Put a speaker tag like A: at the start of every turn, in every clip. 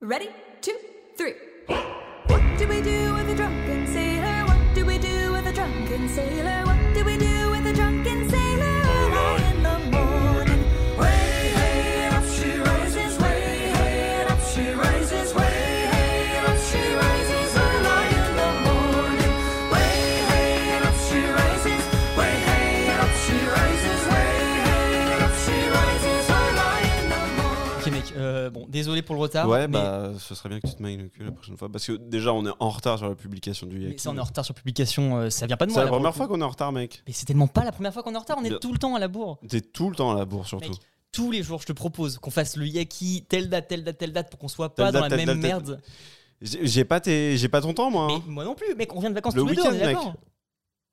A: Ready, two, three. What do we do with a drunken sailor? What do we do with a drunken sailor? What do we do with a drunken sailor? Early in the morning. Way hey up she rises. Way hey up she rises. Way hey up she rises. Early in the morning. Way hey up she rises. Way hey up she rises. Way hey up she rises. Early in the morning.
B: Ok mec, euh, bon, désolé pour le retard.
C: ouais,
B: mais-
C: bah, ce serait bien que tu te mailles le cul la prochaine fois. Parce que déjà, on est en retard sur la publication du
B: mais,
C: Yaki.
B: ça on est en retard sur publication, euh, ça vient pas de
C: C'est
B: moi.
C: la
B: là, pour
C: première
B: le
C: fois
B: coup.
C: qu'on est en retard, mec.
B: Mais c'est tellement pas la première fois qu'on est en retard, on est
C: Bien.
B: tout le temps à la bourre.
C: T'es tout le temps à la bourre, surtout.
B: Mec, tous les jours, je te propose qu'on fasse le yaki telle date, telle date, telle date pour qu'on soit pas
C: Telle
B: dans
C: date,
B: la
C: telle
B: même
C: date,
B: merde.
C: J'ai j'ai pas, tes- j'ai pas ton temps, moi.
B: Mais
C: hein.
B: moi non plus, mec, on vient de vacances
C: Le
B: tous les deux, on est
C: week-end, mec.
B: d'accord.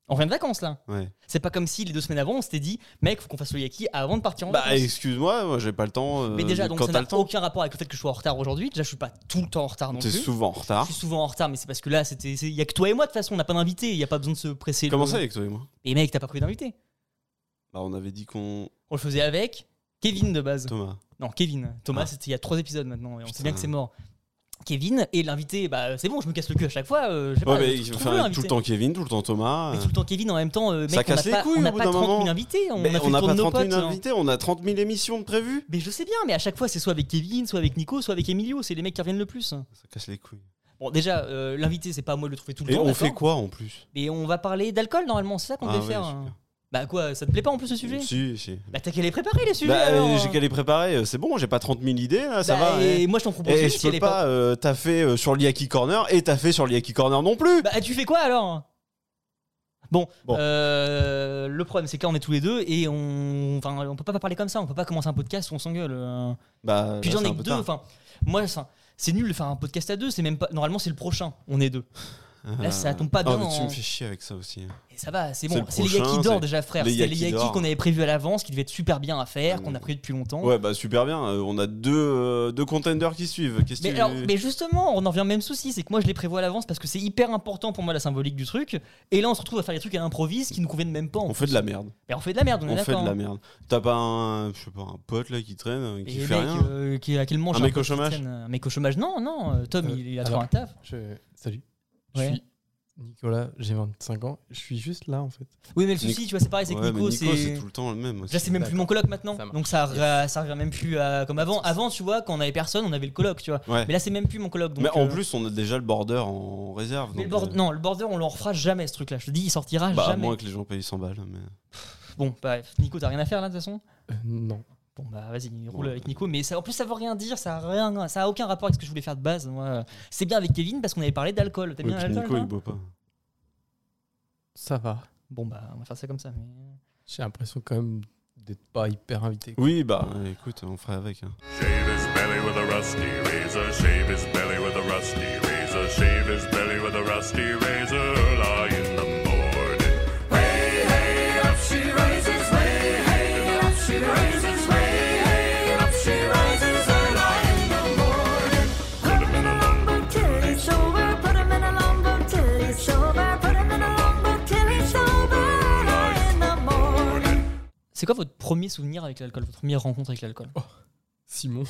B: On vient de vacances là.
C: Ouais.
B: C'est pas comme si les deux semaines avant, on s'était dit, mec, faut qu'on fasse le yaki avant de partir en
C: Bah,
B: vacances.
C: excuse-moi, moi, j'ai pas le temps. euh,
B: Mais déjà, donc
C: quand
B: ça
C: t'as
B: n'a
C: le temps,
B: aucun rapport avec le fait que je sois en retard aujourd'hui. Déjà, je suis pas tout le temps en retard non
C: t'es
B: plus.
C: souvent en
B: Je
C: retard.
B: suis souvent en retard, mais c'est parce que là, c'était, il y a que toi et moi de toute façon, on n'a pas d'invité, il y a pas besoin de se presser.
C: Comment
B: le...
C: ça avec toi et moi
B: Et mec, t'as pas prévu d'invité.
C: Bah, on avait dit qu'on.
B: On le faisait avec Kevin de base.
C: Thomas.
B: Non, Kevin. Thomas,
C: Ah.
B: c'était il y a trois épisodes maintenant. Et on sait
C: Putain.
B: bien que c'est mort. Kevin et l'invité, bah c'est bon, je me casse le cul à chaque fois. euh, je sais
C: Ouais,
B: pas,
C: mais
B: trouve- trouve-le,
C: enfin, tout
B: l'invité.
C: le temps Kevin, tout le temps Thomas.
B: Mais tout le temps Kevin en même temps, euh, mec,
C: Ça
B: on n'a
C: casse les
B: pas,
C: couilles
B: on
C: au
B: n'a
C: bout
B: pas
C: d'un
B: 30 000
C: moment.
B: invités, on
C: Mais
B: a fait
C: on
B: le
C: n'a
B: tour
C: pas
B: de nos
C: 30
B: potes.
C: 000
B: hein.
C: invités, on a 30 000 émissions de prévues.
B: Mais je sais bien, mais à chaque fois c'est soit avec Kevin, soit avec Nico, soit avec Emilio, c'est les mecs qui reviennent le plus.
C: Ça casse les couilles.
B: Bon déjà, euh, l'invité c'est pas à moi de le trouver tout le
C: Et
B: temps.
C: on
B: d'accord
C: fait quoi en plus
B: Mais on va parler d'alcool normalement, c'est ça qu'on
C: Ah
B: devait
C: ouais,
B: faire.
C: super.
B: hein. Bah quoi, ça te plaît pas en plus ce sujet
C: Si, si.
B: Bah t'as qu'à les préparer les sujets
C: Bah, euh,
B: alors. hein.
C: j'ai qu'à les préparer, euh, c'est bon, j'ai pas 30 000 idées là, ça
B: Bah,
C: va.
B: Et
C: eh.
B: moi je t'en propose
C: Et
B: une
C: je
B: si elle
C: peux
B: est pas.
C: pas euh, taffer euh, sur l'Yaki Corner et taffer sur l'Yaki Corner non plus.
B: Bah tu fais quoi alors Bon,
C: Bon.
B: euh, le problème c'est que là on est tous les deux et on, enfin, on peut pas parler comme ça, on peut pas commencer un podcast où on s'engueule. euh.
C: Bah,
B: Puis
C: là,
B: j'en
C: c'est
B: ai
C: un
B: que
C: peu
B: deux.
C: tard.
B: Enfin, moi, ça- c'est nul de faire un podcast à deux. C'est même pas. Normalement, c'est le prochain. On est deux.
C: Ah.
B: là, ça tombe pas
C: Ah,
B: bien,
C: mais Tu
B: hein.
C: me fais chier avec ça aussi. hein.
B: Et ça va, c'est
C: C'est
B: bon.
C: le
B: C'est les Yaki
C: prochain,
B: d'or
C: c'est-
B: déjà, frère.
C: les
B: C'était les
C: Yaki
B: Yaki
C: d'or.
B: qu'on avait prévu à l'avance, qui devait être super bien à faire,
C: Mm.
B: qu'on a prévu depuis longtemps.
C: Ouais, bah super bien. euh, On a deux, euh, deux contenders qui suivent. Qu'est-ce que
B: Mais,
C: tu-
B: alors, mais justement, on en revient au même souci, c'est que moi je les prévois à l'avance parce que c'est hyper important pour moi la symbolique du truc. Et là, on se retrouve à faire des trucs à l'improviste qui nous conviennent même pas. en
C: On
B: fait.
C: fait de la merde.
B: Mais on fait de la merde, on, est
C: On fait
B: d'accord,
C: de la
B: hein.
C: merde. T'as pas un, je sais pas, un pote là qui traîne, euh,
B: Mais
C: qui
B: mec,
C: fait rien.
B: euh, qui- à quel moment
C: Un
B: j'ai
C: mec
B: pote
C: au
B: qui
C: chômage
B: traîne, Un mec au chômage Non, non, euh, Tom,
D: Euh,
B: il, il a
D: alors-
B: trouvé un taf.
D: Je- Salut.
B: Ouais.
D: Je suis Nicolas, j'ai 25 ans. Je suis juste là en fait.
B: Oui, mais le souci,
C: Nico-
B: tu vois, c'est pareil, c'est que
C: Ouais, mais
B: Nico,
C: c'est
B: c'est.
C: tout le temps le même. aussi.
B: Là, c'est même plus
D: D'accord.
B: mon coloc maintenant.
D: Ça marche.
B: donc ça, ra- ça revient même plus à. Comme avant. Avant, tu vois, quand on avait personne, on avait le coloc, tu vois.
C: Ouais.
B: Mais là, c'est même plus mon coloc. donc,
C: mais en
B: euh,
C: plus, on a déjà le border en réserve.
B: mais le
C: donc,
B: bord-
C: euh,
B: Non, le border, on le refera jamais, ce truc-là. Je te dis, il sortira
C: Bah, à
B: jamais.
C: moins que les gens payent 100 balles. Mais...
B: Bon, bah, bref. Nico, t'as rien à faire là, de toute façon
D: Euh, non.
B: Bon bah vas-y, roule
C: Bon.
B: avec Nico, mais ça, en plus ça veut rien dire, ça a, rien, ça a aucun rapport avec ce que je voulais faire de base. Moi. C'est bien avec Kevin parce qu'on avait parlé d'alcool. T'as
C: Ouais,
B: bien
C: puis
B: l'alcool
C: Nico, il
B: toi
C: boit pas.
D: Ça va.
B: Bon bah on va faire ça comme ça. mais-
D: J'ai l'impression quand même d'être pas hyper invité.
C: Oui, bah écoute, on ferait avec. hein.
E: Shave his belly with a rusty razor. Shave his belly with a rusty razor. Shave his belly with a rusty razor. Early in the morning. Way hey up she rises. Way hey up she rises. Way hey up she rises. Early in the morning. Put him in a lumber
A: till it's over. Put him in a longboat till it's over. Put him in a longboat till it's over. In the morning.
B: C'est quoi votre premier souvenir avec l'alcool, votre première rencontre avec l'alcool
D: Simon.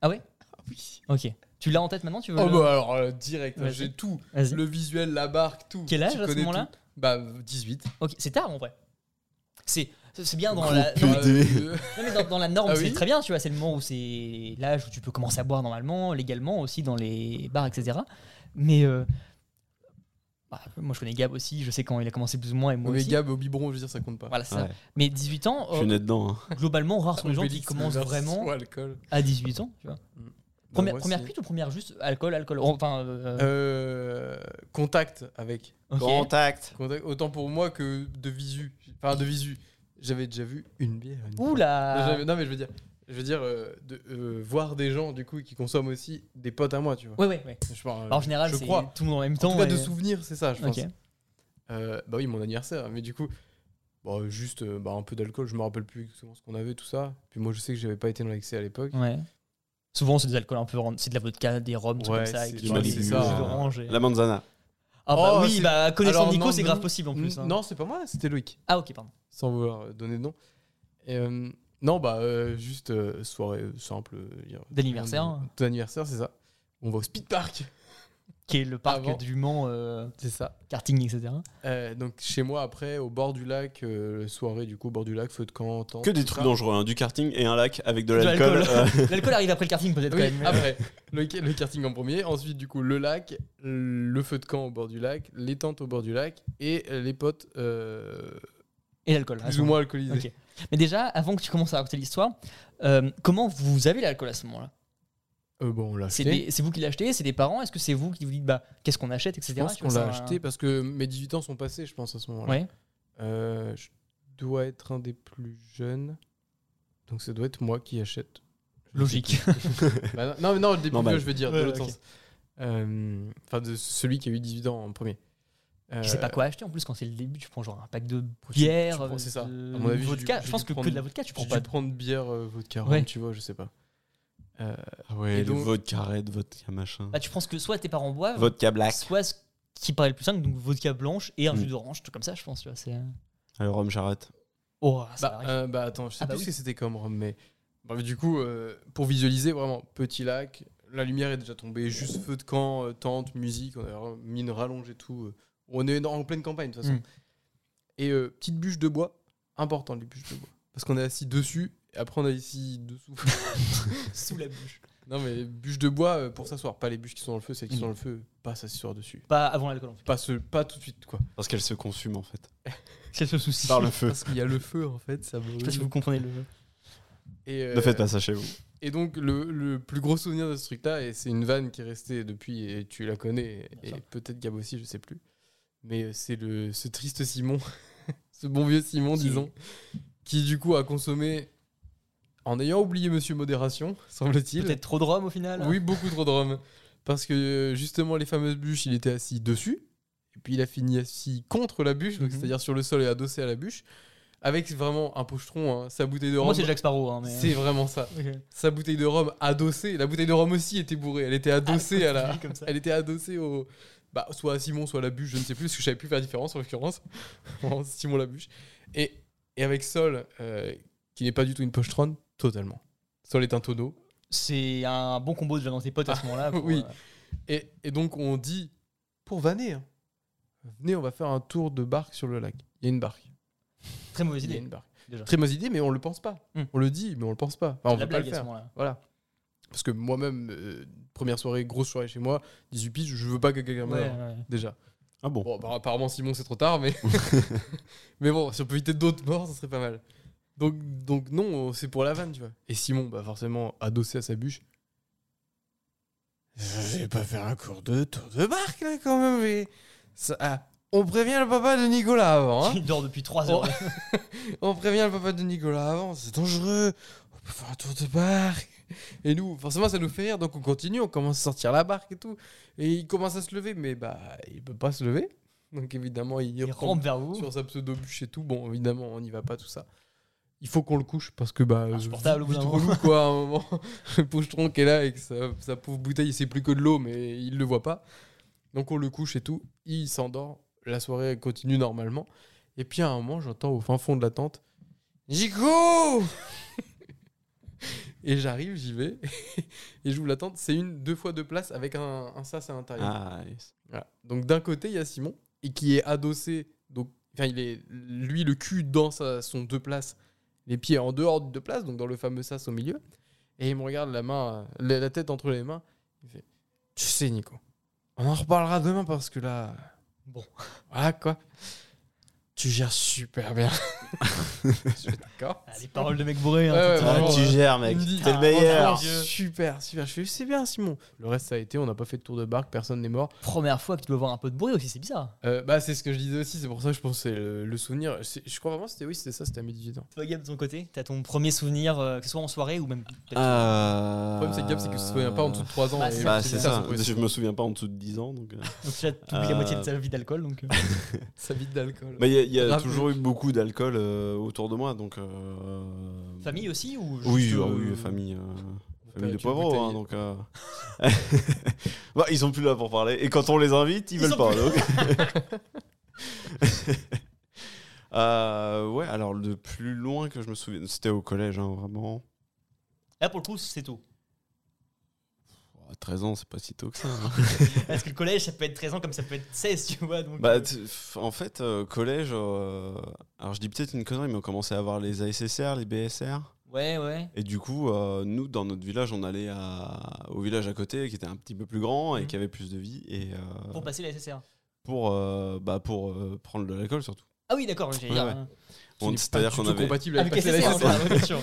B: Ah ouais
D: Ah oui.
B: Ok. Tu l'as en tête maintenant Tu veux
D: Oh
B: le-
D: bah alors euh, direct,
B: Vas-y.
D: j'ai tout.
B: Vas-y.
D: Le visuel, la barque, tout.
B: Quel âge
D: Tu
B: à ce
D: connais
B: moment-là
D: tout. Bah 18.
B: Ok, c'est tard en vrai. C'est c'est bien dans
C: Gros
B: la,
C: pute.
B: dans,
C: Putain.
D: Euh,
B: non, mais dans- dans la norme,
D: Ah
B: c'est
D: oui
B: très bien, tu vois, c'est le moment où c'est l'âge où tu peux commencer à boire normalement, légalement aussi dans les bars, etc. Mais euh, bah, moi je connais Gab aussi, je sais quand il a commencé plus ou moins et moi
D: mais
B: aussi.
D: Gab au biberon, je veux dire, ça compte pas.
B: Voilà, c'est ça.
C: Ouais.
B: Mais 18 ans, euh,
C: Je
D: Oh.
C: suis né dedans. hein.
B: globalement, rares sont les gens qui
D: Obélix
B: commencent
D: versus
B: vraiment
D: alcool.
B: à 18 ans. Tu vois.
D: Bah,
B: Première,
D: moi,
B: première
D: c'est-
B: cuite ou première juste alcool, alcool Enfin, euh,
D: Euh, Contact avec.
B: ok.
C: Contact.
D: Contact- Autant pour moi que de visu. Enfin, de visu. J'avais déjà vu une bière. une
B: Ouh
D: Non,
B: là
D: j'avais- Non, mais je veux dire, je veux dire euh, de, euh, voir des gens du coup qui consomment aussi des potes à moi, tu vois.
B: Ouais, ouais, ouais.
D: Je parle, euh,
B: Alors, en général,
D: je
B: c'est tout
D: crois.
B: le monde en même
D: En
B: temps.
D: tout cas,
B: et-
D: de souvenirs, c'est ça, je pense.
B: Ok.
D: Euh, bah oui, mon anniversaire, mais du coup, bah, juste euh, bah, un peu d'alcool, je me rappelle plus exactement ce qu'on avait, tout ça. Puis moi, je sais que j'avais pas été dans l'excès à l'époque.
B: Ouais. Souvent, c'est des alcools un peu. rand- C'est de la vodka, des rhums, tout
D: Ouais,
B: comme ça. avec
D: c'est- euh,
B: du
C: ouais,
B: jus
C: c'est ça.
B: d'orange. et-
C: La manzana.
B: Ah, bah
D: Oh,
B: oui,
D: c'est-
B: bah connaissant
D: Alors,
B: Nico,
D: non,
B: c'est
D: non,
B: grave
D: non.
B: possible en
D: N-
B: plus. hein.
D: Non, c'est pas moi, c'était Loïc,
B: Ah, ok, pardon.
D: sans vouloir euh, donner de nom. Et, euh, non, bah euh, juste euh, soirée euh, simple. euh, hier.
B: D'anniversaire. hein.
D: D'anniversaire, c'est ça. On va au Speed Park.
B: qui est le parc
D: Avant.
B: du Mans, euh,
D: C'est ça.
B: karting, etc.
D: Euh, donc chez moi après, au bord du lac, euh, soirée du coup, bord du lac, feu de camp, tente,
C: Que des
D: tout
C: trucs
D: ça.
C: dangereux, hein, du karting et un lac avec de
B: De
C: l'alcool.
B: l'alcool.
C: euh,
B: L'alcool arrive après le karting, peut-être
D: Oui,
B: quand
D: ah
B: même. mais-
D: après, le, ca- le karting en premier, ensuite du coup le lac, le feu de camp au bord du lac, les tentes au bord du lac et euh, les potes euh,
B: Et l'alcool. à ce
D: plus ou
B: moment-là.
D: moins alcoolisés.
B: Ah, Ok. Mais déjà, avant que tu commences à raconter l'histoire, euh, comment vous avez l'alcool à ce moment-là
D: Euh, bon, on l'a
B: C'est
D: acheté.
B: des- c'est vous qui l'achetez C'est des parents Est-ce que c'est vous qui vous dites bah, qu'est-ce qu'on achète, etc.
D: Je pense
B: Tu
D: qu'on
B: vois,
D: l'a
B: ça-
D: acheté parce que mes 18 ans sont passés, je pense, à ce moment-là.
B: Ouais.
D: Euh, je dois être un des plus jeunes. Donc ça doit être moi qui achète.
B: Logique.
D: Bah, non, non, mais non, des plus
C: Normal.
D: vieux, je veux dire,
B: Ouais,
D: de l'autre
B: ok.
D: sens. Euh, Enfin, de celui qui a eu 18 ans en premier. Euh,
B: Je sais pas quoi acheter en plus quand c'est le début. Tu prends genre un pack de
D: tu-
B: bière, euh,
D: tu prends- c'est ça.
B: de
D: À mon avis, j'ai
B: vodka.
D: dû-
B: Je pense
D: j'ai
B: que
D: dû
B: que de la vodka, tu
D: J'ai
B: prends
D: dû
B: pas. de-
D: prendre bière, euh, vodka, rhum,
B: Ouais.
D: tu vois, je sais pas. Euh,
C: Ah ouais,
D: Et
C: le
D: donc-
C: vodka red, vodka machin.
B: Bah, tu prends ce que soit tes parents boivent,
C: Vodka black.
B: soit ce qui paraît le plus simple, donc vodka blanche et un
C: Mm.
B: jus d'orange, tout comme ça, je pense. Tu vois, c'est.
C: Alors, Rome Charrette.
B: Oh, ça
D: bah,
B: arrive.
D: euh, bah, attends, je sais
B: Ah bah
D: plus
B: oui.
D: ce que c'était comme rhum, mais... Bah, mais du coup, euh, pour visualiser, vraiment, petit lac, la lumière est déjà tombée, juste feu de camp, euh, tente, musique, on a mis une rallonge et tout. euh. on est dans- en pleine campagne, de toute façon.
B: Mm.
D: Et euh, petite bûche de bois, important les bûches de bois, parce qu'on est assis dessus, et après on est assis dessous.
B: sous la bouche.
D: non mais bûche de bois euh, pour s'asseoir, pas les bûches qui sont dans le feu, celles qui
B: Mm.
D: sont dans le feu, pas s'asseoir dessus.
B: Pas avant l'alcool en fait.
D: Pas, ce, pas tout de suite, quoi.
C: Parce qu'elle se consume en fait.
B: C'est ce souci.
C: Par le feu.
D: Parce qu'il y a le feu, en fait, ça
B: Je sais pas si vous comprenez le.
D: Et, euh,
C: Ne faites pas ça chez vous.
D: Et donc, le, le plus gros souvenir de ce truc-là, et c'est une vanne qui est restée depuis, et tu la connais,
B: Bien
D: et
B: sûr.
D: peut-être Gab aussi, je sais plus. Mais euh, c'est le ce triste Simon, ce bon vieux
B: Simon.
D: Simon, disons, qui du coup a consommé, en ayant oublié Monsieur Modération, semble-t-il.
B: Peut-être trop de rhum au final.
D: Oui, beaucoup trop de rhum. Parce que euh, justement, les fameuses bûches, il était assis dessus, et puis il a fini assis contre la bûche, donc
B: Mhm.
D: c'est-à-dire sur le sol et adossé à la bûche, avec vraiment un pochetron, hein, sa bouteille de rhum.
B: Moi c'est Jack Sparrow. hein, mais...
D: C'est vraiment ça
B: Ok.
D: sa bouteille de rhum adossée. La bouteille de rhum aussi était bourrée. Elle était adossée à la.
B: Comme ça.
D: Elle était adossée au. Bah, soit à Simon, soit à la bûche, je ne sais plus, parce que je savais plus faire différence en l'occurrence. Vraiment, Simon la bûche. Et, et avec Sol, euh, qui n'est pas du tout une pochetronne, totalement. Sol est un tonneau.
B: C'est un bon combo déjà dans tes potes à ce moment-là. pour,
D: oui.
B: euh,
D: Et, et donc on dit, pour vanner, hein, venez, on va faire un tour de barque sur le lac. Il y a une barque.
B: Très mauvaise
D: Il y a
B: idée.
D: une barque.
B: déjà.
D: Très mauvaise idée, mais on le pense pas.
B: Hmm.
D: On le dit, mais on le pense pas. Enfin, on
B: la
D: veut pas
B: blague
D: le
B: à
D: faire.
B: ce moment-là.
D: Voilà. Parce que moi-même, euh, première soirée, grosse soirée chez moi, 18 piges, je veux pas que quelqu'un meure.
B: Ouais, ouais.
D: Déjà.
C: Ah bon
D: Bon, bah, apparemment, Simon, c'est trop tard, mais. mais bon, si on peut éviter d'autres morts, ça serait pas mal. Donc, donc non, on- c'est pour la vanne, tu vois. Et Simon, bah, forcément, adossé à sa bûche. Je vais pas faire un cours de tour de barque, là, quand même, mais. ça- ah, on prévient le papa de Nicolas avant, hein.
B: Il dort depuis 3 heures.
D: On prévient le papa de Nicolas avant, c'est dangereux. On peut faire un tour de barque. Et nous, forcément, ça nous fait rire, donc on continue, on commence à sortir la barque et tout. Et il commence à se lever, mais bah, il peut pas se lever. Donc évidemment, il,
B: Il
D: reprend
B: rampe vers vous.
D: sur sa pseudo-bûche et tout. Bon, évidemment, on n'y va pas, tout ça. Il faut qu'on le couche parce que bah,
B: Insupportable,
D: euh,
B: Ah, au bout
D: vite
B: d'un
D: relou quoi. À un moment, le pochetron qui est là avec sa, sa pauvre bouteille, c'est plus que de l'eau, mais il le voit pas. Donc on le couche et tout. Il s'endort. La soirée continue normalement. Et puis à un moment, j'entends au fin fond de la tente Jico Et j'arrive, j'y vais. et j'ouvre la tente. C'est une deux fois deux places avec un, un sas à l'intérieur.
C: Ah, yes.
D: Voilà. Donc d'un côté, il y a Simon, et qui est adossé, donc enfin il est lui le cul dans sa, son deux places, les pieds en dehors du deux places, donc dans le fameux sas au milieu, et il me regarde la main, euh, la, la tête entre les mains, il fait Tu sais Nico, on en reparlera demain parce que là.
B: Bon.
D: Voilà quoi. Tu gères super bien. Je fais, D'accord.
B: Ah, les paroles de mec bourré. hein,
D: Ouais,
B: tout
D: ouais,
B: à l'heure.
C: Ah,
D: vraiment,
C: tu
D: euh,
C: gères, mec.
D: il me dit,
C: T'es le
D: Ah,
C: meilleur.
D: franchement, Super, super. Je fais c'est bien Simon. Le reste ça a été, on n'a pas fait de tour de barque, personne n'est mort.
B: Première fois que tu dois voir un peu de bourré aussi, c'est bizarre.
D: Euh, bah, c'est ce que je disais aussi, c'est pour ça que je pensais le, le souvenir. C'est- Je crois vraiment que c'était oui, c'était ça, c'était à mes 18 ans.
B: Toi, Gab, de ton côté, t'as ton premier souvenir, euh, que ce soit en soirée ou même. peut-être-
C: Ah.
D: Le problème, c'est que Gab, c'est que je me souviens pas en dessous de 3 ans.
B: Bah,
D: et
B: c'est-
C: Bah,
B: c'est
C: c'est
B: ça,
C: ça.
D: son premier
C: Je
D: souvenir.
C: me souviens pas en dessous de 10 ans. Donc, euh.
B: Donc, tu as oublié la
C: Euh,
B: moitié de ta vie d'alcool. Donc, euh,
D: Sa vie d'alcool.
C: Mais il y a, il y a
D: Grave.
C: toujours eu beaucoup d'alcool euh, autour de moi. donc... euh,
B: famille aussi ou juste,
C: Oui,
B: euh,
C: ah oui, famille. euh,
D: Mon père
C: Famille de
D: est une
C: poivreaux, hein,
D: bouteille.
C: donc. euh, bah, ils sont plus là pour parler. Et quand on les invite, ils,
B: Ils
C: veulent
B: sont
C: pas.
B: plus
C: donc. Euh, ouais, alors le plus loin que je me souviens, c'était au collège, hein, vraiment.
B: Là, pour le coup, c'est tôt.
C: Oh, À 13 ans, c'est pas si tôt que ça. hein.
B: Parce que le collège, ça peut être 13 ans comme ça peut être 16, tu vois. Donc,
C: Bah,
B: euh,
C: t- f- en fait, euh, collège, euh, alors je dis peut-être une connerie, mais on commençait à avoir les ASSR, les BSR.
B: ouais, ouais.
C: Et du coup, euh, nous, dans notre village, on allait à- au village à côté qui était un petit peu plus grand et
B: Mhm.
C: qui avait plus de vie. Et, euh,
B: Pour passer la SSR.
C: pour, euh, bah, pour euh, prendre de l'alcool surtout.
B: Ah oui, d'accord. j'ai-
C: Ouais, ouais.
B: euh,
C: On- C'est-à-dire qu'on avait,
D: compatible avec
B: Avec
D: passer la
B: SSR,
D: SSR.
B: c'est hein, bien sûr.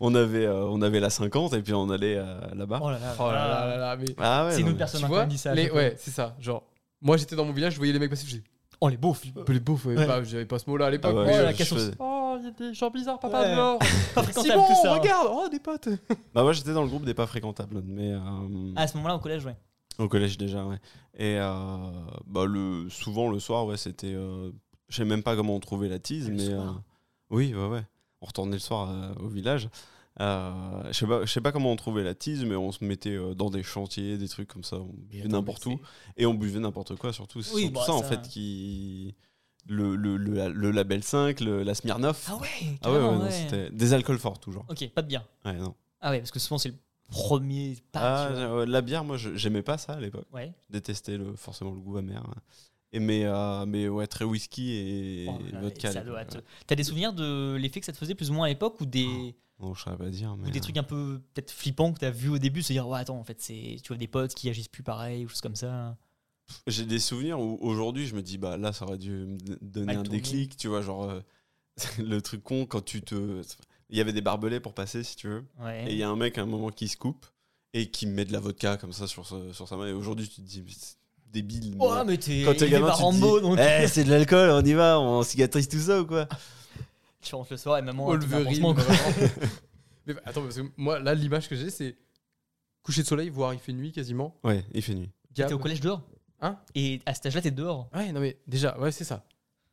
C: on, avait, euh, on avait la 50 et puis on allait euh, là-bas.
B: Oh là là.
D: Oh là là là là, mais
C: Ah ouais,
B: C'est une
C: non,
B: autre
C: mais-
B: personne
D: tu
B: hein,
D: vois,
B: qui dit ça.
D: les-
B: je-
D: ouais, c'est ça. Genre, moi j'étais dans mon village, je voyais les mecs passer, je disais,
B: Oh, les beaufs.
D: les beaufs, ouais,
B: Ouais.
D: bah, j'avais pas ce mot-là à
C: Ah
D: l'époque.
C: ouais,
D: mais,
B: Oh,
C: je-
B: la
C: je
B: cassance.
C: faisais-
D: Oh, il y a des gens bizarres,
B: papa est
D: dehors.
B: Pas fréquentable,
D: bon,
B: tout ça. hein.
D: regarde, oh, des potes.
C: Bah, moi, j'étais dans le groupe des pas fréquentables, mais euh,
B: Ah, À ce moment-là, au collège, ouais.
C: au collège déjà, ouais. Et euh, bah, le, souvent, le soir, ouais, c'était. euh, je sais même pas comment on trouvait la tease,
B: Le
C: mais.
B: soir.
C: euh, oui, ouais, ouais. On retournait le soir euh, au village. Euh, je sais pas, je sais pas comment on trouvait la tease, mais on se mettait euh, dans des chantiers, des trucs comme ça. On buvait n'importe où. Et on buvait n'importe quoi, surtout. C'est
B: Oui,
C: surtout
B: bah,
C: ça, en
B: ça-
C: fait, qui. Le, le, le, le label 5, le, la Smirnoff.
B: Ah ouais.
C: Ah ouais, ouais,
B: carrément,
C: non,
B: ouais.
C: c'était des alcools forts, toujours.
B: Ok, pas de bière.
C: Ouais, non.
B: Ah ouais, parce que souvent, c'est le premier pas.
C: Ah,
B: tu vois.
C: euh, la bière, moi, je- j'aimais pas ça à l'époque.
B: Ouais.
C: Je détestais le, forcément le goût amer. Et mais, euh, mais ouais, très whisky et
B: Oh là là,
C: vodka.
B: et ça
C: les-
B: doit
C: ouais.
B: te- T'as des souvenirs de l'effet que ça te faisait plus ou moins à l'époque ou des,
C: Non, je saurais pas dire. Mais
B: ou des
C: euh,
B: trucs un peu peut-être flippants que t'as vu au début, se dire ouais attends en fait c'est tu vois des potes qui agissent plus pareil ou choses comme ça.
C: J'ai des souvenirs où aujourd'hui, je me dis, bah là, ça aurait dû me d- donner
B: Mal
C: un
B: tourné.
C: déclic, tu vois, genre euh, le truc con quand tu te. Il y avait des barbelés pour passer, si tu veux. Et
B: Ouais.
C: il y a un mec à un moment qui se coupe et qui met de la vodka comme ça sur, ce- sur sa main. Et aujourd'hui, tu te dis, mais c'est débile. mais-
B: Ouais, Oh, mais t'es
C: Quand
B: il
C: t'es
B: est
C: gamin, tu te
B: Rambo,
C: dis,
B: donc
C: Eh, c'est de l'alcool, on y va, on cicatrise tout ça ou quoi Eh,
B: tu rentres le soir et maman
D: Oh,
C: oh,
B: elle te fait un
D: Wolverine.
B: pansement, quoi.
D: mais bah, attends, parce que moi là, l'image que j'ai, c'est coucher de soleil, voire il fait nuit quasiment.
C: Ouais, il fait nuit.
B: T'es au
D: Gab.
B: collège dehors.
D: Hein
B: Et à cet âge-là t'es dehors.
D: Ouais, non mais déjà, ouais, c'est ça.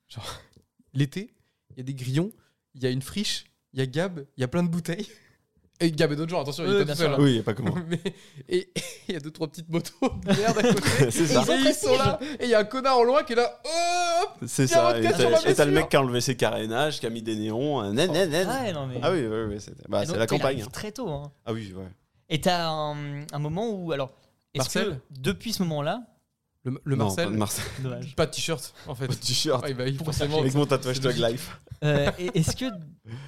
D: Genre, l'été, il y a des grillons, il y a une friche, il y a Gab, il y a plein de bouteilles. Et Gab et d'autres gens, attention, il
B: Ouais,
D: est pas
B: bien
D: tout seul.
B: sûr.
D: hein.
C: Oui, il a pas comment.
D: Mais- et il y a deux, trois petites motos de merde à côté.
C: c'est
D: Et
C: ça,
B: ont
D: ils sont là, et il y a un connard en loin qui est là, oh, hop,
C: c'est
D: Il y a
C: ça.
D: votre
C: Et
D: carte sur ma
C: t'as- et t'as le
D: blessure.
C: mec qui a enlevé ses carénages, qui a mis des néons. euh, nan, nan, nan.
B: Ouais, non mais.
C: Ah oui, oui, oui, c'était- bah,
B: Et donc,
C: c'est la
B: t'es là,
C: campagne.
B: c'est Très tôt. hein.
C: Ah oui, ouais.
B: Et t'as un, un moment où alors. Est-ce que
D: Marcel
B: depuis ce moment-là,
D: Le, le
C: Non,
D: Marcel,
C: pas de Marcel.
B: dommage.
D: pas de t-shirt en fait.
C: Pas de t-shirt.
D: Ouais, bah oui,
B: Pourquoi ça
D: forcément.
C: Avec mon tatouage de Life.
B: Euh, et- Est-ce que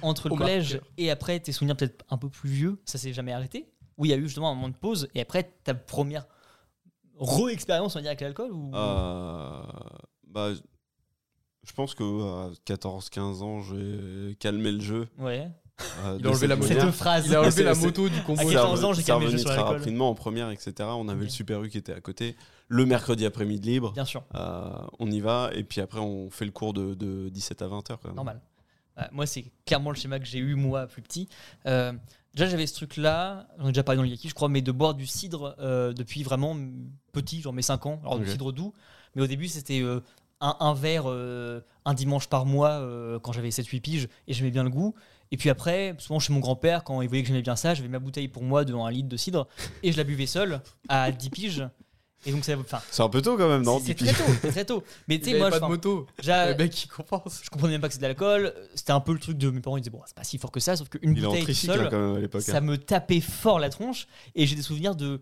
B: entre le
D: Au
B: collège
D: marqueur.
B: et après tes souvenirs peut-être un peu plus vieux, ça s'est jamais arrêté Ou il y a eu justement un moment de pause et après ta première re-expérience on va dire avec l'alcool ou...
C: Euh, bah, je pense que à 14-15 ans, j'ai calmé le jeu.
B: Ouais.
C: euh,
D: Il
C: de
D: a enlevé
C: cette
D: la moto.
B: Cette
C: manière.
B: phrase.
D: Il a enlevé
C: C'est-
D: la
C: c'est-
D: moto du
B: À
D: convoi.
C: Ça
B: 14
C: re-
B: ans, j'ai
C: ça
B: calmé le
C: revenu
B: jeu sur
C: très
B: l'alcool.
C: rapidement en première, etc. On avait
B: Ok.
C: le Super U qui était à côté. Le mercredi après-midi libre,
B: Bien sûr,
C: euh, on y va. Et puis après, on fait le cours de, de 17 à 20 heures. quand même.
B: normal. Euh, moi, c'est clairement le schéma que j'ai eu moi plus petit. Euh, déjà, j'avais ce truc-là, j'en ai déjà parlé dans le Yaki, je crois, mais de boire du cidre euh, depuis vraiment petit, genre mes 5 ans. Alors,
C: Ok.
B: du cidre doux, mais au début, c'était euh, un, un verre euh, un dimanche par mois euh, quand j'avais 7-8 piges et j'aimais bien le goût. Et puis après, souvent chez mon grand-père, quand il voyait que j'aimais bien ça, j'avais ma bouteille pour moi de 1 litre de cidre et je la buvais seule à 10 piges. Et donc, ça- enfin,
C: C'est un peu tôt quand même, non
B: c'est
C: Dipi
B: très tôt, c'est très tôt. Mais tu
D: Il
B: sais, moi,
D: avait pas de
B: enfin,
C: hein.
D: moto.
B: j'a-
C: Ah.
D: Le mec, il compense.
B: je comprenais même pas que c'était de l'alcool. C'était un peu le truc de mes parents, ils disaient bon, c'est pas si fort que ça, sauf qu'une
C: Il est en
B: bouteille toute
C: tricycle
B: seule,
C: hein, quand même à l'époque.
B: ça
C: hein.
B: me tapait fort la tronche. Et j'ai des souvenirs de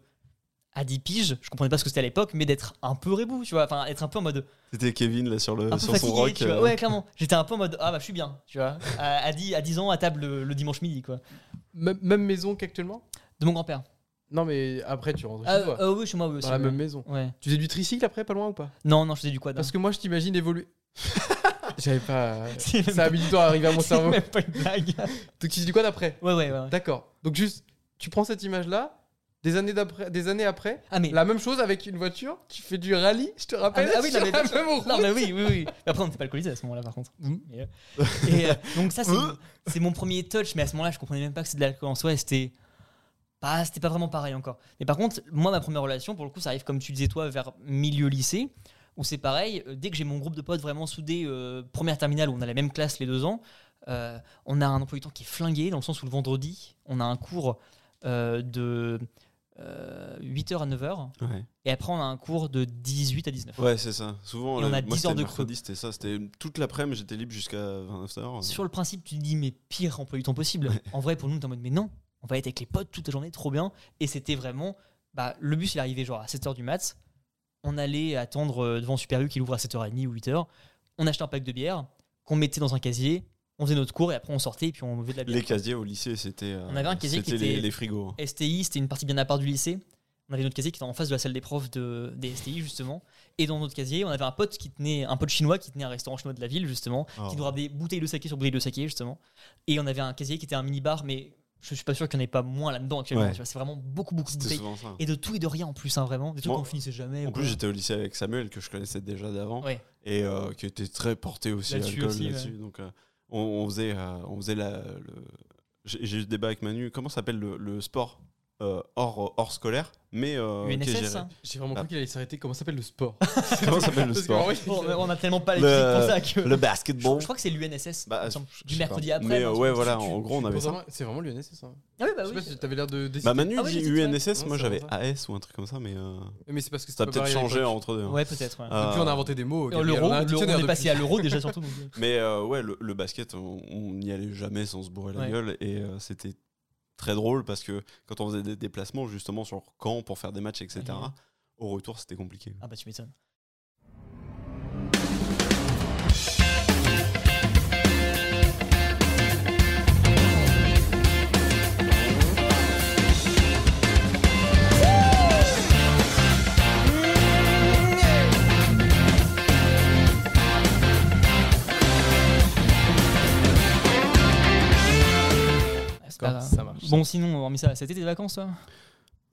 B: à 10 piges, je comprenais pas ce que c'était à l'époque, mais d'être un peu rebou, tu vois, enfin être un peu en mode
C: C'était Kevin là sur, le,
B: un peu
C: sur
B: fatigué,
C: son rock.
B: tu vois.
C: euh,
B: Ouais, clairement. J'étais un peu en mode ah bah je suis bien, tu vois, à, à 10, à 10 ans à table le, le dimanche midi quoi,
D: Même même maison qu'actuellement
B: de mon grand-père.
D: Non, mais après, tu rentres
B: Ah
D: chez toi.
C: oh,
B: euh, oui, chez moi oui, aussi.
D: Dans la
B: oui.
D: même maison.
B: Ouais.
D: Tu faisais du tricycle après, pas loin ou pas
B: Non, non, je faisais du quad. hein.
D: Parce que moi, je t'imagine évoluer. J'avais pas.
B: C'est même
D: Ça a
B: pas-
D: mis du temps à arriver à mon
B: c'est
D: cerveau.
B: même pas une blague.
D: Donc, tu dis quoi d'après
B: Ouais, ouais, ouais. ouais.
D: D'accord. Donc, juste, tu prends cette image-là, des années d'après, des années après,
B: Ah mais
D: la même chose avec une voiture, tu fais du rallye, je te rappelle.
B: Ah, mais- ah oui, non,
D: sur
B: mais
D: la
B: bien sûr.
D: même route.
B: Non, mais oui, oui, oui. Après, on n'était pas alcoolisés à ce moment-là, par contre. Mais, euh, et, euh, donc, ça, c'est mon- c'est mon premier touch, mais à ce moment-là, je comprenais même pas que c'est de l'alcool en soi. et C'était pas, c'était pas vraiment pareil encore. Mais par contre, moi, ma première relation, pour le coup, ça arrive, comme tu disais, toi, vers milieu lycée, où c'est pareil. euh, Dès que j'ai mon groupe de potes vraiment soudé, euh, première terminale, où on a la même classe les deux ans, euh, on a un emploi du temps qui est flingué, dans le sens où le vendredi, on a un cours euh, de 8h à 9h,
C: Ouais.
B: et après, on a un cours de 18 à 19h.
C: Ouais, c'est ça. Souvent,
B: Et on
C: là,
B: a
C: moi,
B: 10
C: c'était
B: heures de
C: le mercredi, C'était ça. C'était toute l'après-midi, j'étais libre jusqu'à 29h.
B: Sur le principe, tu te dis, mais pire emploi du temps possible. En vrai, pour nous, t'es en mode, mais non, on va être avec les potes toute la journée, trop bien. Et c'était vraiment bah, le bus il arrivait genre à 7h du mat. On allait attendre euh, devant Super U qui l'ouvre à 7h30 ou 8h. On achetait un pack de bière qu'on mettait dans un casier. On faisait notre cours et après on sortait et puis on buvait de la bière.
C: Les casiers au lycée, c'était. euh,
B: On avait un casier qui
C: c'était les-
B: était-
C: les frigos. hein.
B: STI, c'était une partie bien à part du lycée. On avait notre casier qui était en face de la salle des profs de, des STI, justement. Et dans notre casier, on avait un pote qui tenait, un pote chinois qui tenait un restaurant chinois de la ville, justement,
C: Oh.
B: qui nous ramenait bouteille de saké sur bouteille de saké, justement. Et on avait un casier qui était un mini-bar, mais je suis pas sûr qu'il n'y en ait pas moins là-dedans actuellement.
C: Ouais.
B: tu vois. C'est vraiment beaucoup, beaucoup de
C: C'était
B: bouteilles.
C: souvent ça.
B: Et de tout et de rien en plus, hein, vraiment. Des trucs
C: Moi-
B: qu'on finissait jamais.
C: En
B: ou
C: plus,
B: quoi.
C: j'étais au lycée avec Samuel, que je connaissais déjà d'avant,
B: Ouais.
C: et euh, qui était très porté aussi à
B: Là-dessus
C: l'alcool
B: aussi, ouais.
C: là-dessus. Donc, euh, on, on faisait, euh, on faisait la, le... J'ai j'ai eu ce débat avec Manu. Comment s'appelle le, le sport euh, hors, hors scolaire, mais euh, qui est
B: UNSS,
C: géré
B: hein.
D: J'ai vraiment cru qu'il allait s'arrêter. Comment s'appelle le sport
C: Comment s'appelle le
D: Parce que,
C: sport
D: ah oui,
B: Bon, euh, on a tellement pas les
C: Le-
B: physiques pour ça que.
C: Le
B: Je-
C: basketball.
B: Je crois que c'est l'UNSS.
C: Bah,
B: il me semble.
C: je- je
B: du
C: sais
B: mercredi
C: pas.
B: après.
C: Mais
B: un
C: euh,
B: truc
C: ouais,
B: comme
C: voilà,
B: ça.
C: en gros, on avait ça.
D: Vraiment, C'est vraiment l'UNSS, ça.
B: Ah oui, bah
D: Je sais
B: oui.
D: pas si t'avais l'air de décider.
C: Bah, Manu
B: Ah oui,
C: dit
B: c'est- ouais.
C: UNSS,
D: Non,
C: moi
D: c'est
C: j'avais
D: ça.
C: AS ou un truc comme ça, mais euh,
D: Mais c'est parce que
C: ça a
D: c'était pas
C: peut-être
D: pareil à
C: changé
D: l'époque.
C: entre deux. hein.
B: Ouais, peut-être. ouais.
D: Depuis, on a
C: Euh,
D: inventé des mots.
B: Et
D: Gabriel,
B: L'euro,
D: on a un
B: l'euro,
D: dictionnaire
B: on est
D: depuis.
B: passé à l'euro déjà surtout. donc, euh.
C: Mais euh, ouais, le, le basket, on on n'y allait jamais sans se bourrer la
B: Ouais.
C: gueule. Et euh, c'était très drôle parce que quand on faisait des déplacements, justement, sur camp pour faire des matchs, etc.,
B: Ouais.
C: au retour, c'était compliqué.
B: Ah bah tu m'étonnes. Ah, c'est pas
D: D'accord,
B: grave.
D: ça marche.
B: Bon, sinon, on mis ça. C'était des vacances, toi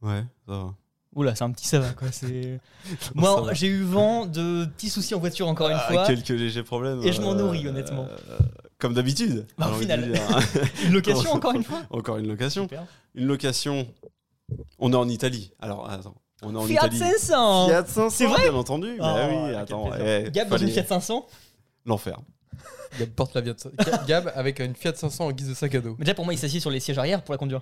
C: Ouais, ça va.
B: Oula, c'est un petit ça va quoi. C'est...
C: ça
B: Moi,
C: va.
B: j'ai eu vent de petits soucis en voiture encore une
C: Ah,
B: fois.
C: quelques légers problèmes.
B: Et je m'en nourris, honnêtement.
C: euh, comme d'habitude.
B: Bah, au
C: j'ai envie
B: final.
C: de dire.
B: Une location encore une fois.
C: Encore une location.
B: Super.
C: Une location. On est en Italie. Alors, attends. On est en
B: Fiat
C: Italie.
B: 500.
C: Fiat 500,
B: C'est vrai
C: bien entendu. bah
B: Oh,
C: oui,
B: quel
C: attends.
B: plaisir.
C: eh,
B: Gab dans une
C: fallait-
B: Fiat 500.
C: L'enfer.
D: Gab porte la Fiat 500. Gab avec une Fiat 500 en guise de sac à dos.
B: Mais déjà pour moi, il s'assied sur les sièges arrière pour la conduire.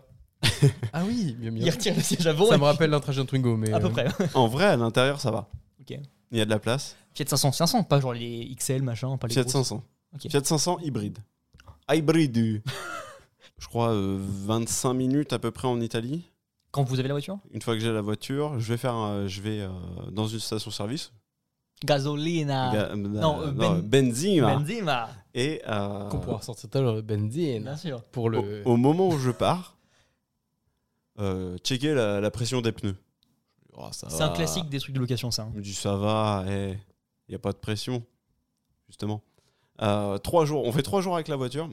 D: Ah oui, bien
B: Il
D: bien.
B: retire le siège avant.
D: Ça
B: et
D: me rappelle un trajet en Twingo, mais.
B: À peu
D: euh,
B: près. hein.
C: En vrai, à l'intérieur, ça va.
B: Ok.
C: Il y a de la place.
B: Fiat 500, 500, pas genre les XL machin, pas Ah, les
C: Fiat
B: grosses.
C: 500.
B: Ok.
C: Fiat 500 hybride. Hybride. je crois euh, 25 minutes à peu près en Italie.
B: Quand vous avez la voiture
C: Une fois que j'ai la voiture, je vais faire, un- je vais euh, dans une station-service.
B: Gasolina.
C: Ga- euh,
B: non, euh, ben-
C: benzina.
B: Benzema.
C: Et euh,
D: Qu'on pourra sortir tout à l'heure le benzine.
B: Bien sûr.
D: Pour
C: au,
D: le.
C: au moment où je pars, euh, checker la, la pression des pneus. Oh, ça
B: C'est un
C: va.
B: classique des trucs de location ça. hein.
C: Je me dis ça va, il n'y a pas de pression, justement. Euh, trois jours, on fait trois jours avec la voiture,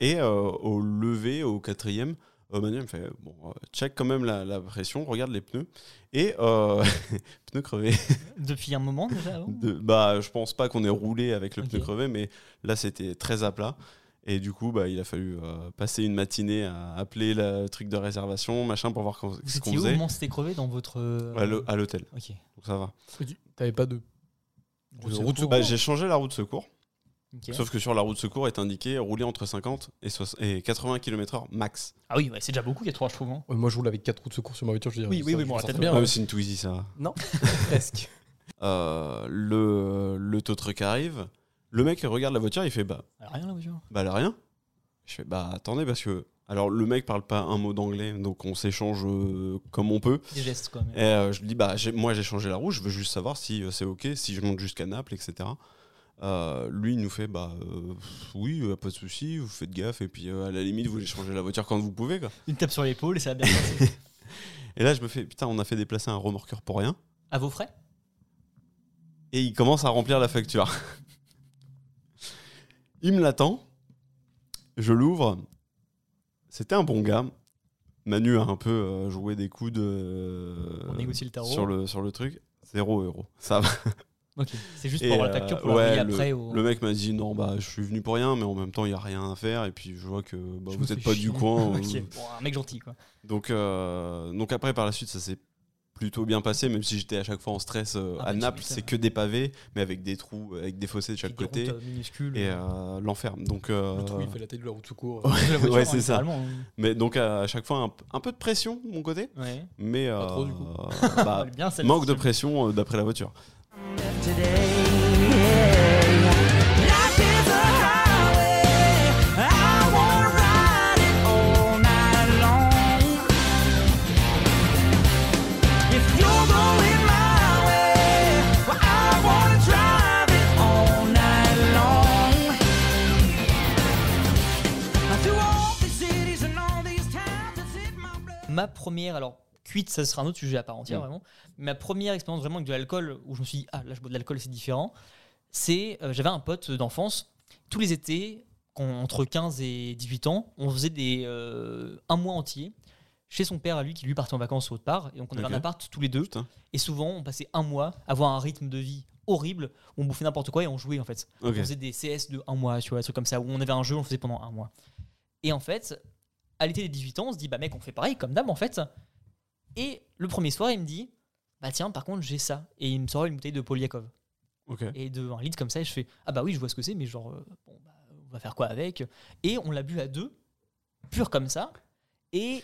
C: et euh, au lever, au quatrième, euh, Manu me fait bon, euh, check quand même la, la pression, regarde les pneus, et euh, pneus crevés.
B: Depuis un moment déjà avant.
C: De- bah, je pense pas qu'on ait roulé avec le pneu
B: Ok.
C: crevé, mais là c'était très à plat. Et du coup, bah, il a fallu euh, passer une matinée à appeler le truc de réservation, machin, pour voir qu'on-
B: Vous
C: ce qu'on
B: étiez où au
C: faisait
B: moment où c'était crevé dans votre. euh,
C: à l'hô- à l'hôtel.
B: Ok.
C: Donc ça va.
D: T'avais pas de.
B: Route
D: route
B: secours.
C: Bah, J'ai changé la route de secours.
B: Ok.
C: Sauf que sur la route de secours est indiqué rouler entre 50 et, soix- et 80 km/h max.
B: Ah oui, ouais, c'est déjà beaucoup, il y a trois, je trouve. hein.
D: Ouais, Euh, Moi, je roule avec 4 roues de secours sur ma voiture, je veux dire.
B: Oui,
D: ça,
B: oui, oui,
D: je
B: bon,
D: m'en
B: la tête
D: sors
B: bien,
D: très
C: Ah, c'est une Twizy ça.
D: Presque.
C: Euh, le, le tow truck arrive, le mec il regarde la voiture, il fait bah,
B: Ah, Rien la voiture.
C: bah elle a rien. Je fais bah attendez parce que. Alors le mec parle pas un mot d'anglais donc on s'échange euh, comme on peut.
B: Des gestes quand même.
C: Et euh, je lui dis bah j'ai- moi j'ai changé la roue, je veux juste savoir si euh, c'est ok, si je monte jusqu'à Naples, etc. Euh, lui il nous fait bah euh, oui, euh, pas de souci, vous faites gaffe et puis euh, à la limite vous voulez changer la voiture quand vous pouvez quoi.
B: Une tape sur l'épaule et ça va bien se passer.
C: Et là, je me fais, putain, on a fait déplacer un remorqueur pour rien.
B: À vos frais
C: Et il commence à remplir la facture. il me l'attend. Je l'ouvre. C'était un bon gars. Manu a un peu euh, joué des coudes euh,
B: On négocie le tarot.
C: sur le, sur le truc. Zéro euro. Ça va.
B: Ok. C'est juste
C: Et,
B: pour avoir la
C: euh,
B: facture pour
C: ouais,
B: la payer
C: le-
B: après. au-
C: Le mec m'a dit non, bah je suis venu pour rien, mais en même temps il n'y a rien à faire. Et puis je vois que bah,
D: Je me
C: vous n'êtes
D: fais
C: pas
D: chier.
C: du coin.
B: Ok.
C: euh,
B: Bon, un mec gentil quoi.
C: Donc, euh, donc après, par la suite, ça s'est plutôt bien passé, même si j'étais à chaque fois en stress. euh,
B: Ah bah,
C: à
B: tu
C: Naples,
B: m'étonnes.
C: c'est que des pavés, mais avec des trous, euh, avec des fossés de
B: Puis
C: chaque
B: des
C: côté,
B: routes, euh, minuscules.
C: et euh, l'enfer. Donc,
D: Le
C: euh,
D: trou, il fait la tête de la roue de secours.
B: De la voiture,
C: ouais, c'est ça.
B: littéralement, hein.
C: mais donc à chaque fois, un, un peu de pression de mon côté,
B: Ouais.
C: mais euh,
D: trop, du coup.
C: bah,
B: Elle est bien, celle-ci.
C: manque de pression euh, d'après la voiture.
A: I won't ride it all night long. If
B: première, alors cuite, ça sera un autre sujet à part entière, vraiment. Ma première expérience vraiment avec de l'alcool, où je me suis dit, ah là, je bois de l'alcool, c'est différent, c'est, euh, j'avais un pote d'enfance, tous les étés, quand- entre 15 et 18 ans, on faisait des, euh, un mois entier chez son père à lui, qui lui partait en vacances autre part, et donc on avait
C: Ok.
B: un appart tous les deux,
C: Putain.
B: et souvent on passait un mois à avoir un rythme de vie horrible, où on bouffait n'importe quoi et on jouait en fait.
C: Ok.
B: On faisait des CS de un mois, tu vois, des trucs comme ça, où on avait un jeu, on le faisait pendant un mois. Et en fait, à l'été des 18 ans, on se dit, bah mec, on fait pareil, comme d'hab, en fait. Et le premier soir, il me dit, bah tiens, par contre, j'ai ça. Et il me sort une bouteille de Polyakov.
C: Ok.
B: Et de un litre comme ça, et je fais, ah bah oui, je vois ce que c'est, mais genre, euh, bon, bah, on va faire quoi avec Et on l'a bu à deux, pur comme ça. Et.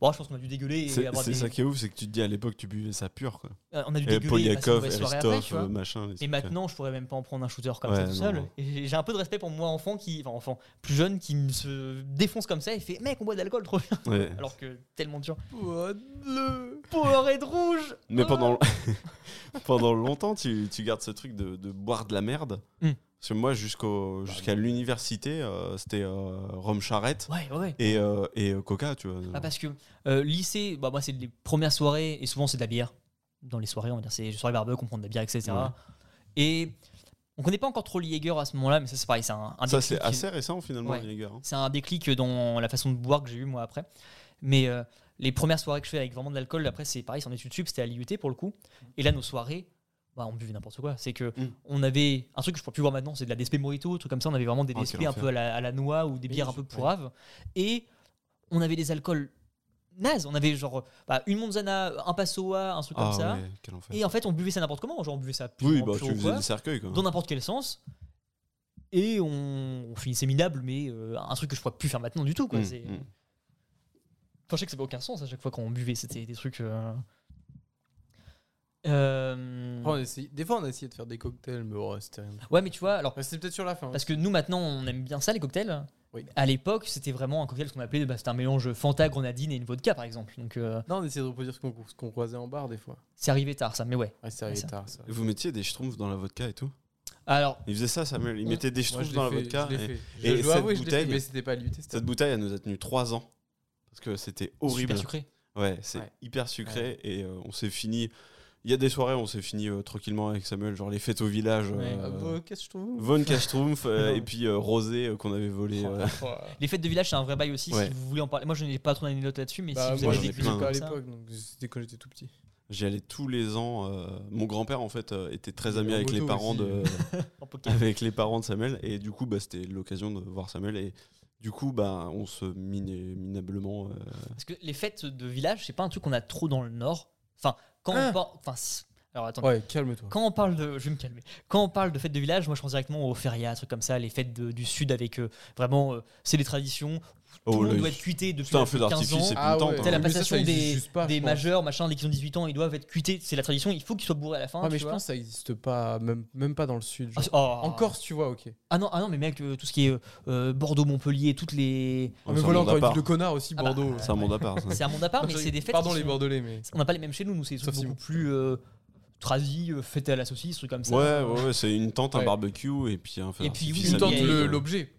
B: Bon, je pense qu'on a dû dégueuler. Et
C: C'est
B: avoir
C: c'est
B: des-
C: ça qui est ouf, c'est que tu te dis à l'époque tu buvais ça pur quoi.
B: euh, on a dû
C: Et
B: dégueuler. et passer une
C: Polyakov,
B: mauvaise soirée après,
C: Eristov,
B: tu vois.
C: euh, machin.
B: Et maintenant, je pourrais même pas en prendre un shooter comme
C: Ouais,
B: ça tout
C: non,
B: seul.
C: non.
B: Et J'ai un peu de respect pour moi, enfant, qui, enfin, enfant, plus jeune, qui me se défonce comme ça et fait Mec, on boit de l'alcool trop bien.
C: Ouais.
B: Alors que tellement dur.
D: Le...
B: Powerade rouge
C: Mais
B: Ah
C: pendant, pendant longtemps, tu, tu gardes ce truc de, de boire de la merde.
D: Mm.
B: Hmm.
C: Parce que moi, jusqu'au,
D: Bah,
C: jusqu'à l'université, euh, c'était euh, rhum charrette
B: Ouais, ouais, ouais.
C: et, euh, et euh, coca, tu vois.
B: Ah, parce que euh, lycée, bah, moi, c'est les premières soirées et souvent, c'est de la bière. Dans les soirées, on va dire, c'est les soirées barbecue, on prend de la bière, etc.
C: Ouais.
B: Et on connaît pas encore trop le Jaeger à ce moment-là, mais ça, c'est pareil, c'est un, un
C: ça,
B: déclic.
C: c'est assez récent finalement,
B: Ouais.
C: les gars. hein.
B: C'est un déclic dans la façon de boire que j'ai eu moi après. Mais euh, les premières soirées que je fais avec vraiment de l'alcool, après c'est pareil, c'est en études sup, c'était à l'IUT pour le coup. Et là, nos soirées, bah, on buvait n'importe quoi. C'est que
C: Mm.
B: on avait un truc que je pourrais plus voir maintenant, c'est de la DSP Morito, truc comme ça. On avait vraiment des
C: Oh,
B: DSP
C: quel
B: un peu à la, à la noix ou des
D: Oui,
B: bières un
D: je-
B: peu
D: ouais.
B: pourraves. Et on avait des alcools nazes. On avait genre bah, une Monzana, un Passoa, un truc
C: Ah
B: comme ça.
C: ouais, quel enfer.
B: Et en fait, on buvait ça n'importe comment. Genre, on buvait ça pur,
C: oui,
B: en
C: bah,
B: pur
C: tu
B: ou
C: faisais
B: quoi
C: des cercueils quoi. Mm.
B: dans n'importe quel sens. Et on, on finissait minable, mais euh, un truc que je pourrais plus faire maintenant du tout. Quoi.
C: Hmm,
B: C'est-
C: hmm.
B: Enfin, je sais que ça n'avait aucun sens à chaque fois quand on buvait, c'était des trucs. euh, euh,
D: Après, on essaye- Des fois, on a essayé de faire des cocktails, mais oh, c'était rien.
B: Ouais, mais tu vois, alors.
D: Ouais, C'était peut-être sur la fin. hein.
B: Parce que nous maintenant on aime bien ça les cocktails.
D: Oui.
B: À l'époque c'était vraiment un cocktail ce qu'on appelait bah, c'était un mélange Fanta, grenadine et une vodka par exemple. Donc euh,
D: Non, on essayait de reproduire ce qu'on ce qu'on croisait en bar, des fois.
B: c'est arrivé tard ça mais ouais.
D: Ouais, c'est arrivé
B: ça.
D: tard, ça.
C: Et Vous mettiez des schtroumpfs dans la vodka et tout.
B: Alors
C: Ils faisaient ça, Samuel. Ils
B: Ouais.
C: mettaient des
D: Moi,
C: schtroumpfs
D: je
C: dans la
D: l'ai fait,
C: vodka.
D: je l'ai
C: et-
D: fait.
C: et
D: Je dois
C: cette
D: avouer, je l'ai fait,
C: bouteille-
D: mais c'était pas lui. c'était-
C: Cette bouteille, elle nous a tenu 3 ans. Parce que c'était horrible.
B: super sucré.
C: Ouais, c'est
D: Ouais.
C: hyper sucré et euh, on s'est fini. Il y a des soirées, on s'est fini euh, tranquillement avec Samuel, genre les fêtes au village.
B: Ouais.
D: Ah,
C: euh,
D: bah, Qu'est-ce que je trouve
C: Von Kastrumpf euh,
D: Non.
C: et puis euh, Rosé euh, qu'on avait volé.
D: Oh.
C: euh.
D: Bah,
B: Les fêtes de village c'est un vrai bail aussi
C: Ouais.
B: si vous voulez en parler. Moi je n'ai pas trop d'anecdotes là-dessus mais
D: Bah,
B: si vous
D: moi,
B: avez
D: j'en
B: des
D: ai
C: vécu
B: trucs
D: plus
C: plein.
D: encore à
B: comme ça.
D: l'époque, donc c'était quand j'étais tout petit.
C: J'y allais tous les ans. euh, mon grand-père en fait euh, était très
D: Et
C: ami
D: en
C: avec les
D: moto
C: parents
D: aussi.
C: de
B: en poker.
C: avec les parents de Samuel et du coup bah, c'était l'occasion de voir Samuel et du coup bah on se minait minablement. euh,
B: Parce que les fêtes de village, c'est pas un truc qu'on a trop dans le nord. Enfin, quand
D: Hein
B: on parle. Enfin, si- alors attends.
D: Ouais, calme-toi.
B: Quand on parle de. Je vais me calmer. Quand on parle de fêtes de village, moi je pense directement aux férias, trucs comme ça, les fêtes de- du sud avec euh, vraiment. euh, c'est les traditions. Tout
C: oh,
B: le monde
C: là,
B: doit être cuité depuis
C: Putain, un feu
B: 15 ans.
C: d'artifice, c'est
D: Ah
C: une
D: ouais.
C: tente.
B: C'est la
D: Mais ça, ça
B: passation des,
D: existe pas, je
B: des
D: pense.
B: majeurs, machin, dès qu'ils ont 18 ans, ils doivent être cuités. C'est la tradition, il faut qu'ils soient bourrés à la fin.
D: Ah, mais
B: tu
D: je
B: vois.
D: pense que ça existe pas, même, même pas dans le sud.
B: Ah,
D: genre.
B: c'est- oh.
D: En Corse, tu vois, ok.
B: Ah non, ah non, mais mec, euh, tout ce qui est euh, euh, Bordeaux, Montpellier, toutes les.
C: Ouais,
D: mais
C: c'est un monde
D: voilà,
C: à
D: encore une
C: part.
D: ville de connard aussi,
B: Ah bah,
D: Bordeaux.
C: C'est un monde à part. ça.
B: C'est un monde à part, mais
D: Enfin,
B: c'est des fêtes.
D: Pardon
B: qui
D: les
B: sont-
D: Bordelais, mais.
B: On n'a pas les mêmes chez nous, nous c'est des
D: Sauf
B: trucs
D: si
B: beaucoup plus euh, tradis, euh, fêtés à la saucisse, trucs comme ça.
C: Ouais, ouais, ouais, c'est une tente, un
D: Ouais.
C: barbecue et puis un feu
B: Et puis,
C: d'artifice
B: oui,
D: Une
B: ça
D: tente
B: vieille,
D: le-
B: euh,
D: l'objet.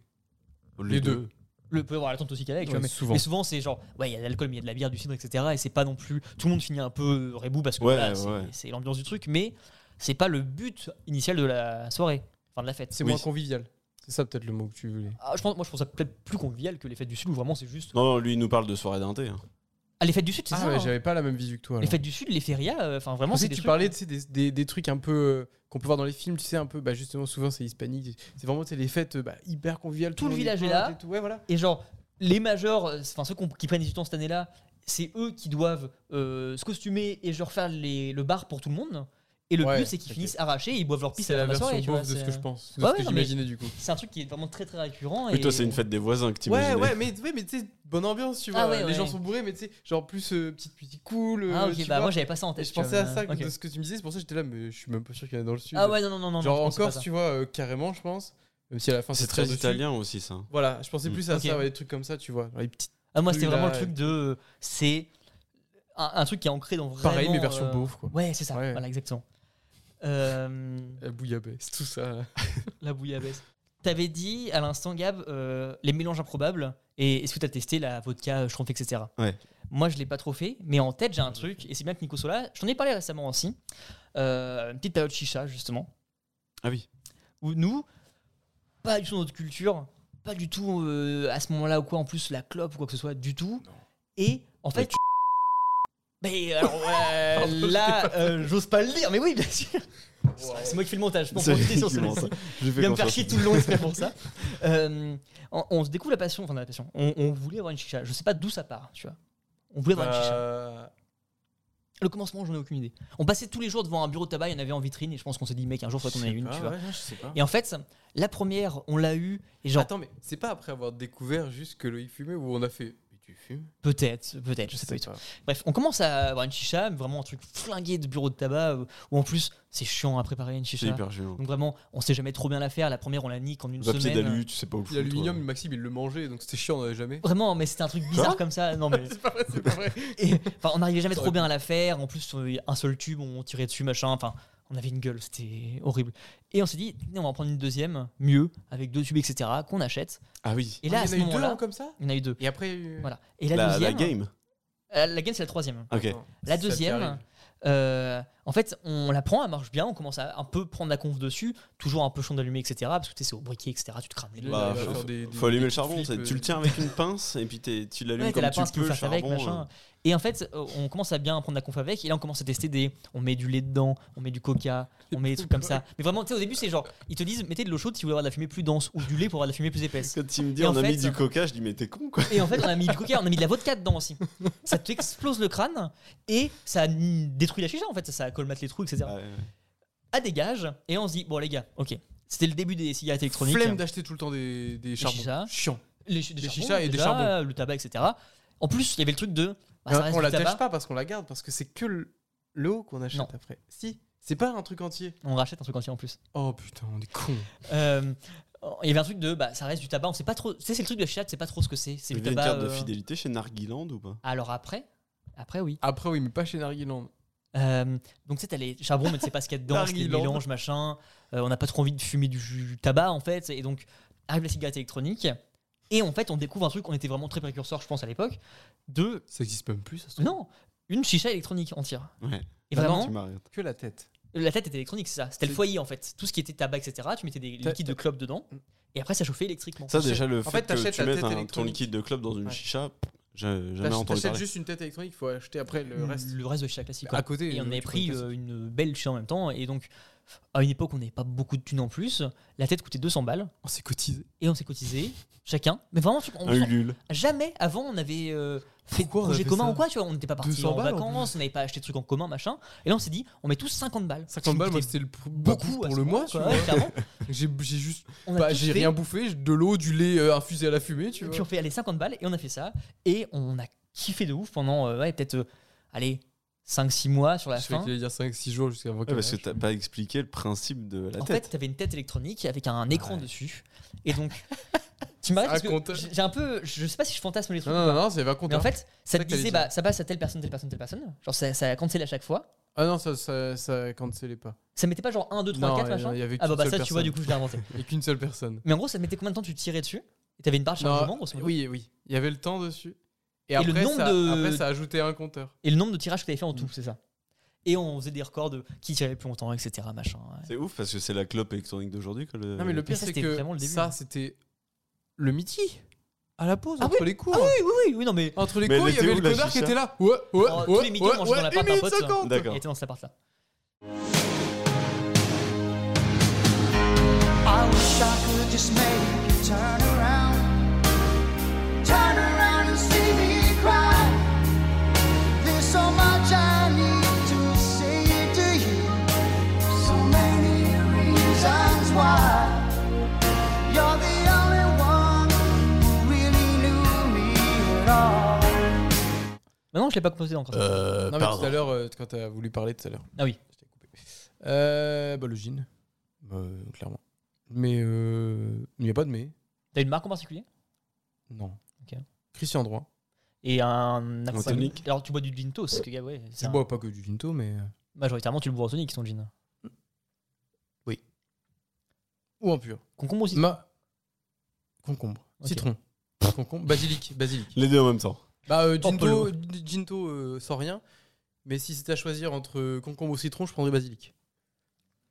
C: Les,
D: les
C: deux.
D: deux.
B: Le peut y avoir la tente aussi qu'il y a avec, tu
D: Ouais,
B: vois, mais
D: souvent.
B: mais souvent c'est genre, ouais, il y a de l'alcool, mais il y a de la bière, du cidre, etc. Et c'est pas non plus. Tout le monde finit un peu rebou parce que
C: Ouais,
B: voilà, c'est-
C: ouais.
B: c'est l'ambiance du truc, mais c'est pas le but initial de la soirée, enfin de la fête.
D: C'est
C: Oui.
D: moins convivial. C'est ça peut-être le mot que tu voulais.
B: Ah, je pense, moi je trouve ça peut-être plus convivial que les fêtes du Sud où vraiment c'est juste.
C: Non, non, lui, il nous parle de soirée d'un thé. hein.
B: Ah, les fêtes du Sud, c'est
D: Ah
B: ça
D: ouais,
B: hein.
D: j'avais pas la même visu que toi.
B: Les
D: alors.
B: fêtes du Sud, les férias, euh, enfin vraiment
D: Parce que
B: c'est des
D: tu
B: trucs-
D: parlais tu sais, des, des, des trucs un peu euh, qu'on peut voir dans les films, tu sais, un peu, bah justement, souvent c'est hispanique. C'est vraiment tu sais, les fêtes euh, bah, hyper conviviales.
B: Tout le
D: monde
B: village est
D: potes
B: là.
D: et tout. Ouais, voilà.
B: Et genre, les majeurs, euh, enfin ceux qu'on- qui prennent du temps cette année-là, c'est eux qui doivent euh, se costumer et genre faire les- le bar pour tout le monde. Et le
D: Ouais,
B: but, c'est qu'ils
D: ok.
B: finissent arrachés et ils boivent leur pisse
D: C'est
B: à la,
D: la
B: fin
D: version
B: soirée, tu vois,
D: beauf de ce
B: c'est- euh,
D: que je pense. De
B: Ouais,
D: ce
B: ouais,
D: que
B: non, mais-
D: j'imaginais du coup.
B: C'est un truc qui est vraiment très très récurrent.
C: Mais
B: et-
C: toi, c'est une fête des voisins que
D: Ouais,
C: t'imaginais.
D: ouais, mais, ouais, mais tu sais, bonne ambiance, tu vois.
B: Ah ouais,
D: Les
B: ouais.
D: gens sont bourrés, mais tu sais, genre plus euh, petite musique cool. euh,
B: Ah ok,
D: tu
B: bah
D: vois.
B: moi j'avais pas ça en
D: Et
B: tête.
D: je
B: tu vois,
D: pensais à
B: mais- euh,
D: ça
B: ok.
D: de ce que tu me disais, c'est pour ça que j'étais là, mais je suis même pas sûr qu'il y en a dans le sud.
B: Ah ouais, non, non, non, non.
D: Genre
B: je
D: en
B: pensais pas
D: Corse,
B: ça.
D: tu vois, euh, carrément, je pense. Même si à la fin
C: C'est
D: se tire
C: très
D: dessus.
C: italien aussi, ça.
D: Voilà, je pensais
C: Mm.
D: plus à
B: Ok.
D: ça, ouais, des trucs comme ça, tu vois. genre les petites-
B: Ah, moi c'était
D: Celui-là,
B: vraiment le truc de. C'est un, un truc qui est ancré dans vraiment.
D: Pareil, mais version
B: euh,
D: beauf, quoi.
B: Ouais, c'est ça,
D: Ouais.
B: voilà, exactement. Euh,
D: La bouillabaisse, tout ça.
B: la bouillabaisse. T'avais dit à l'instant, Gab, euh, les mélanges improbables. Et est-ce que t'as testé la vodka, euh, schtroumpf, etc.
C: Ouais.
B: Moi, je l'ai pas trop fait, mais en tête, j'ai un truc. Et c'est bien que Nico soit là. Je t'en ai parlé récemment aussi. Euh, une petite période chicha, justement.
C: Ah oui.
B: où nous, pas du tout notre culture, pas du tout euh, à ce moment-là ou quoi, en plus la clope ou quoi que ce soit, du tout. Et en fait. Mais alors, euh,
D: Pardon,
B: là, euh, j'ose pas le dire, mais oui, bien sûr. C'est moi qui fais le montage, je pense
C: C'est
B: profiter sur
C: effectivement
B: celui-ci.
C: ça. J'ai fait
B: Il va me faire
C: confiance.
B: chier tout le long exprès pour ça. Euh, on, on se découvre la passion, enfin la passion. On, on voulait avoir une chicha. Je sais pas d'où ça part, tu vois. On voulait avoir une chicha.
D: Euh,
B: Le commencement, j'en ai aucune idée. On passait tous les jours devant un bureau de tabac, il y en avait en vitrine, et je pense qu'on s'est dit, mec, un jour, faut qu'on en ait une, tu vois.
D: ouais, je sais pas.
B: Et en fait, la première, on l'a eu, et genre,
D: Attends, mais c'est pas après avoir découvert juste que Loïc fumait où on a fait. Mais tu fumes
B: Peut-être, peut-être, je sais pas du tout. Bref, on commence à avoir une chicha, mais vraiment un truc flingué de bureau de tabac, euh, où en plus c'est chiant à préparer une
C: C'est
B: chicha.
C: hyper géant.
B: Donc vraiment, on sait jamais trop bien la faire. La première, on la nique en une
C: Papier
B: semaine.
C: d'alu, tu sais pas où foutre.
D: L'aluminium, Maxime, il le mangeait, donc c'était chiant, on n'avait jamais.
B: Vraiment, mais c'était un truc bizarre comme ça. Non mais,
D: C'est pas vrai, c'est pas vrai.
B: et- enfin, on n'arrivait jamais
D: Ça
B: trop
D: aurait
B: bien à la faire. En plus, euh, un seul tube, on tirait dessus, machin. Enfin, on avait une gueule, c'était horrible. Et on s'est dit, Tenez, on va en prendre une deuxième, mieux, avec deux tubes, etc. Qu'on achète.
C: Ah oui.
B: Et là,
D: Ah,
B: à
D: il
B: ce
D: y en a eu deux hein,
B: moment-là,
D: comme ça
B: on a eu deux.
D: Et après, euh, il y a eu.
B: Voilà. Et la,
C: La, la
B: deuxième,
C: game.
B: euh, la game, c'est la troisième.
C: Ok. Bah,
D: Attends,
B: La
D: ça qui
B: deuxième,
D: arrive.
B: euh, en fait, on la prend, elle marche bien, on commence à un peu prendre la conf dessus, toujours un peu champ d'allumer, etc. Parce que tu sais, c'est au briquet, etc. Tu te crames les doigts.
C: Bah,
D: il va
C: faut-
D: faire des- des-
C: Faut allumer
D: des
C: le charbon.
D: flips,
C: c'est-
D: euh,
C: Tu le tiens avec une pince et puis t'es- tu l'allumes
B: Ouais, t'as
C: comme
B: la
C: tu
B: pince qu'il
C: peux.
B: faut
C: le
B: faire avec,
C: charbon,
B: machin.
C: euh.
B: Et en fait, euh, on commence à bien prendre la conf avec, et là on commence à tester des. On met du lait dedans, on met du coca, on met des trucs comme ça. Mais vraiment, tu sais, au début, c'est genre, ils te disent, mettez de l'eau chaude si vous voulez avoir de la fumée plus dense, ou du lait pour avoir de la fumée plus épaisse.
C: Quand tu me dis
B: Et en
C: on a
B: fait,
C: mis du
B: ça-
C: coca, je dis mais t'es con quoi.
B: Et en fait, on a mis du coca, on a mis de la vodka dedans aussi. Ça t'explose le crâne, et ça mm, détruit la chicha en fait, ça, ça colmate les trous, etc.
C: Ah, ouais.
B: à dégage et on se dit bon les gars ok c'était le début des cigarettes électroniques
D: Flemme d'acheter tout le temps des,
B: Bah,
D: des charbons.
B: chichas.
D: Chiant.
B: les, chi- des
D: des
B: charbons,
D: chichas et des
B: déjà,
D: charbons.
B: le tabac etc en plus il y avait le truc de bah, ça reste
D: on
B: du
D: l'attache
B: tabac
D: pas parce qu'on la garde, parce que c'est que le le haut qu'on achète
B: Non.
D: après. Si, c'est pas un truc entier.
B: on rachète un truc entier en plus
D: Oh putain, on est con.
B: Euh, il y avait un truc de bah ça reste du tabac on sait pas trop tu sais c'est le truc de la chicha tu sais pas trop ce que c'est c'est
C: Il
B: du
C: y a une
B: tabac
C: carte de
B: euh,
C: fidélité chez Narguiland ou pas
B: alors après après oui
D: Après, oui, mais pas chez Narguiland.
B: Euh, donc tu sais t'as les charbons mais tu sais pas ce qu'il y a dedans c'est des
D: Narguilande.
B: mélanges machin Euh, on n'a pas trop envie de fumer du, du tabac en fait et donc arrive la cigarette électronique et en fait on découvre un truc on était vraiment très précurseur je pense à l'époque de
D: Ça existe même plus, ça se trouve.
B: Non, une chicha électronique entière.
C: Ouais.
B: Et
D: Bah non,
B: vraiment,
C: Tu m'arrêtes.
D: Que la tête.
B: la tête était électronique, c'est ça. C'était le
D: C'est-
B: foyer en fait. Tout ce qui était tabac, etc. Tu mettais des
D: T'as-
B: liquides de
D: t'as-
B: clope dedans. Et après, ça chauffait électriquement.
C: Ça déjà le
D: fait,
C: fait que
D: t'achètes
C: tu
D: la
C: mettes
D: tête
C: un ton
D: électronique.
C: liquide de clope dans une
D: Ouais.
C: chicha, j'ai jamais
D: T'ach-
C: entendu
D: T'achètes
C: parler.
D: juste une tête électronique, faut acheter après le reste.
B: le reste de chicha classique. quoi.
D: À côté.
B: Mm. Et on
D: euh,
B: avait
D: tu peux
B: pris
D: le casser.
B: euh, une belle chicha en même temps. Et donc, à une époque, on n'avait pas beaucoup de thunes en plus. La tête coûtait 200 balles.
D: On s'est cotisé.
B: Et on s'est cotisé, chacun. Mais vraiment, on-
C: Un Ulule.
B: jamais avant on avait euh, fait de
D: Pourquoi on
B: projet
D: a fait
B: commun
D: ça
B: ou quoi. Tu vois, on n'était pas parti
D: 200
B: en
D: balles, en
B: vacances, on n'avait pas acheté de trucs en commun, machin. Et là, on s'est dit, on met tous 50 balles.
D: 50 balles, moi,
B: C'était
D: c'était le pr-
B: beaucoup
D: beaucoup
B: à
D: pour
B: ce
D: le mois,
B: moment,
D: tu
B: quoi.
D: vois.
B: Ouais, clairement.
D: J'ai j'ai juste.
B: On a
D: bah,
B: tous
D: j'ai
B: fait-
D: rien bouffé, j'ai de l'eau, du lait euh, infusé à la fumée, tu
B: Puis
D: vois.
B: on fait allez, 50 balles et on a fait ça. Et on a kiffé de ouf pendant euh, ouais, peut-être euh, allez, 5-6 mois sur la
D: Je savais
B: fin.
D: qu'il allait dire 5-6 jours jusqu'à avant
C: Ouais, bah,
D: qu'elle
C: parce que
D: lâche.
C: t'as pas expliqué le principe de la
B: En fait,
C: tête.
B: t'avais une tête électronique avec un écran
C: Ouais.
B: dessus. Et donc, tu m'arrêtes parce que
D: raconte.
B: j'ai j'ai un peu. Je sais pas si je fantasme les
D: Non,
B: trucs.
D: non, non, non, c'est va compter.
B: Mais en fait, ça te
D: ça que t'allais
B: disait,
D: dire.
B: bah, ça passe à telle personne, telle personne, telle personne. Genre, ça, ça cancelle à chaque fois.
D: Ah non, ça, ça, ça cancelait pas.
B: Ça mettait pas genre 1, 2, 3,
D: Non,
B: 4,
D: il y en
B: machin.
D: avait
B: Ah bah,
D: qu'une
B: bah ça,
D: seule
B: tu vois, du
D: personne.
B: coup, je l'ai inventé.
D: Et qu'une seule personne.
B: Mais en gros, ça te mettait combien de temps tu tirais dessus Et t'avais une barre de
D: Non,
B: chargement, grosso modo.
D: oui, oui. Il y avait le temps dessus. Et,
B: Et le
D: après,
B: nombre
D: ça,
B: de-
D: après, ça a ajouté un compteur.
B: Et le nombre de tirages que t'avais fait en tout, c'est ça. Et on faisait des records de qui tirait le plus longtemps, etc. Machin. ouais.
C: C'est ouf parce que c'est la clope électronique d'aujourd'hui. que le-
D: Non, mais le pire,
B: ça,
D: c'est
B: c'était
D: que
B: vraiment le début, hein.
D: ça, c'était le midi. À la pause,
B: Ah
D: entre les cours.
B: Ah oui, oui, oui, oui, non, mais
D: Entre les
C: Mais
D: cours,
C: elle
D: il y
C: était
D: avait
C: où,
D: le
C: la
D: connard qui
C: chicha
D: était là. Ouais, ouais,
B: Oh, tous
D: ouais.
B: les midis, on
D: ouais,
B: mangeait dans l'appart d'un
D: une
B: pote, euh,
D: minute cinquante.
C: D'accord.
B: Il était dans cet appart-là.
F: I wish I could just make you turn around. Turn around and see me cry. There's so much I need to say to you. So many reasons why. You're the only one who really knew me at all.
B: Maintenant, je l'ai pas composé encore.
D: Euh. Non, mais tout à l'heure, euh, quand t'as voulu parler tout à l'heure,
B: Ah oui.
D: je t'ai coupé. Euh, bah, le gin. Euh, clairement. Mais euh, il n'y a pas de mais.
B: T'as une marque en particulier
D: Non.
B: Ok.
D: Christian Droit.
B: Et un accompagn-
C: tonic.
B: Alors, tu bois du gin toast, que, gars, ouais, c'est
D: Je
B: un-
D: bois pas que du ginto, mais. euh,
B: Majoritairement, tu le bois en tonic, son gin.
D: Ou en pur.
B: Concombre aussi.
D: Ma... Concombre.
B: Ok.
D: Citron. Concombre. Basilic. Basilic.
C: Les deux en même temps.
D: Bah, euh,
B: Oh,
D: Ginto, Ginto euh, sans rien. Mais si c'était à choisir entre concombre ou citron, je prendrais basilic.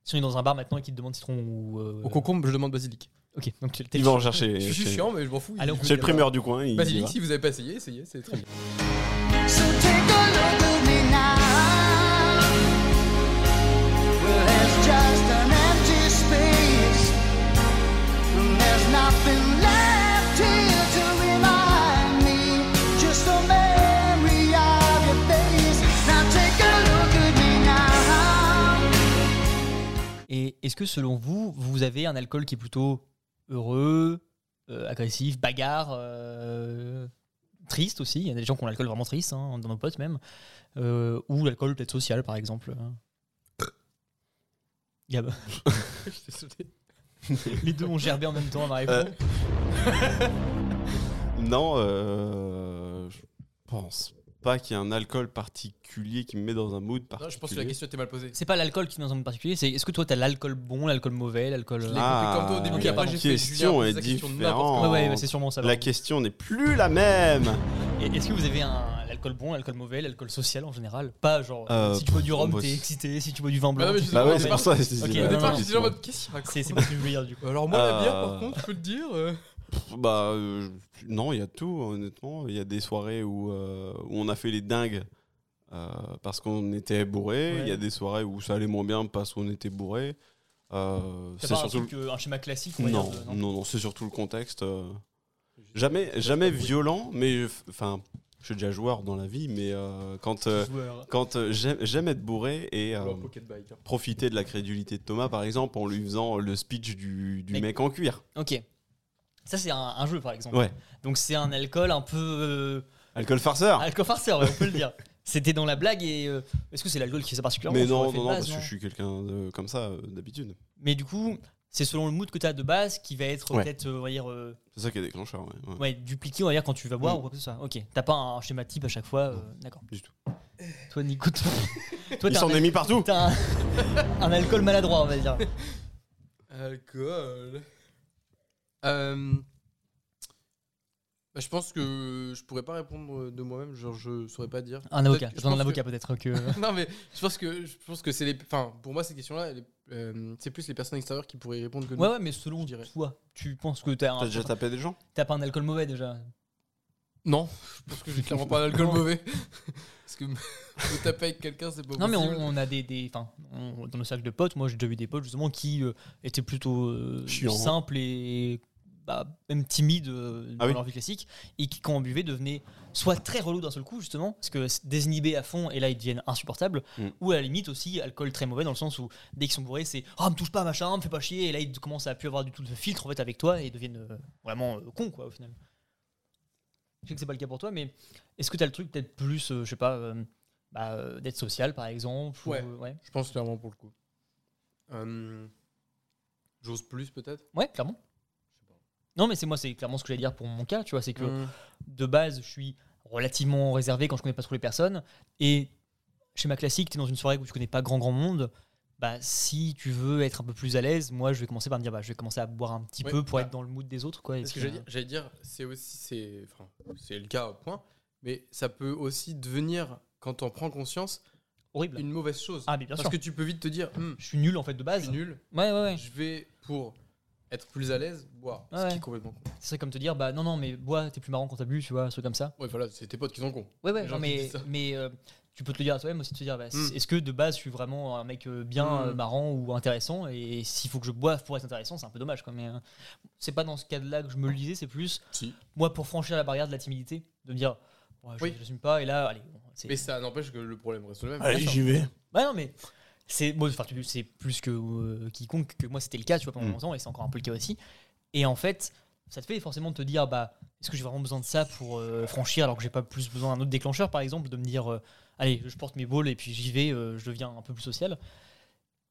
B: Si on est dans un bar maintenant et qu'il te demande citron ou. euh,
D: Au concombre, je demande basilic.
B: Ok, donc tu t'es
C: Ils vont en chercher.
D: Je suis
C: chez-
D: chiant, mais je m'en fous.
B: Allez, on
D: Je-
B: coupe.
C: chez le primeur du coin. il y
D: Basilic,
C: va.
D: si vous avez pas essayé, essayez, c'est très bien.
F: So take a look at me now. Well, there's just an empty space, and there's nothing left here to remind me. Just a memory of your face. Now take a look at me now.
B: Et est-ce que selon vous, vous avez un alcool qui est plutôt heureux, euh, agressif, bagarre, euh, triste aussi Il y a des gens qui ont l'alcool vraiment triste, hein, dans nos potes même. Euh, ou l'alcool peut-être social par exemple. hein.
C: Euh.
B: Gab. Les deux ont gerbé en même temps à Marie.
C: Euh. Non, euh, je pense pas qu'il y ait un alcool particulier qui me met dans un mood particulier.
D: Non, je pense que la question était mal posée.
B: C'est pas l'alcool qui te met dans un monde particulier, c'est est-ce que toi t'as l'alcool bon, l'alcool mauvais, l'alcool.
D: Je l'ai
B: Ah,
D: compris comme toi au début,
B: ok,
D: puis après
B: pardon.
D: j'ai fait
C: Question
D: Julien,
C: est
D: pose la question n'importe
C: différente.
B: ouais, ouais, ouais, c'est sûrement ça.
C: La
B: pardon.
C: question n'est plus la même.
B: Et Est-ce que vous avez un l'alcool bon, l'alcool mauvais, l'alcool social en général Pas genre
C: Euh,
B: si tu bois du
C: on
B: rhum
C: bosse.
B: t'es excité, si tu bois du vin
D: quoi.
B: blanc.
D: Ah non, mais
B: t'es-
D: je sais
C: Bah
D: pas,
C: ouais,
D: au
C: c'est pour ça.
D: départ-
C: c'est-
B: Ok,
C: c'est-
B: non,
D: Au
B: non,
D: départ,
B: non,
D: j'étais déjà en mode, qu'est-ce qu'il raconte
B: C'est c'est pas ce que je voulais dire du coup.
D: Alors, moi, la bière,
C: Euh,
D: par contre, je peux le dire. euh,
C: Bah euh, je- non, il y a tout honnêtement. Il y a des soirées où, euh, où on a fait les dingues euh, parce qu'on était bourré. Il
B: Ouais.
C: y a des soirées où ça allait moins bien parce qu'on était bourré. Euh,
B: C'est
C: c'est
B: pas un,
C: surtout
B: truc, euh, un schéma classique on va
C: non,
B: dire, de-
C: non, non, c'est surtout le contexte. euh, jamais, jamais violent, mais enfin, je suis déjà joueur dans la vie, mais euh, quand euh,
B: Joueur.
C: quand euh, j'aime j'aime être bourré et euh,
D: ou un pocket bike, hein.
C: profiter de la crédulité de Thomas, par exemple, en lui faisant le speech du, du
B: Mais-
C: mec en cuir.
B: Ok. Ça, c'est un, un jeu par exemple.
C: Ouais,
B: Donc, c'est un alcool un peu. euh,
C: alcool farceur.
B: alcool farceur, ouais, on peut le dire. C'était dans la blague et. euh, Est-ce que c'est l'alcool qui fait ça particulièrement
C: Mais
B: ça aurait
C: non,
B: fait
C: non,
B: de
C: non,
B: base,
C: parce que je suis quelqu'un de comme ça euh, d'habitude.
B: Mais du coup, c'est selon le mood que t'as de base qui va être
C: Ouais.
B: peut-être, euh, on va dire, euh,
C: C'est ça qui est déclencheur, ouais. ouais.
B: ouais, dupliqué, on va dire, quand tu vas boire
C: Mm.
B: ou quoi que ce soit. Ok. T'as pas un schéma type à chaque fois. euh, D'accord.
C: du tout.
B: Toi, Nico, toi, toi,
C: Il
B: t'as
C: s'en
B: un,
C: est mis partout.
B: t'as un, un alcool maladroit, on va dire.
D: Alcool. Euh, bah, je pense que je pourrais pas répondre euh, de moi-même, genre je saurais pas dire.
B: Un avocat.
D: Peut-être- je
B: J'attends un
D: pense
B: avocat peut-être que.
D: que- non mais je pense que je pense que c'est les. Enfin pour moi ces questions-là, elles- euh, c'est plus les personnes extérieures qui pourraient y répondre que nous.
B: Ouais, ouais, mais selon
D: Je dirais.
B: toi, tu penses que t'as un-
C: T'as déjà tapé des gens
B: t'as pas un alcool mauvais déjà
D: Non, je pense que j'ai clairement pas l'alcool mauvais. Parce que me taper avec quelqu'un, c'est pas
B: Non, mais
D: possible.
B: on, on a des. des enfin, on- dans nos cercles de potes, moi j'ai déjà vu des potes justement qui euh, étaient plutôt euh,
C: Chiants. hein.
B: simples et bah, même timides euh, dans
C: Ah oui.
B: leur vie classique et qui, quand on buvait, devenaient soit très relous d'un seul coup justement, parce que s- désinhibés à fond et là ils deviennent insupportables,
C: Mm.
B: ou à la limite aussi alcool très mauvais dans le sens où dès qu'ils sont bourrés, c'est Ah, me touche pas, machin, me fais pas chier, et là ils commencent à plus avoir du tout de filtre en fait avec toi et ils deviennent euh, vraiment con cons quoi au final. Je sais que c'est pas le cas pour toi, mais est-ce que t'as le truc peut-être plus, euh, je sais pas. euh, bah, euh, d'être social par exemple ou- euh,
D: Ouais. Je pense clairement pour le coup. Euh, J'ose plus peut-être.
B: Ouais, clairement. Non, mais c'est moi, c'est clairement ce que j'allais dire pour mon cas, tu vois, c'est que de base, je suis relativement réservé quand je connais pas trop les personnes. Et chez ma classique, tu es dans une soirée où tu connais pas grand grand monde. Bah, si tu veux être un peu plus à l'aise, moi, je vais commencer par me dire, bah, je vais commencer à boire un petit
D: Ouais,
B: peu pour
D: bah,
B: être dans le mood des autres, quoi. et
D: Ce que
B: puis, euh,
D: j'allais dire- j'allais dire, c'est aussi, c'est, enfin, c'est le cas, point. Mais ça peut aussi devenir, quand on prend conscience,
B: euh, horrible.
D: une mauvaise chose.
B: Ah, mais bien
D: Parce
B: sûr.
D: que tu peux vite te dire, Hmm,
B: Je suis nul en fait de
D: je
B: base.
D: suis nul,
B: Ouais, ouais, ouais.
D: je vais pour être plus à l'aise boire.
B: Ah
D: Ce
B: ouais.
D: qui est complètement con.
B: C'est comme te dire, bah, non, non, mais bois, t'es plus marrant quand t'as bu, tu vois, un truc comme ça.
D: Ouais, voilà, c'est tes potes qui sont cons.
B: Ouais, ouais,
D: Les
B: non,
D: gens qui
B: mais,
D: disent ça.
B: mais euh, tu peux te le dire à toi-même aussi, de te dire, bah,
D: Mm.
B: est-ce que de base je suis vraiment un mec euh, bien,
D: Mm.
B: euh, marrant ou intéressant Et s'il faut que je boive pour être intéressant, c'est un peu dommage. Quoi, mais euh, c'est pas dans ce cadre-là que je me le disais, c'est plus
D: Si.
B: moi pour franchir la barrière de la timidité, de me dire, ouais, je
D: Oui.
B: je l'assume pas, et là, allez, bon, c'est.
D: Mais ça n'empêche que le problème reste le même.
B: Allez, j'y
C: vais.
B: Ouais, Bah non, mais c'est moi, enfin, tu- c'est plus que euh, quiconque que moi, c'était le cas, tu vois, pendant
C: Mm.
B: longtemps, et c'est encore un peu le cas aussi. Et en fait, ça te fait forcément te dire, bah, est-ce que j'ai vraiment besoin de ça pour euh, franchir, alors que j'ai pas plus besoin d'un autre déclencheur, par exemple, de me dire, euh, allez, je porte mes balles et puis j'y vais, euh, je deviens un peu plus social.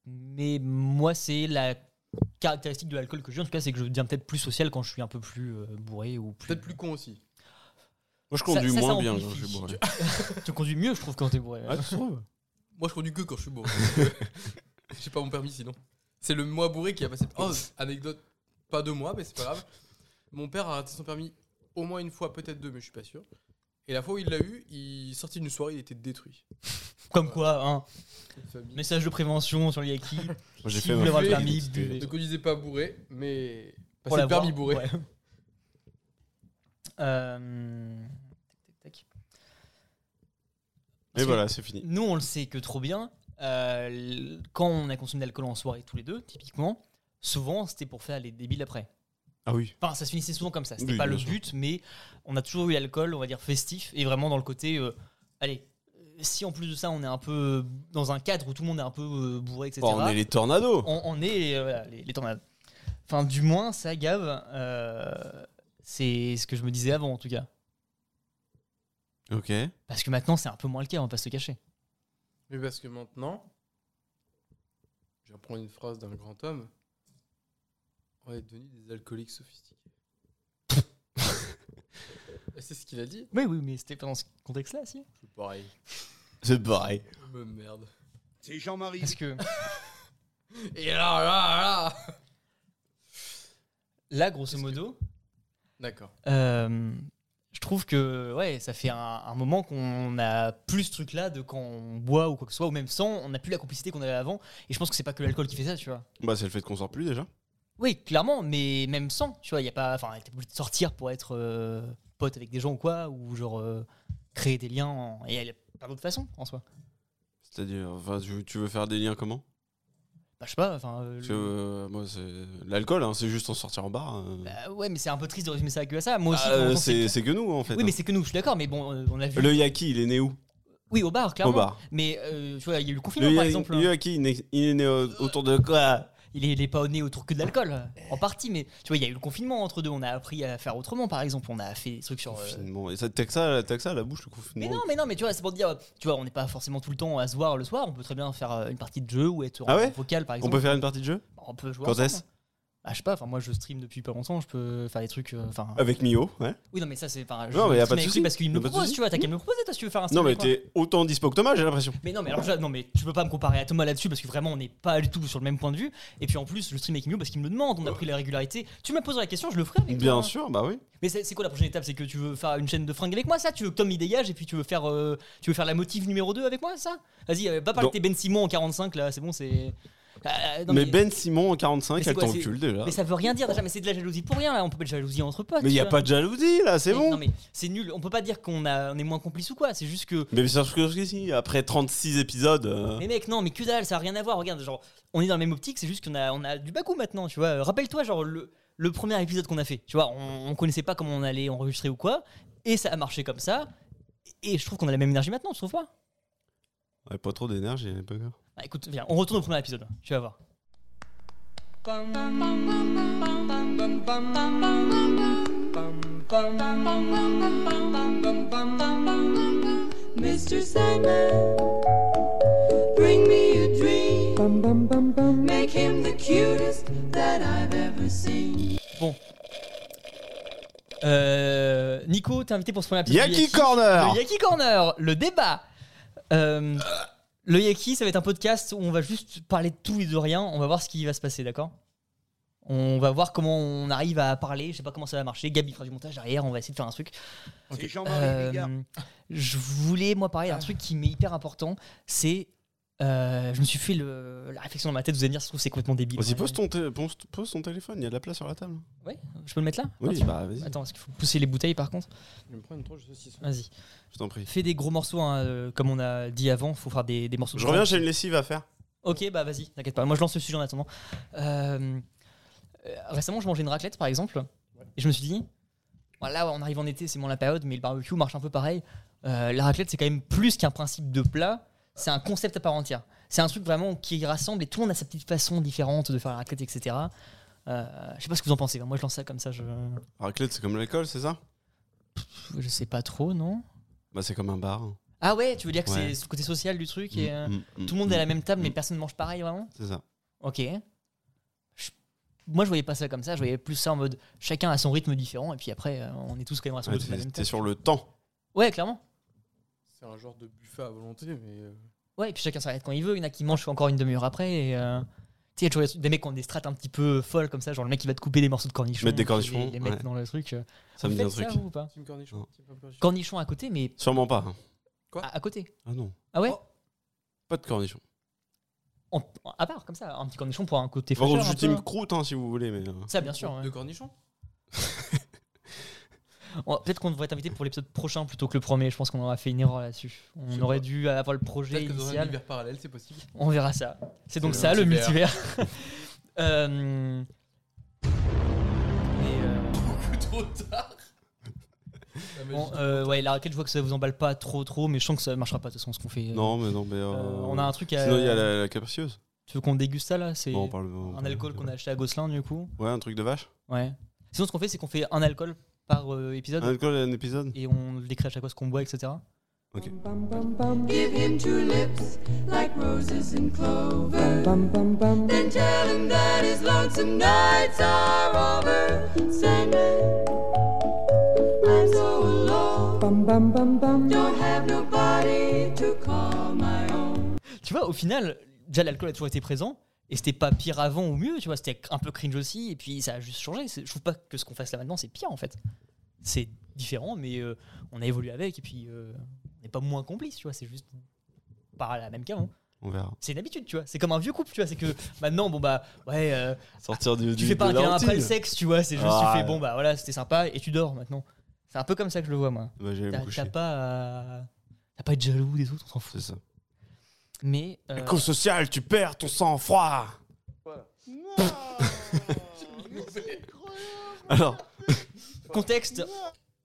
B: Mais moi, c'est la caractéristique de l'alcool que j'ai, en tout cas, c'est que je deviens peut-être plus social quand je suis un peu plus euh, bourré ou plus.
D: Peut-être plus con aussi.
C: Moi, je
B: Ça-
C: conduis
B: ça, ça
C: moins
B: amplifie.
C: bien quand je suis bourré.
B: Tu conduis mieux, je trouve, quand t'es bourré.
C: Ah, tu trouves
D: Moi, je conduis que quand je suis bourré. parce que J'ai pas mon permis sinon. C'est le mois bourré qui a passé. Oh, anecdote, pas de moi, mais c'est pas grave. Mon père a raté son permis au moins une fois, peut-être deux, mais je suis pas sûr. Et la fois où il l'a eu, il sortit d'une soirée, il était détruit.
B: Comme quoi, hein,
D: Cette famille.
B: message de prévention sur les Yaki.
C: Moi, j'ai
B: Si
C: fait
B: vous voulez
C: ma
B: avoir
D: le
C: feuille
B: permis,
C: d'identité.
B: buvez.
D: Donc on disait pas bourré, mais
B: pour
D: passer le
B: l'avoir.
D: permis bourré.
B: Ouais. Euh, tac, tac, tac.
C: Et
B: Parce que-
C: voilà, c'est fini.
B: Nous, on le sait que trop bien. euh, l- quand on a consommé de l'alcool en soirée tous les deux, typiquement, souvent c'était pour faire les débiles après.
C: Ah oui.
B: Enfin, ça se finissait souvent comme ça. C'était
C: Oui,
B: pas
C: bien
B: le
C: sûr.
B: but, mais on a toujours eu l'alcool, on va dire festif, et vraiment dans le côté. euh, allez, euh, si en plus de ça, on est un peu euh, dans un cadre où tout le monde est un peu euh, bourré, etc.
C: Oh, on est les tornados.
B: on, on est euh, voilà, les, les tornades. Enfin, du moins, ça gave. euh, c'est ce que je me disais avant, en tout cas.
C: Ok.
B: Parce que maintenant, c'est un peu moins le cas, on va pas se le cacher.
D: Mais parce que maintenant, je reprends une phrase d'un grand homme. On est devenus des alcooliques sophistiqués. C'est ce qu'il a dit.
B: Oui, oui, mais c'était pas dans ce contexte-là, si.
D: C'est pareil.
C: C'est pareil.
D: Me merde.
G: C'est Jean-Marie.
B: Parce que
D: Et là, là, là
B: là, grosso
D: Qu'est-ce que-
B: modo,
D: D'accord.
B: euh, je trouve que ouais, ça fait un, un moment qu'on a plus ce truc-là de quand on boit ou quoi que ce soit, ou même sans, on n'a plus la complicité qu'on avait avant. Et je pense que c'est pas que l'alcool qui fait ça, tu vois.
C: Bah, c'est le fait qu'on sort plus déjà.
B: Oui, clairement, mais même sans, tu vois, il y a pas, enfin, t'es pas obligé de sortir pour être euh, pote avec des gens ou quoi, ou genre euh, créer des liens. en- Et il y a pas d'autre façon en soi.
C: C'est-à-dire, enfin, tu, tu veux faire des liens comment
B: Bah, je sais pas, enfin. euh,
C: Parce que, euh, moi, c'est l'alcool, hein, c'est juste en sortir en bar. euh.
B: bah, ouais, mais c'est un peu triste de résumer ça que à ça. Moi aussi,
C: Ah,
B: quand on
C: euh,
B: sait
C: c'est
B: que-
C: c'est que nous en fait. hein.
B: Oui, mais c'est que nous, je suis d'accord, mais bon, euh, on a vu.
C: Le yaki, il est né où
B: Oui, au bar, clairement.
C: Au bar.
B: Mais euh, tu vois, il y a eu le confinement,
C: Le,
B: par
C: ya-
B: exemple. hein.
C: le yaki, il est, il est né au- autour de quoi
B: Il est, il est pas au nez autour que de l'alcool, euh, en partie, mais tu vois, il y a eu le confinement entre deux. On a appris à faire autrement, par exemple. On a fait des trucs sur. euh,
C: Confinement. Et ça, t'as que ça, t'as que ça à la bouche le
B: Mais
C: confinement.
B: non, mais non, mais tu vois, c'est pour te dire, tu vois, on n'est pas forcément tout le temps à se voir le soir. On peut très bien faire euh, une partie de jeu ou être en
C: Ah ouais
B: vocal, par
C: on
B: exemple.
C: peut faire une partie de jeu
B: Bah, on peut jouer.
C: Quand
B: ensemble.
C: est-ce
B: Ah, je sais pas, enfin, moi je stream depuis pas longtemps, je peux faire des trucs. euh, Enfin,
C: Avec Mio, ouais.
B: oui, non, mais ça c'est pas. je
C: Ah. Non, mais y a
B: stream
C: pas de
B: avec lui
C: souci.
B: Parce qu'il me
C: Y a
B: le
C: pas de
B: propose,
C: souci. Hmm.
B: tu vois, t'as qu'à me le proposer toi si tu veux faire un stream.
C: Non, mais
B: avec moi.
C: t'es autant dispo que Thomas, j'ai l'impression.
B: Mais non, mais alors, je- non, mais tu peux pas me comparer à Thomas là-dessus parce que vraiment, on n'est pas du tout sur le même point de vue. Et puis en plus, le stream avec Mio parce qu'il me le demande, on a pris la régularité. Tu me poseras la question, je le ferai avec toi,
C: Bien
B: hein.
C: sûr, bah oui.
B: Mais c'est c'est quoi la prochaine étape C'est que tu veux faire une chaîne de fringues avec moi, ça Tu veux que Tom y dégage et puis tu veux faire, euh, tu veux faire la motive numéro 2 avec moi, ça Vas-y, euh, pas parler
C: Non.
B: que t'es Ben Simon en 45 là, c'est bon, c'est. Ah, non,
C: mais, Ben Simon en 45,
B: Mais c'est
C: elle
B: quoi, c'est-
C: t'encule déjà.
B: mais ça veut rien dire déjà, mais c'est de la jalousie pour rien là, on peut pas de jalousie entre potes.
C: Mais il
B: tu
C: n'y a
B: vois.
C: pas de jalousie là, c'est
B: Mais-
C: bon.
B: Non mais c'est nul, on peut pas dire qu'on a- on est moins complice ou quoi, c'est juste que.
C: Mais c'est sûr que si, après 36 épisodes. euh,
B: Mais mec, non, mais que dalle, ça a rien à voir. Regarde, genre, on est dans la même optique, c'est juste qu'on a, on a du bagou maintenant, tu vois. Euh, Rappelle-toi, genre, le, le premier épisode qu'on a fait, tu vois, on, on connaissait pas comment on allait enregistrer ou quoi, et ça a marché comme ça, et je trouve qu'on a la même énergie maintenant, tu trouves pas
C: ouais, pas trop d'énergie à l'époque. hein.
B: Bah, écoute, viens, on retourne au premier épisode, tu vas voir.
A: Mr. Sandman, bring me a dream. Make him the cutest that I've ever seen.
B: Bon. Euh, Nico, t'es invité pour ce premier épisode. du
C: Yaki Corner
B: Le Yaki Corner, le débat. Euh, le Yaki, ça va être un podcast où on va juste parler de tout et de rien. On va voir ce qui va se passer, d'accord On va voir comment on arrive à parler. Je sais pas comment ça va marcher. Gabi fera du montage derrière. On va essayer de faire un truc.
G: C'est Jean-Marie
B: Euh,
G: Bigard.
B: je voulais, moi, parler d'un truc qui m'est hyper important. C'est. euh, je me suis fait le- la réflexion dans ma tête. Vous allez me dire, ça se trouve, c'est complètement débile.
C: Euh, Vas-y, pose ton, té- pose, pose ton téléphone, il y a de la place sur la table.
B: Ouais, je peux le mettre là
C: Oui, bah vas-y,
B: Attends, est-ce qu'il faut pousser les bouteilles par contre
D: Je me prends une tranche de saucisson.
B: Vas-y.
C: je t'en prie.
B: Fais des gros morceaux, hein, euh, comme on a dit avant, faut faire des, des morceaux. de
C: Je reviens,
B: grande.
C: j'ai une lessive à faire.
B: Ok, bah vas-y, t'inquiète pas. Moi, je lance le sujet en attendant. Euh, euh, récemment, je mangeais une raclette, par exemple, et je me suis dit, voilà, on arrive en été, c'est moins la période, mais le barbecue marche un peu pareil. Euh, la raclette, c'est quand même plus qu'un principe de plat, c'est un concept à part entière. C'est un truc vraiment qui rassemble et tout le monde a sa petite façon différente de faire la raclette, etc. Euh, je sais pas ce que vous en pensez. Moi, je lance ça comme ça. Je,
C: Raclette, c'est comme l'alcool, c'est ça
B: je sais pas trop, non
C: Bah, c'est comme un bar. hein.
B: Ah ouais, tu veux dire que
C: Ouais.
B: c'est ce côté social du truc et, euh,
C: Mm, mm,
B: Tout le monde
C: mm,
B: est à la même table, mais
C: mm.
B: personne ne mange pareil, vraiment
C: C'est ça.
B: Ok. Je- Moi, je voyais pas ça comme ça. Je voyais plus ça en mode chacun a son rythme différent, et puis après, euh, on est tous quand même rassemblés sur la
C: Ouais,
B: même
C: T'es
B: table.
C: sur le temps.
B: Ouais, clairement.
D: C'est un genre de buffet à volonté, mais. euh,
B: Ouais, et puis chacun s'arrête quand il veut. Il y en a qui mangent encore une demi-heure après. Et, euh, Tu sais, il y a toujours des trucs- des mecs qui ont des strates un petit peu folles comme ça, genre le mec qui va te couper des morceaux de cornichons.
C: Mettre des
B: puis
C: cornichons,
B: Les, les mettre
C: ouais.
B: dans le truc. euh.
C: Ça
B: Vous
C: me dit un
B: faites ça,
C: truc.
B: vous, ou pas
D: Tim Cornichon. Tim Cornichon.
B: Cornichon à côté, mais
C: Sûrement pas. hein.
B: à, à côté.
C: Ah non,
B: Ah ouais
C: pas de cornichon.
B: En- en- À part, comme ça, un petit cornichon pour un côté
C: Par contre,
B: fraîcheur.
C: je
B: un
C: suis team
B: peu.
C: croûte hein, si vous voulez, mais. euh,
B: Ça, bien sûr. ouais.
D: De Cornichon
B: On- Peut-être qu'on devrait t'inviter pour l'épisode prochain plutôt que le premier. Je pense qu'on a fait une erreur là-dessus.
D: Je
B: On
D: sais
B: aurait
D: pas.
B: dû avoir le projet
D: Peut-être que dans un
B: initial.
D: univers parallèle, c'est possible.
B: On verra ça. C'est donc
D: le
B: ça, le multivers. Euh, mais, euh,
D: Beaucoup trop tard. La magie.
B: bon, euh, ouais, la raquette, je vois que ça vous emballe pas trop, trop, mais je sens que ça marchera pas de toute façon ce qu'on fait.
C: Non, mais non, mais.
B: Euh,
C: euh,
B: on a un truc à.
C: Sinon, il y a la, la capricieuse.
B: Tu veux qu'on déguste ça là C'est
C: Bon, on parle- on
B: un
C: parle-
B: alcool qu'on a acheté à Gosselin du coup.
C: Ouais, un truc de vache.
B: Ouais. Sinon, ce qu'on fait, c'est qu'on fait un alcool par euh, épisode
C: Un alcool et un épisode
B: et on le décrit à chaque fois ce qu'on boit, etc.
C: Ok.
A: Give him two lips like roses and clover. Then tell him that his lonesome nights are over. Sandman, I'm so alone. Don't have nobody to call my own.
B: Tu vois, au final, déjà l'alcool a toujours été présent et c'était pas pire avant ou mieux, tu vois, c'était un peu cringe aussi et puis ça a juste changé. C'est- Je trouve pas que ce qu'on fasse là maintenant c'est pire en fait. C'est différent, mais euh, on a évolué avec et puis euh, on n'est pas moins complice, tu vois, c'est juste pas la même qu'avant.
C: On verra.
B: C'est une habitude, tu vois, c'est comme un vieux couple, tu vois, c'est que maintenant, bon bah, ouais, euh,
C: Sortir du.
B: tu
C: du-
B: fais pas
C: de
B: un câlin
C: l'ortie.
B: après le sexe, tu vois, c'est juste
C: Ah,
B: tu fais
C: ouais.
B: bon bah voilà, c'était sympa et tu dors maintenant. C'est un peu comme ça que je le vois moi.
C: Bah, j'allais
B: T'as
C: me
B: t'as
C: coucher.
B: pas à... T'as pas à être jaloux des autres, on s'en fout.
C: C'est ça.
B: Mais. euh,
C: Alcool social, tu perds ton sang-froid. Alors,
B: Contexte,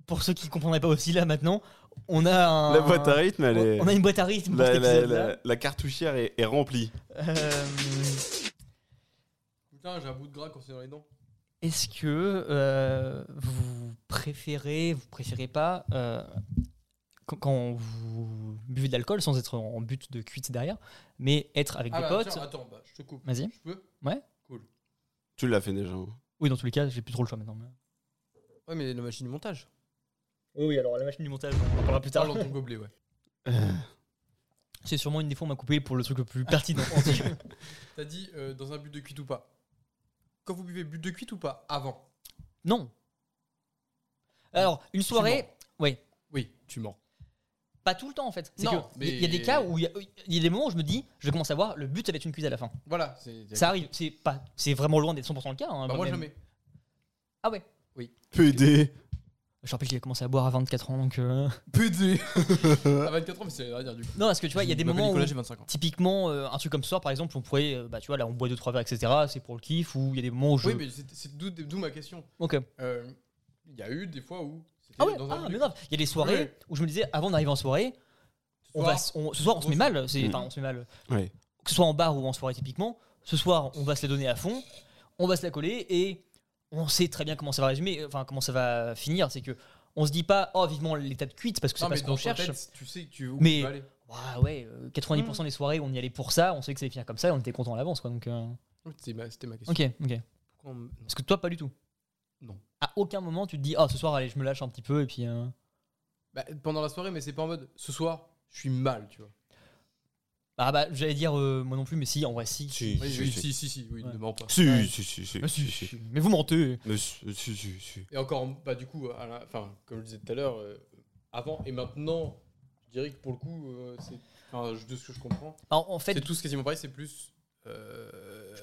B: pour ceux qui comprendraient pas aussi là maintenant, on a un-
C: la boîte à rythme, elle est.
B: on a une boîte à rythme pour
C: la,
B: cet
C: la-
B: épisode-là.
C: la- la cartouchière est, est remplie.
B: Euh,
D: Putain, j'ai un bout de gras quand c'est dans les dents.
B: Est-ce que euh, vous préférez, vous préférez pas, euh, quand, quand vous buvez de l'alcool sans être en but de cuite derrière, mais être avec
D: Ah
B: des
D: bah,
B: potes
D: tiens, attends, bah, je te coupe.
B: Vas-y.
D: Je peux
C: Tu l'as fait déjà. hein.
B: Oui, dans tous les cas, j'ai plus trop le choix maintenant.
D: Ouais, mais la machine du montage.
B: Oui, alors la machine du montage, on en parlera plus
D: Parle dans ton gobelet, ouais.
B: Euh. C'est sûrement une des fois où on m'a coupé pour le truc le plus pertinent.
D: T'as dit euh, dans un but de cuite ou pas Quand vous buvez but de cuite ou pas Avant.
B: non. Alors, une soirée, oui,
D: Oui, tu mens.
B: Pas tout le temps en fait. C'est
D: Non,
B: que il y- y a
D: mais-
B: des cas où il y a- il y, a des moments où je me dis, je commence à voir, le but ça va être une cuisse à la fin.
D: Voilà. c'est-
B: Ça arrive, c'est pas, c'est vraiment loin d'être 100% le cas. hein,
D: Bah, moi,
B: même.
D: jamais.
B: Ah ouais.
C: PD.
B: Je rappelle qu'il a commencé à boire à 24 ans donc. euh,
D: PD À 24 ans, mais c'est l'année dernière du coup.
B: Non, parce que tu vois, il y a des
D: Je m'appelle
B: moments où
D: Bah, Nicolas, j'ai 25 ans.
B: typiquement euh, un truc comme ce soir par exemple, on pourrait, euh, bah tu vois, là on boit 2-3 verres etc. C'est pour le kiff ou il y a des moments où je.
D: Oui, mais c'est c'est d'où d'où ma question.
B: Ok.
D: Euh, Il y a eu des fois où. c'était
B: Ah ouais.
D: dans un
B: Ah
D: but de
B: mais grave. Il y a des soirées
D: Ouais.
B: où je me disais avant d'arriver en soirée,
D: cuite.
B: on va, s- on- ce soir on se met mal, c'est,
C: Mm.
B: enfin, on se met mal.
C: Ouais.
B: que ce soit en bar ou en soirée typiquement, ce soir, on va se la donner à fond, on va se la coller et on sait très bien comment ça va résumer, enfin comment ça va finir, c'est que on se dit pas oh vivement l'état de cuite parce que c'est
D: Non,
B: pas
D: mais
B: ce
D: dans
B: qu'on
D: ta
B: cherche.
D: tête, Mm. tu sais que tu où
B: Mais-
D: tu vas aller.
B: Ouah, ouais, euh, 90% des soirées on y allait pour ça, on savait que ça allait finir comme ça et on était content à l'avance quoi donc euh,
D: C'était ma, c'était ma question.
B: OK, OK.
D: Pourquoi on me- non.
B: Parce que toi pas du tout.
D: Non.
B: À aucun moment tu te dis ah ce soir allez, je me lâche un petit peu et puis euh,
D: Bah, pendant la soirée, mais c'est pas en mode ce soir, je suis mal, tu vois.
B: ah bah j'allais dire euh, moi non plus mais si en vrai si.
C: Si,
D: Oui,
C: si,
D: oui,
C: si.
D: si, si, si, oui,
B: Ouais.
D: ne mens pas.
B: Ouais.
C: Si, si, si, si.
B: Mais si,
C: si, si.
B: mais vous mentez.
C: Mais si, si, si, si.
D: Et encore, bah, du coup, à la- enfin, comme je disais tout à l'heure, euh, avant et maintenant, je dirais que pour le coup, euh, c'est, enfin, je- de ce que je comprends,
B: Alors, en fait,
D: c'est
B: je
D: tous quasiment pareil, c'est plus. euh,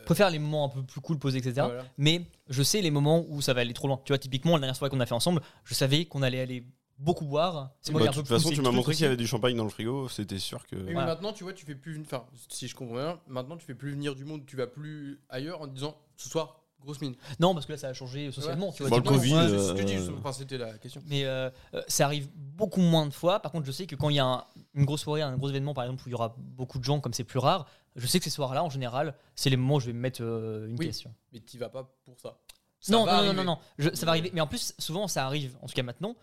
B: préfère les moments un peu plus cool posés etc.
D: voilà.
B: mais je sais les moments où ça va aller trop loin. Tu vois, typiquement, la dernière soirée qu'on a fait ensemble, je savais qu'on allait aller beaucoup boire. C'est
C: Bah,
B: qui
C: de
B: ai un peu
C: toute façon,
B: poussé
C: tu
B: le
C: m'as
B: truc
C: montré
B: aussi.
C: qu'il y avait du champagne dans le frigo, c'était sûr que.
D: Oui, Mais
B: Voilà.
D: maintenant, tu vois, tu fais plus. une- Enfin, si je comprends bien, maintenant, tu fais plus venir du monde, tu vas plus ailleurs en te disant ce soir, grosse mine.
B: Non, parce que là, ça a changé socialement. tu vois,
C: Bon, Bah, le
B: typiquement.
C: Covid,
D: Ouais, c'est ce que je te dis,
C: euh,
D: je- enfin, c'était la question.
B: Mais euh, euh, ça arrive beaucoup moins de fois. Par contre, je sais que quand il y a un- une grosse soirée, un gros événement, par exemple, où il y aura beaucoup de gens, comme c'est plus rare, je sais que ces soirs-là, en général, c'est les moments où je vais me mettre euh, une
D: Oui.
B: question.
D: Mais t'y vas pas pour ça. Ça
B: Non,
D: va
B: non, non,
D: arriver.
B: non, non, je- ça va arriver. Mais en plus, souvent, ça arrive, en tout cas maintenant,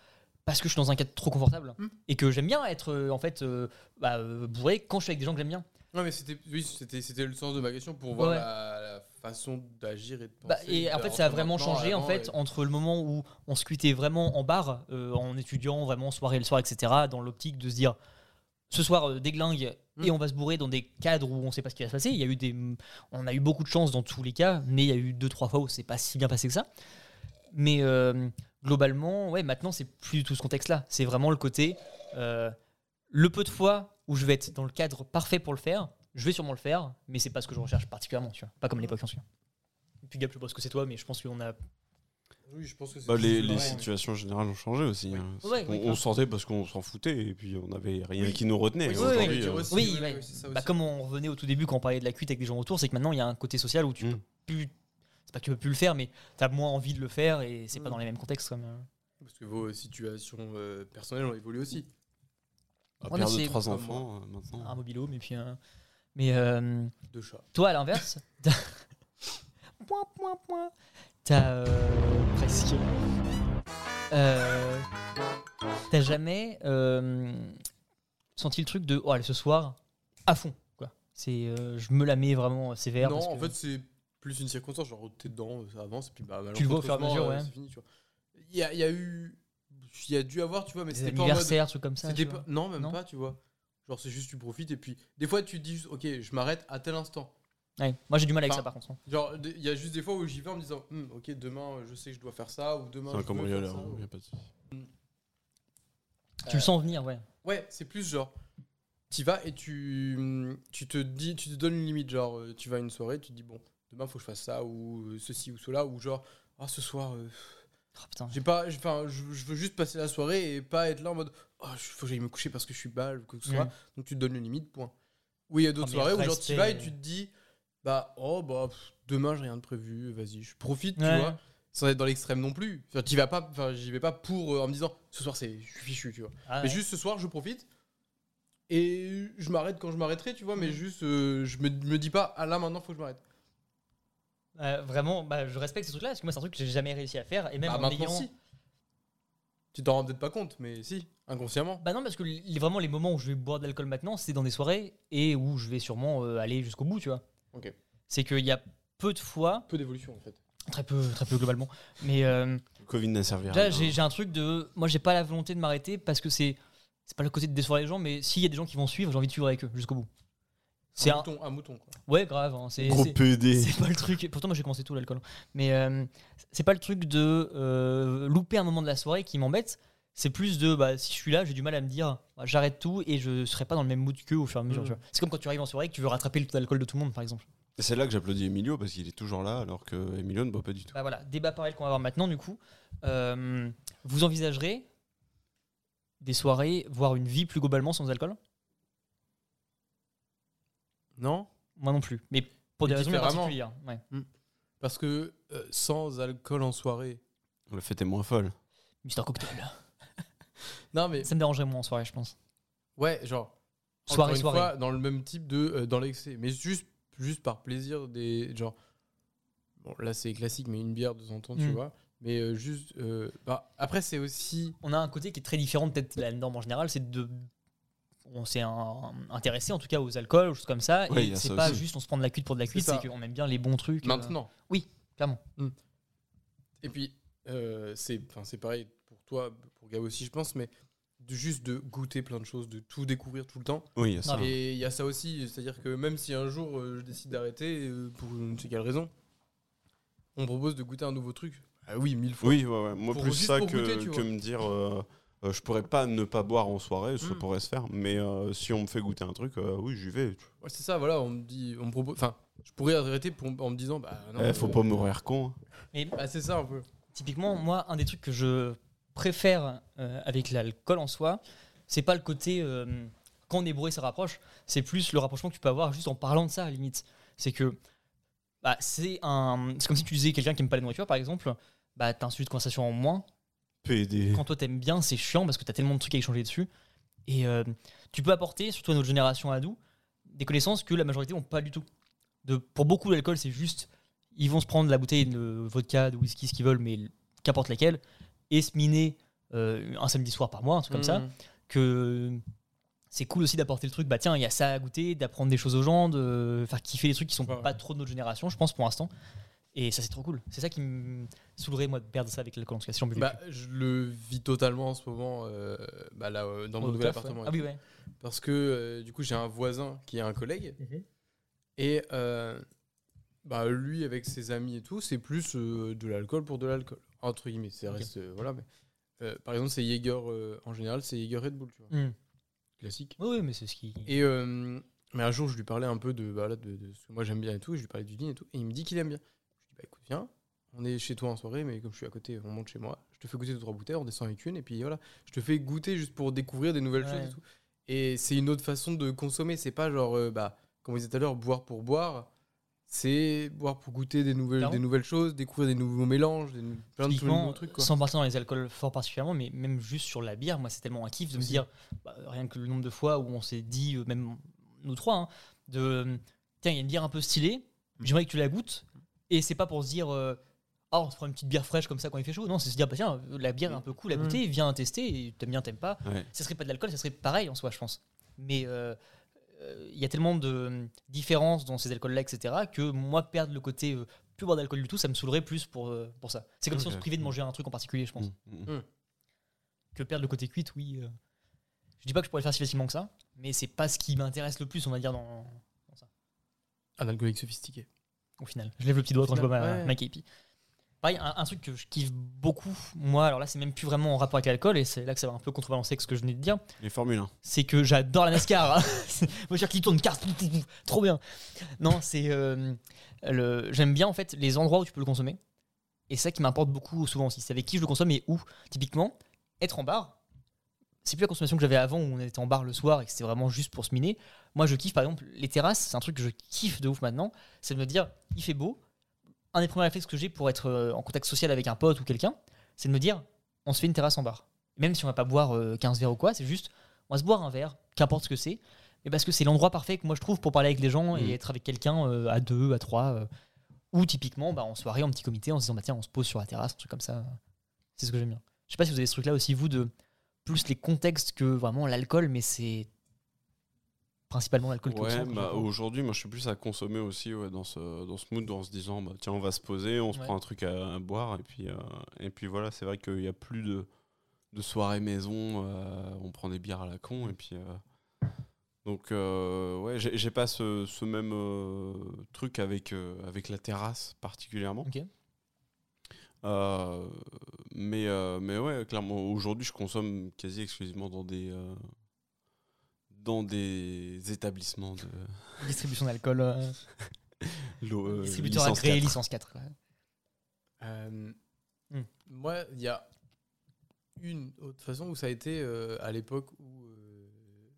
B: parce que je suis dans un cadre trop confortable
D: Hmm.
B: et que j'aime bien être euh, en fait euh, bah, euh, bourré quand je suis avec des gens que j'aime bien.
D: Ouais, mais c'était oui, c'était c'était le sens de ma question pour voir
B: Ouais.
D: la, la façon d'agir et de penser.
B: Bah, et en
D: de-
B: fait, ça a
D: entre
B: vraiment
D: maintenant,
B: changé en
D: avant,
B: fait
D: et-
B: entre le moment où on se quittait vraiment en bar, euh, en étudiant, vraiment soirée le soir, etc., dans l'optique de se dire ce soir euh, déglingue et
D: Mm.
B: on va se bourrer dans des cadres où on sait pas ce qui va se passer. Il y a eu des, on a eu beaucoup de chance dans tous les cas, mais il y a eu deux trois fois où c'est pas si bien passé que ça. Mais euh, globalement, ouais, maintenant c'est plus du tout ce contexte-là. C'est vraiment le côté, euh, le peu de fois où je vais être dans le cadre parfait pour le faire, je vais sûrement le faire, mais c'est pas ce que je recherche particulièrement, tu vois. Pas comme à l'époque, en sûr. Et puis Gab, je sais pas ce que c'est toi, mais je pense qu'on a
D: Oui, je pense que c'est.
C: Bah, les, les
D: Ouais.
C: situations générales ont changé aussi. hein.
B: Ouais,
C: on,
B: ouais,
C: on
B: grave.
C: sortait parce qu'on s'en foutait et puis on n'avait rien qui nous retenait.
D: Oui,
B: oui,
C: Aujourd'hui,
D: oui,
C: euh,
D: aussi,
B: oui,
D: oui,
B: ouais.
D: oui, c'est ça
B: Bah,
D: aussi.
B: comme on revenait au tout début quand on parlait de la cuite avec des gens autour, c'est que maintenant il y a un côté social où tu
C: Mm.
B: peux plus. C'est pas que tu peux plus le faire, mais t'as moins envie de le faire et c'est
D: Mm.
B: pas dans les mêmes contextes comme. euh,
D: Parce que vos situations euh, personnelles ont évolué aussi.
C: à
B: Ouais,
C: perdre
B: mais c'est
C: trois
D: comme Ah,
C: enfants euh, maintenant.
D: Mm.
B: Un mobilhome et puis un. Mais euh,
D: Deux chats.
B: toi à l'inverse. t'as- point, point, point. T'as. euh, presque. Euh, t'as jamais euh, senti le truc de. Oh, allez, ce soir, à fond, quoi. C'est. euh, je me la mets vraiment sévère.
D: non,
B: parce
D: en
B: que-
D: fait, c'est plus une circonstance. Genre, t'es dedans, ça avance, et puis bah,
B: Tu le vois au fur et à mesure,
D: malheureusement, euh,
B: ouais.
D: C'est fini, tu vois. Il y a, il y a eu. Il y a dû avoir, tu vois, mais
B: des
D: c'était pas en mode.
B: anniversaires, trucs comme ça.
D: C'était
B: tu vois.
D: pas- Non, même
B: Non
D: pas, tu vois. Genre, c'est juste, tu profites, et puis. Des fois, tu te dis juste, ok, je m'arrête à tel instant.
B: Ouais, Moi j'ai du mal avec
D: Enfin,
B: ça par contre. hein.
D: Genre, de- il y a juste des fois où j'y vais en me disant, Hmm, ok, demain, euh, je sais que je dois faire ça, ou demain.
C: C'est un
D: je veux faire
C: cambrioleur.
D: ça,
C: hein,
D: ou-
C: y a pas de souci.
D: euh,
B: Tu le sens venir, ouais.
D: Ouais, c'est plus genre. T'y vas et tu, tu te dis, tu te donnes une limite. Genre, euh, tu vas à une soirée, tu te dis, bon, demain, faut que je fasse ça, ou euh, ceci, ou cela, ou genre, ah, ce soir, euh,
B: Oh, putain.
D: j'ai pas, j'ai- enfin, je, je veux juste passer la soirée et pas être là en mode, oh, je- faut que j'aille me coucher parce que je suis balle, ou quoi que ce soit.
B: Mm.
D: Donc, tu te donnes une limite, point. Oui, il y a d'autres
B: Ah, mais
D: soirées où,
B: après,
D: genre, tu
B: c'est-
D: vas et tu te dis, bah, oh, bah, pff, demain, j'ai rien de prévu, vas-y, je profite,
B: Ouais.
D: tu vois, sans être dans l'extrême non plus. Enfin, t'y vas pas, enfin, j'y vais pas pour, euh, en me disant, ce soir, c'est, je suis fichu, tu vois.
B: Ah,
D: Mais
B: ouais.
D: juste ce soir, je profite. Et je m'arrête quand je m'arrêterai, tu vois, mais juste, euh, je me, me dis pas, ah là maintenant, faut que je m'arrête.
B: Euh, vraiment, bah, je respecte ce truc-là parce que moi c'est un truc que j'ai jamais réussi à faire et même
D: Bah,
B: en
D: maintenant,
B: ayant.
D: si. Tu t'en rends peut-être pas compte, mais si, inconsciemment.
B: Bah non, parce que les- vraiment les moments où je vais boire de l'alcool maintenant, c'est dans des soirées et où je vais sûrement euh, aller jusqu'au bout, tu vois.
D: Ok.
B: C'est qu'il y a peu de fois,
D: Peu d'évolution, en fait.
B: très peu, très peu globalement, mais euh,
C: Le Covid n'a servi à
B: Déjà,
C: rien.
B: j'ai j'ai un truc de. Moi, j'ai pas la volonté de m'arrêter parce que c'est. C'est pas le côté de décevoir les gens, mais s'il y a des gens qui vont suivre, j'ai envie de suivre avec eux jusqu'au bout. C'est
D: Un,
B: un.
D: mouton, un mouton, quoi.
B: Ouais, grave. hein, c'est-
C: Gros
B: c'est-
C: PD.
B: C'est pas le truc. Pourtant, moi, j'ai commencé tout l'alcool. Mais euh, c'est pas le truc de euh, louper un moment de la soirée qui m'embête. C'est plus de bah, si je suis là, j'ai du mal à me dire bah, j'arrête tout et je serai pas dans le même mood qu'eux au fur et à mesure.
D: Mhm.
B: tu vois. C'est comme quand tu arrives en soirée et que tu veux rattraper le taux d'alcool de tout le monde, par exemple.
C: C'est là que j'applaudis Emilio parce qu'il est toujours là alors que Emilio ne boit pas du tout.
B: Bah voilà, débat parallèle qu'on va avoir maintenant, du coup. Euh, vous envisagerez des soirées, voire une vie plus globalement sans alcool
D: Non
B: Moi non plus. Mais pour des
D: Mais
B: raisons bien
D: différemment.
B: particulières. ouais.
D: Parce que euh, sans alcool en soirée.
C: La fête est moins folle.
B: Mister Cocktail.
D: Non, mais
B: Ça me dérangerait moins en soirée, je pense.
D: ouais, genre. encore
B: Soirée,
D: une
B: soirée.
D: fois, dans le même type de. euh, dans l'excès. Mais juste, juste par plaisir des. Genre. Bon, là, c'est classique, mais une bière de temps en temps, tu
B: Mm.
D: vois. Mais euh, juste. euh, bah, après, c'est aussi.
B: On a un côté qui est très différent, de peut-être de la norme en général, c'est de. On s'est un- intéressé en tout cas aux alcools, aux choses comme ça.
C: Ouais, il y
B: et
C: a
B: c'est
C: ça
B: pas
C: aussi.
B: juste on se prend de la cuite pour de la
D: C'est
B: cuite,
D: ça.
B: c'est qu'on aime bien les bons trucs. euh.
D: Maintenant.
B: Oui, clairement.
D: Mm. Et puis, euh, c'est 'fin, c'est pareil pour toi, pour Gab aussi, je pense, mais de, juste de goûter plein de choses, de tout découvrir tout le temps.
C: Oui, il y a ça.
B: Ah.
D: Et il y a ça aussi, c'est-à-dire que même si un jour euh, je décide d'arrêter, euh, pour je ne sais quelle raison, on me propose de goûter un nouveau truc. Ah oui, mille fois.
C: Oui, ouais, ouais. moi
D: Pour-
C: plus
D: juste
C: ça
D: pour
C: que,
D: goûter, tu
C: que
D: vois.
C: me dire euh, euh, je pourrais pas ne pas boire en soirée, ça
D: Mm.
C: pourrait se faire, mais euh, si on me fait goûter un truc, euh, oui, j'y vais.
D: Ouais, c'est ça, voilà, on me dit, on me propose. Enfin, je pourrais arrêter pour- en me disant, bah non.
C: Eh, faut
D: euh,
C: pas mourir con. hein.
B: Mais
D: Ah, c'est ça un peu.
B: Typiquement, moi, un des trucs que je préfère euh, avec l'alcool en soi, c'est pas le côté euh, quand on est bourré, ça rapproche. C'est plus le rapprochement que tu peux avoir juste en parlant de ça, à la limite. C'est que bah, c'est un, c'est comme si tu disais quelqu'un qui aime pas la nourriture, par exemple, bah t'as un sujet de conversation en moins.
C: PD.
B: Quand toi t'aimes bien, c'est chiant parce que t'as tellement de trucs à échanger dessus. Et euh, tu peux apporter, surtout à notre génération à nous, des connaissances que la majorité n'ont pas du tout. De, pour beaucoup, l'alcool, c'est juste. Ils vont se prendre la bouteille de vodka, de whisky, ce qu'ils veulent, mais l- qu'importe laquelle, et se miner euh, un samedi soir par mois, un truc comme ça.
D: Mm.
B: Que c'est cool aussi d'apporter le truc, bah tiens, il y a ça à goûter, d'apprendre des choses aux gens, de faire kiffer les trucs qui sont
D: Ouais, ouais.
B: pas trop de notre génération, je pense, pour l'instant. Et ça, c'est trop cool. C'est ça qui me saoulerait, moi, de perdre ça avec l'alcool. En tout cas, si j'en buvais
D: Bah,
B: plus.
D: je le vis totalement en ce moment euh, bah là, euh, dans mon
B: Au
D: nouvel
B: taf, ouais.
D: appartement.
B: Ah oui, ouais.
D: Parce que euh, du coup, j'ai un voisin qui est un collègue.
B: Mhm.
D: Et euh, bah, lui, avec ses amis et tout, c'est plus euh, de l'alcool pour de l'alcool. Entre guillemets, ça
B: Ok.
D: reste. euh, voilà, mais, euh, par exemple, c'est Jaeger. euh, en général, c'est Jaeger Red Bull, tu vois.
B: Mm.
D: Classique.
B: Oui, oui, mais c'est ce qui.
D: Et euh, mais un jour, je lui parlais un peu de, bah, là, de, de ce que moi j'aime bien et tout. et Je lui parlais du dîner et tout. Et il me dit qu'il aime bien. Je lui dis, bah écoute, viens, on est chez toi en soirée, mais comme je suis à côté, on monte chez moi. Je te fais goûter deux, trois bouteilles, on descend avec une. Et puis voilà, je te fais goûter juste pour découvrir des nouvelles
B: Ouais.
D: choses et tout. Et c'est une autre façon de consommer. C'est pas genre, euh, bah, comme on disait tout à l'heure, boire pour boire. C'est boire pour goûter des nouvelles,
B: Clairement.
D: des nouvelles choses, découvrir des nouveaux mélanges, des, nou- plein de tous les
B: Typiquement,
D: nouveaux trucs. Quoi.
B: sans partir dans les alcools fort particulièrement, mais même juste sur la bière, moi c'est tellement un kiff de me
D: Aussi.
B: dire, bah, rien que le nombre de fois où on s'est dit, euh, même nous trois, hein, de tiens, il y a une bière un peu stylée,
D: Mm.
B: j'aimerais que tu la goûtes, et c'est pas pour se dire, euh, ah, on se prend une petite bière fraîche comme ça quand il fait chaud, non, c'est se dire, bah tiens, la bière est un peu cool à
D: Mm.
B: goûter, viens tester, et t'aimes bien, t'aimes pas.
C: Ouais.
B: Ça serait pas de l'alcool, ça serait pareil en soi, je pense. Mais. euh, euh, il y a tellement de euh, différences dans ces alcools-là, etc., que moi, perdre le côté euh, plus boire d'alcool du tout, ça me saoulerait plus pour, euh, pour ça. C'est comme si on se
C: Ok.
B: privait de manger un truc en particulier, je pense.
C: Mm, mm.
B: Que perdre le côté cuite, oui. euh, Je dis pas que je pourrais le faire si facilement que ça, mais c'est pas ce qui m'intéresse le plus, on va dire, dans,
D: Un alcoolique sophistiqué.
B: au final. Je lève le petit doigt
D: Au
B: quand je bois
D: final,
B: ma,
D: ouais.
B: ma KP. Pareil, un, un truc que je kiffe beaucoup, moi, alors là, c'est même plus vraiment en rapport avec l'alcool, et c'est là que ça va un peu contrebalancer avec ce que je venais de dire.
C: Les Formule 1.
B: c'est que j'adore la NASCAR. Voiture qui tourne, carte, trop bien. Non, c'est euh, le. J'aime bien en fait les endroits où tu peux le consommer. Et c'est ça qui m'importe beaucoup souvent aussi. C'est avec qui je le consomme et où. Typiquement, être en bar, c'est plus la consommation que j'avais avant où on était en bar le soir et que c'était vraiment juste pour se miner. Moi, je kiffe par exemple les terrasses. C'est un truc que je kiffe de ouf maintenant. C'est de me dire, il fait beau. Un des premiers réflexes que j'ai pour être euh, en contact social avec un pote ou quelqu'un, c'est de me dire, on se fait une terrasse en bar. Même si on va pas boire euh, 15 verres ou quoi, c'est juste on va se boire un verre, qu'importe ce que c'est, mais parce que c'est l'endroit parfait que moi je trouve pour parler avec les gens
C: Mhm.
B: et être avec quelqu'un euh, à deux, à trois, euh, ou typiquement bah, en soirée, en petit comité, en se disant bah, tiens, on se pose sur la terrasse, un truc comme ça. C'est ce que j'aime bien. Je sais pas si vous avez ce truc-là aussi, vous, de plus les contextes que vraiment l'alcool, mais c'est principalement l'alcool qui me
C: Ouais,
B: sort,
C: bah,
B: je crois.
C: aujourd'hui, moi, je suis plus à consommer aussi ouais, dans, ce, dans ce mood, en se disant, bah, tiens, on va se poser, on se
B: Ouais.
C: prend un truc à, à boire, et puis, euh, et puis voilà, c'est vrai qu'il n'y a plus de, de soirée maison, euh, on prend des bières à la con, et puis. euh, donc, euh, ouais, j'ai j'ai pas ce, ce même euh, truc avec, euh, avec la terrasse particulièrement.
B: Ok.
C: Euh, mais, euh, mais ouais, clairement, aujourd'hui, je consomme quasi exclusivement dans des. euh, dans des établissements de,
B: Distribution d'alcool, euh,
C: L'eau, euh,
B: distributeur
C: licence
B: agréé,
C: 4.
B: licence 4. quoi.
D: Euh,
B: Hmm.
D: Moi, il y a une autre façon où ça a été euh, à l'époque où euh,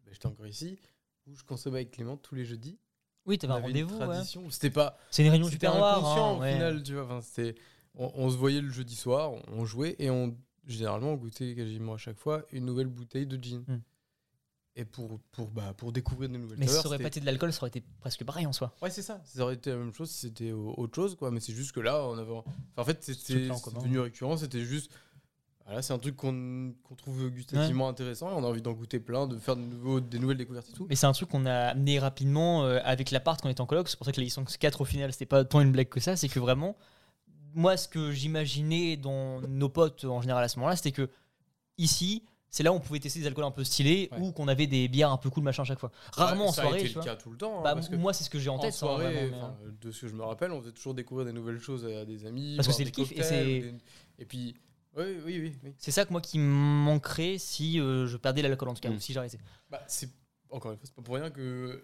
D: bah, j'étais encore ici, où je consommais avec Clément tous les jeudis.
B: Oui, t'avais
D: On
B: un
D: avait une
B: rendez-vous. hein. ouais.
D: tradition où C'était pas.
B: C'est une réunion du
D: C'était
B: terroir.
D: inconscient
B: hein,
D: au
B: ouais.
D: final, tu vois. Enfin, c'était. On, on se voyait le jeudi soir, on- on jouait et on généralement on goûtait quasiment à chaque fois une nouvelle bouteille de gin.
B: Hmm.
D: Et pour pour bah pour découvrir des nouvelles
B: Mais si
D: saveurs,
B: ça aurait pas
D: c'était-
B: été de l'alcool, ça aurait été presque pareil en soi.
D: Ouais, c'est ça. Ça aurait été la même chose si c'était au- autre chose, quoi. Mais c'est juste que là, on avait. Enfin, en fait,
B: le
D: c'était
B: plan en
D: c'est
B: commun.
D: devenu récurrent. C'était juste. Voilà, c'est un truc qu'on qu'on trouve gustativement intéressant. et on a envie d'en goûter plein, de faire de nouveaux, des nouvelles découvertes et tout.
B: Mais c'est un truc qu'on a amené rapidement euh, avec l'appart quand on était en coloc. C'est pour ça que la licence 4, au final, c'était pas tant une blague que ça. C'est que vraiment, moi, ce que j'imaginais dans nos potes euh, en général à ce moment-là, c'était que ici, c'est là où on pouvait tester des alcools un peu stylés
D: Ouais.
B: ou qu'on avait des bières un peu cool, machin, à chaque fois. Rarement en
D: ça a
B: soirée.
D: été
B: tu
D: le
B: vois.
D: cas tout le temps. hein,
B: Bah,
D: parce que
B: moi, c'est ce que j'ai en
D: en
B: tête. ça,
D: soirée,
B: vraiment, mais, euh, hein.
D: enfin, de ce que je me rappelle, on faisait toujours découvrir des nouvelles choses à des amis.
B: Parce que
D: boire
B: c'est
D: des
B: le kiff, et
D: cocktails,
B: c'est-
D: ou des- Et puis. Oui, oui, oui. oui.
B: C'est ça que moi qui me manquerait si euh, je perdais l'alcool en tout cas,
C: Mm.
B: ou si j'arrêtais.
D: Bah, c'est. Encore une fois, c'est pas pour rien que.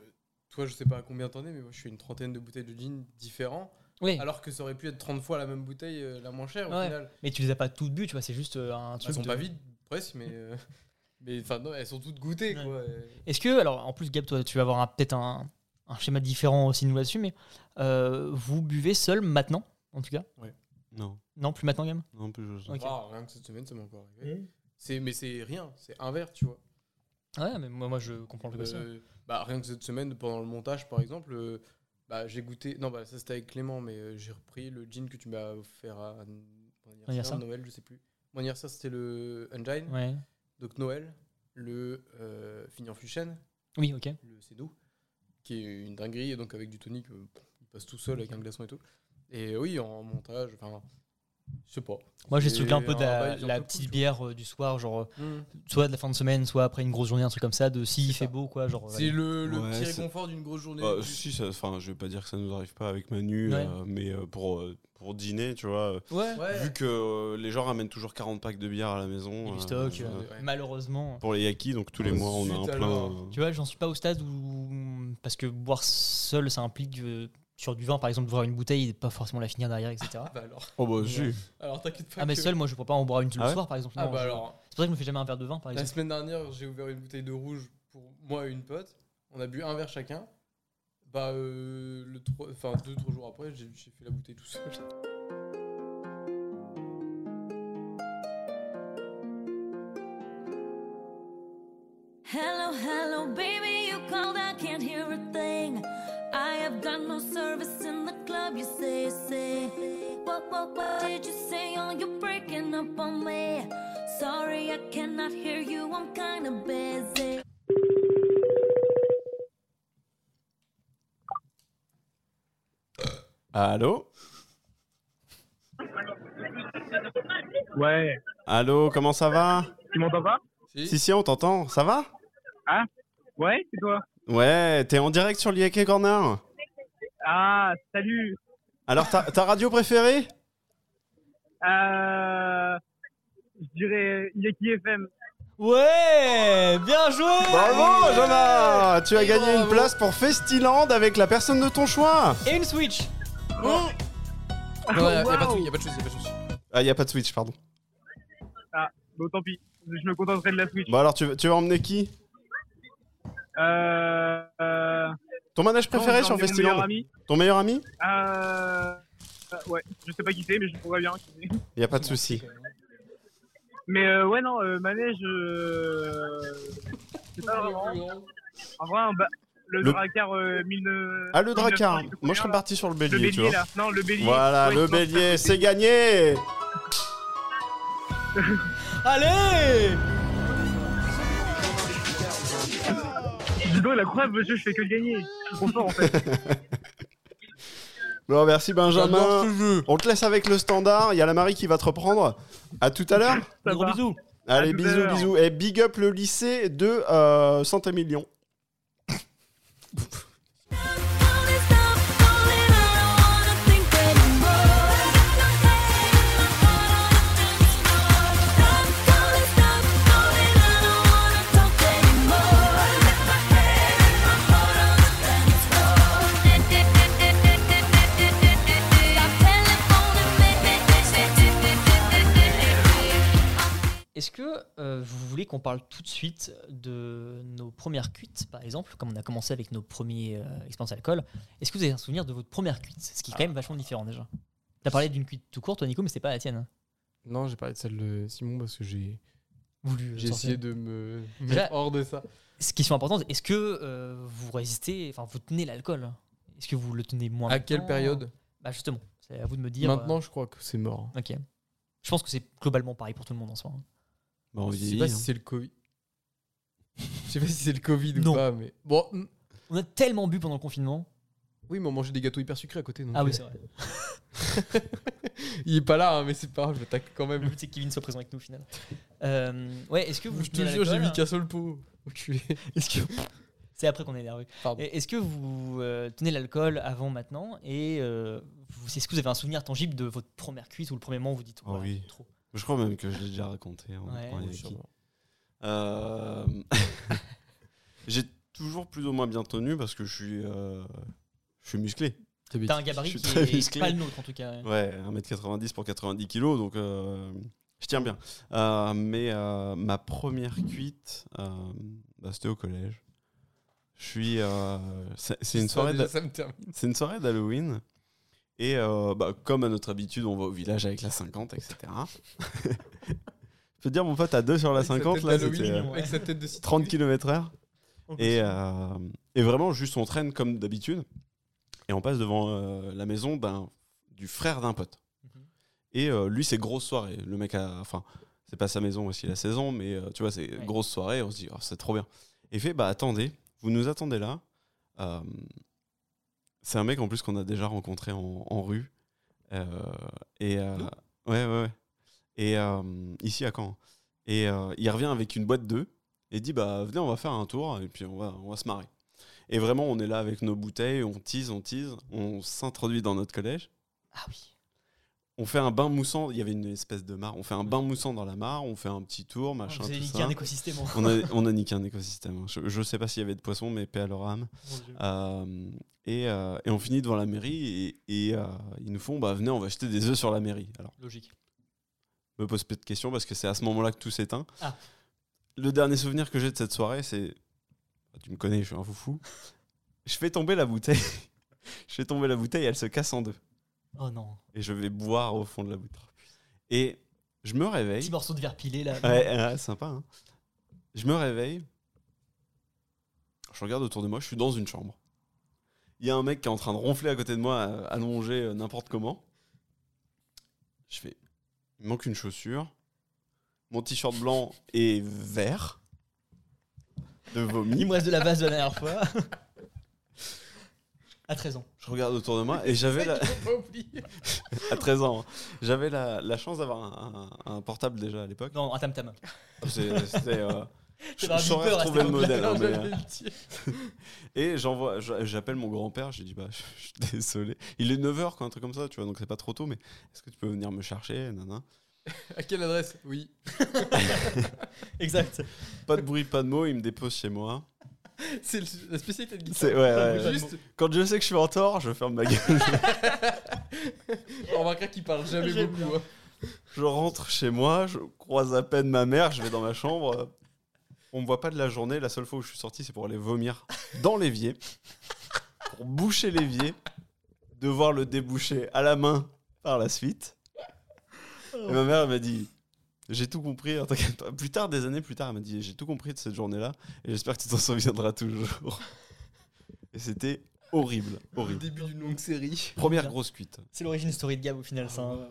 D: Toi, je sais pas à combien t'en es, mais moi, je suis une trentaine de bouteilles de gin différents.
B: Oui,
D: Alors que ça aurait pu être 30 fois la même bouteille, euh, la moins chère au
B: Ouais.
D: final.
B: mais tu les as pas toutes bu, tu vois, c'est juste euh, un truc.
D: elles sont
B: de-
D: pas vides, presque, mais. euh, mais enfin, non, elles sont toutes goûtées,
B: Ouais.
D: quoi. euh.
B: Est-ce que, alors en plus Gab, toi tu vas avoir un- peut-être un, un schéma différent aussi nous là-dessus, mais euh, vous buvez seul maintenant, en tout cas
C: Non,
B: Non, plus maintenant Gab
C: non plus. je-
B: Ok.
D: Waouh, rien que cette semaine, ça m'est encore arrivé. C'est- Mais c'est rien, c'est un verre, tu vois.
B: Ouais, mais moi, moi je comprends le
D: Euh, bah, rien que cette semaine, pendant le montage, par exemple, euh, bah, j'ai goûté. Non, bah, ça c'était avec Clément, mais euh, j'ai repris le gin que tu m'as offert à mon
B: anniversaire.
D: anniversaire, Noël, je sais plus. Mon anniversaire, c'était le Engine,
B: Ouais.
D: donc Noël, le euh, Fignan Fuchen,
B: Oui, ok.
D: le Cédou, qui est une dinguerie, et donc avec du tonic, euh, il passe tout seul avec un glaçon et tout. Et Et oui, en montage, enfin, je sais pas.
B: Moi, j'ai
D: C'est
B: soufflé un peu de
D: un
B: la,
D: bail sur
B: la
D: tout le
B: petite
D: coup, tu
B: bière euh, du soir, genre euh, soit de la fin de semaine, soit après une grosse journée, un truc comme ça, de si il fait
D: ça.
B: beau, quoi. Genre, euh,
D: C'est
B: allez.
D: le, le
C: Ouais,
D: petit
C: c'est-
D: réconfort d'une grosse journée.
C: Bah, si, ça- enfin, je vais pas dire que ça nous arrive pas avec Manu,
B: Ouais.
C: euh, mais euh, pour, euh, pour dîner, tu vois, euh,
B: ouais.
D: Ouais.
C: vu que euh, les gens ramènent toujours 40 packs de bière à la maison.
B: Il
C: euh,
B: du stock,
C: euh,
B: euh,
D: ouais.
B: malheureusement.
C: Pour les yakis, donc tous les
D: Oh,
C: mois, on a un
D: zut
C: plein.
D: alors.
C: euh,
B: Tu vois, j'en suis pas au stade où. Parce que boire seul, ça implique euh, sur du vin, par exemple, boire une bouteille et pas forcément la finir derrière, etc.
D: Ah bah alors,
C: Oh, bah, si.
D: alors t'inquiète pas.
B: Ah, mais
D: que-
B: seul, moi, je pourrais pas en boire une tout le
C: Ah ouais
B: soir, par exemple.
D: Ah
B: non,
D: bah
B: je- Ah,
D: alors,
B: C'est pour ça que je me fais jamais un verre de vin, par
D: la
B: exemple.
D: semaine dernière, j'ai ouvert une bouteille de rouge pour moi et une pote. On a bu un verre chacun. Bah, euh, le trois- enfin, deux, trois jours après, j'ai j'ai fait la bouteille tout seul.
A: Hello, hello, baby, you called, I can't hear a thing. I have got no service in the club, you say, say. What, what, what did you say? Oh, you're breaking up on me. Sorry, I cannot hear you, I'm kinda busy.
C: Allô
H: Ouais,
C: Allô, comment ça va
H: tu m'entends pas
C: Si, si, on t'entend, ça va
H: Ouais, c'est toi.
C: Ouais, t'es en direct sur l'IAK Corner
H: Ah, salut.
C: Alors, ta, ta radio préférée
H: Euh, je dirais Yaki FM.
B: Ouais Bien joué
C: Bravo, Jonah Tu as
D: Et
C: gagné une
D: bravo.
C: place pour Festiland avec la personne de ton choix
B: Et une Switch
D: Non, y'a
H: Wow.
D: pas de soucis, y'a pas de soucis, y'a pas de soucis.
C: Ah, y a pas de Switch, pardon.
H: Bon, tant pis. Je me contenterai de la Switch.
C: Bon, alors, tu, veux- tu veux emmener qui
H: Euh, euh,
C: Ton manège préféré
H: non,
C: sur
H: je vais emmener mon
C: Festiland
H: meilleur ami.
C: Ton meilleur ami
H: Euh, euh, ouais, je sais pas qui c'est, mais je pourrais bien qui c'est.
C: Y a pas de souci.
H: Mais euh, ouais, non, euh, manège. Euh, je sais pas vraiment. En vrai, un ba- le,
C: Le-
H: Drakkar euh, mille-
C: Ah, le Drakkar
H: 1900,
C: Moi, je serais parti sur le
H: Le
C: bélier, tu
H: bélier
C: vois.
H: là, non, le bélier.
C: Voilà,
H: Ouais,
C: le
H: non,
C: bélier, c'est gagné
B: Allez
H: Dis donc, la preuve, monsieur, je fais que gagner. Je suis trop fort en fait.
C: Bon, merci
D: J'adore
C: Benjamin.
D: ce jeu.
C: On te laisse avec le standard. Il y a la Marie qui va te reprendre. À tout à l'heure.
H: Ça
B: Gros
H: va.
B: bisous
C: Allez,
H: tout à
C: bisous,
H: l'heure.
C: bisous. Et big up le lycée de euh, Saint-Émilion.
A: Won't it stop falling? I don't wanna think anymore. Stop, won't it stop falling? I don't wanna talk anymore.
B: Est-ce que euh, vous voulez qu'on parle tout de suite de nos premières cuites, par exemple, comme on a commencé avec nos premiers euh, expériences alcool Est-ce que vous avez un souvenir de votre première cuite Ce qui est quand même vachement différent déjà. T'as parlé d'une cuite tout court, toi, Nico, mais c'est pas la tienne. hein.
D: Non, j'ai parlé de celle de Simon parce que j'ai
B: Voulu, euh,
D: j'ai
B: sortir.
D: essayé de me
B: Déjà-
D: mettre hors de ça.
B: Ce qui est importante, est-ce que euh, vous résistez, enfin, vous tenez l'alcool Est-ce que vous le tenez moins
D: À quelle
B: longtemps
D: période
B: Bah justement, c'est à vous de me dire.
D: Maintenant, je crois que c'est mort.
B: euh, ok. Je pense que c'est globalement pareil pour tout le monde en soi. hein.
C: Bon,
D: Je sais pas si c'est le Covid. Je sais pas si c'est le Covid
B: Non.
D: ou pas, mais bon. hmm.
B: On a tellement bu pendant le confinement.
D: Oui, mais on mangeait des gâteaux hyper sucrés à côté. donc,
B: Ah oui,
D: euh,
B: c'est vrai.
D: Il est pas là, hein, mais c'est pas grave, je l'attaque quand
B: Le
D: même.
B: but c'est que Kevin soit présent avec nous au final. Euh, ouais, est-ce que vous
D: Je te jure, j'ai mis Cassol le pot. Enculé.
B: hein. Est-ce que c'est après qu'on est énervé.
D: Pardon.
B: Et Est-ce que vous euh, tenez l'alcool avant maintenant et euh, vous- est-ce que vous avez un souvenir tangible de votre première cuisse ou le premier moment où vous dites
C: Ah
B: voilà,
C: oui.
B: trop.
C: Je crois même que je l'ai déjà raconté. hein,
B: Ouais.
C: quand il y a
B: Oui,
C: qui. Euh, J'ai toujours plus ou moins bien tenu parce que je suis, euh, je suis musclé.
B: T'as un gabarit
C: Je suis
B: qui
C: très
B: est
C: musclé.
B: pas le nôtre en tout cas.
C: Ouais, 1m90 pour 90 kilos, donc euh, je tiens bien. Euh, mais euh, ma première cuite, euh, bah, c'était au collège. Je suis. euh, c'est c'est une soirée.
D: Ça,
C: de-
D: ça me termine.
C: C'est une soirée d'Halloween. Et euh, bah, comme à notre habitude, on va au village avec la 50, etc. Je peux te dire, mon pote, à 2 sur la
D: Avec sa
C: 50,
D: tête
C: là,
D: d'Halloween,
C: c'était euh,
B: ouais.
D: Avec sa tête de citrouille.
C: 30 km/h. Et, euh, et vraiment, juste, on traîne comme d'habitude. Et on passe devant euh, la maison d'un- du frère d'un pote.
B: Mhm.
C: Et euh, lui, c'est grosse soirée. Le mec a. Enfin, c'est pas sa maison aussi, la saison, mais euh, tu vois, c'est
B: Ouais.
C: grosse soirée. On se dit, oh, c'est trop bien. Et il fait, bah attendez, vous nous attendez là. Euh, c'est un mec en plus qu'on a déjà rencontré en, en rue. Euh, et euh,
B: Oh.
C: ouais, ouais, ouais. Et euh, ici à Caen. Et euh, il revient avec une boîte d'œufs et dit bah venez on va faire un tour et puis on va on va se marrer. Et vraiment on est là avec nos bouteilles, on tease, on tease, on s'introduit dans notre collège.
B: Ah oui.
C: On fait un bain moussant, il y avait une espèce de mare, on fait un bain moussant dans la mare, on fait un petit tour, machin,
B: Vous avez
C: tout
B: niqué
C: ça.
B: un écosystème. hein.
C: On a, on a niqué un écosystème. hein. Je, je sais pas s'il y avait de poissons, mais paix à leur âme.
B: Mon Dieu.
C: Euh, et, euh, et on finit devant la mairie et, et, euh, ils nous font bah venez on va jeter des œufs sur la mairie. Alors
B: Logique.
C: me pose pas de questions parce que c'est à ce moment-là que tout s'éteint.
B: Ah.
C: Le dernier souvenir que j'ai de cette soirée, c'est ah, tu me connais, je suis un foufou. je fais tomber la bouteille. je fais tomber la bouteille, elle se casse en deux
B: Oh non.
C: et je vais boire au fond de la bouteille. Et je me réveille.
B: Petit morceau de verre pilé là.
C: Ouais, ouais, sympa. hein. Je me réveille. Je regarde autour de moi, je suis dans une chambre. Il y a un mec qui est en train de ronfler à côté de moi, euh, allongé euh, n'importe comment. Je fais. Il me manque une chaussure. Mon t-shirt blanc est vert. De vomi.
B: Il me reste de la base de la dernière fois. à 13 ans.
C: Je regarde autour de moi et j'avais la...
D: Faut pas oublier.
C: à 13 ans, hein. j'avais la, la chance d'avoir un, un- un portable déjà à l'époque.
B: Non, un tam-tam.
C: C'est- C'était. euh, Je
B: T'avais un
C: je saurais
B: beeper à
C: retrouver le
B: cette
C: modèle. hein,
D: Non,
C: mais, euh,
D: j'allais le dire.
C: Et j'envoie, j'a- j'appelle mon grand-père, j'ai dit bah je suis désolé. Il est 9h quoi, un truc comme ça, tu vois, donc c'est pas trop tôt, mais est-ce que tu peux venir me chercher nana
D: À quelle adresse Oui.
B: Exact.
C: Pas de bruit, pas de mots, il me dépose chez moi.
D: C'est le- la spécialité de
C: C'est,
D: Guitare.
C: ouais, ouais, ouais.
D: Juste,
C: Quand je sais que je suis en tort, je ferme ma gueule.
D: on remarquera qu'il parle jamais
B: J'aime
D: beaucoup. hein.
C: je rentre chez moi, je croise à peine ma mère, je vais dans ma chambre. On me voit pas de la journée, la seule fois où je suis sorti, c'est pour aller vomir dans l'évier, pour boucher l'évier, devoir le déboucher à la main par la suite. Et ma mère elle m'a dit J'ai tout compris, hein, t'inquiète pas. Plus tard, des années plus tard, elle m'a dit J'ai tout compris de cette journée-là et j'espère que tu t'en souviendras toujours. Et c'était horrible,
D: Le
C: horrible.
D: début d'une longue série.
C: Première grosse cuite.
B: C'est l'origine story de Gab au final. ça.
C: Ah
B: hein.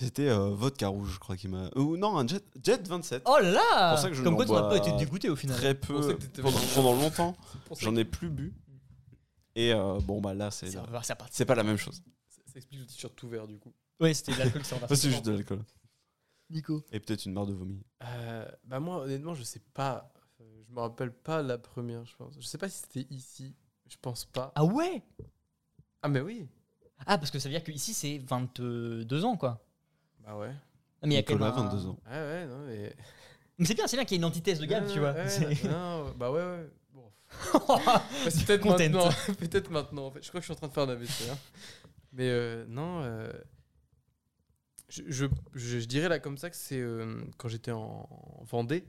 C: C'était euh, vodka rouge, je crois qu'il m'a. Ou non, un jet, jet 27.
B: Oh là là
C: Pour ça que je
B: Comme
C: n'en
B: quoi, tu n'as
C: bois
B: pas été dégoûté au final.
C: Très
D: pour ça
C: peu.
D: que t'étais
C: Pendant,
D: vraiment-
C: pendant longtemps,
D: C'est pour ça
C: j'en
D: que-
C: ai plus bu. Et euh, bon, bah là, c'est.
B: Ça va, c'est reparti.
C: C'est pas la même chose.
D: Ça ça explique le t-shirt tout vert du coup.
B: Ouais, c'était de l'alcool sans
C: Ça, C'est juste de l'alcool.
B: Nico.
C: Et peut-être une mare de vomi.
D: Euh, bah moi honnêtement je sais pas. Euh, Je me rappelle pas la première je pense. Je sais pas si c'était ici. Je pense pas.
B: Ah ouais
D: Ah mais oui.
B: Ah, parce que ça veut dire qu'ici, c'est 22 ans, quoi.
D: Bah ouais.
B: Ah, Mais il y a quand même
C: Nicolas,
B: un-
C: 22 ans.
D: Ouais Ah, ouais non mais.
B: Mais c'est bien, c'est bien qu'il y ait une antithèse de Gab,
D: Non,
B: tu vois.
D: ouais,
B: C'est-
D: non, non, bah ouais ouais. Bon.
B: ah
D: Bah, c'est peut-être
B: Content.
D: maintenant. peut-être maintenant en fait. Je crois que je suis en train de faire un AVC. hein. Mais euh, non. euh, je, je, je- je dirais là comme ça que c'est euh, quand j'étais en, en Vendée.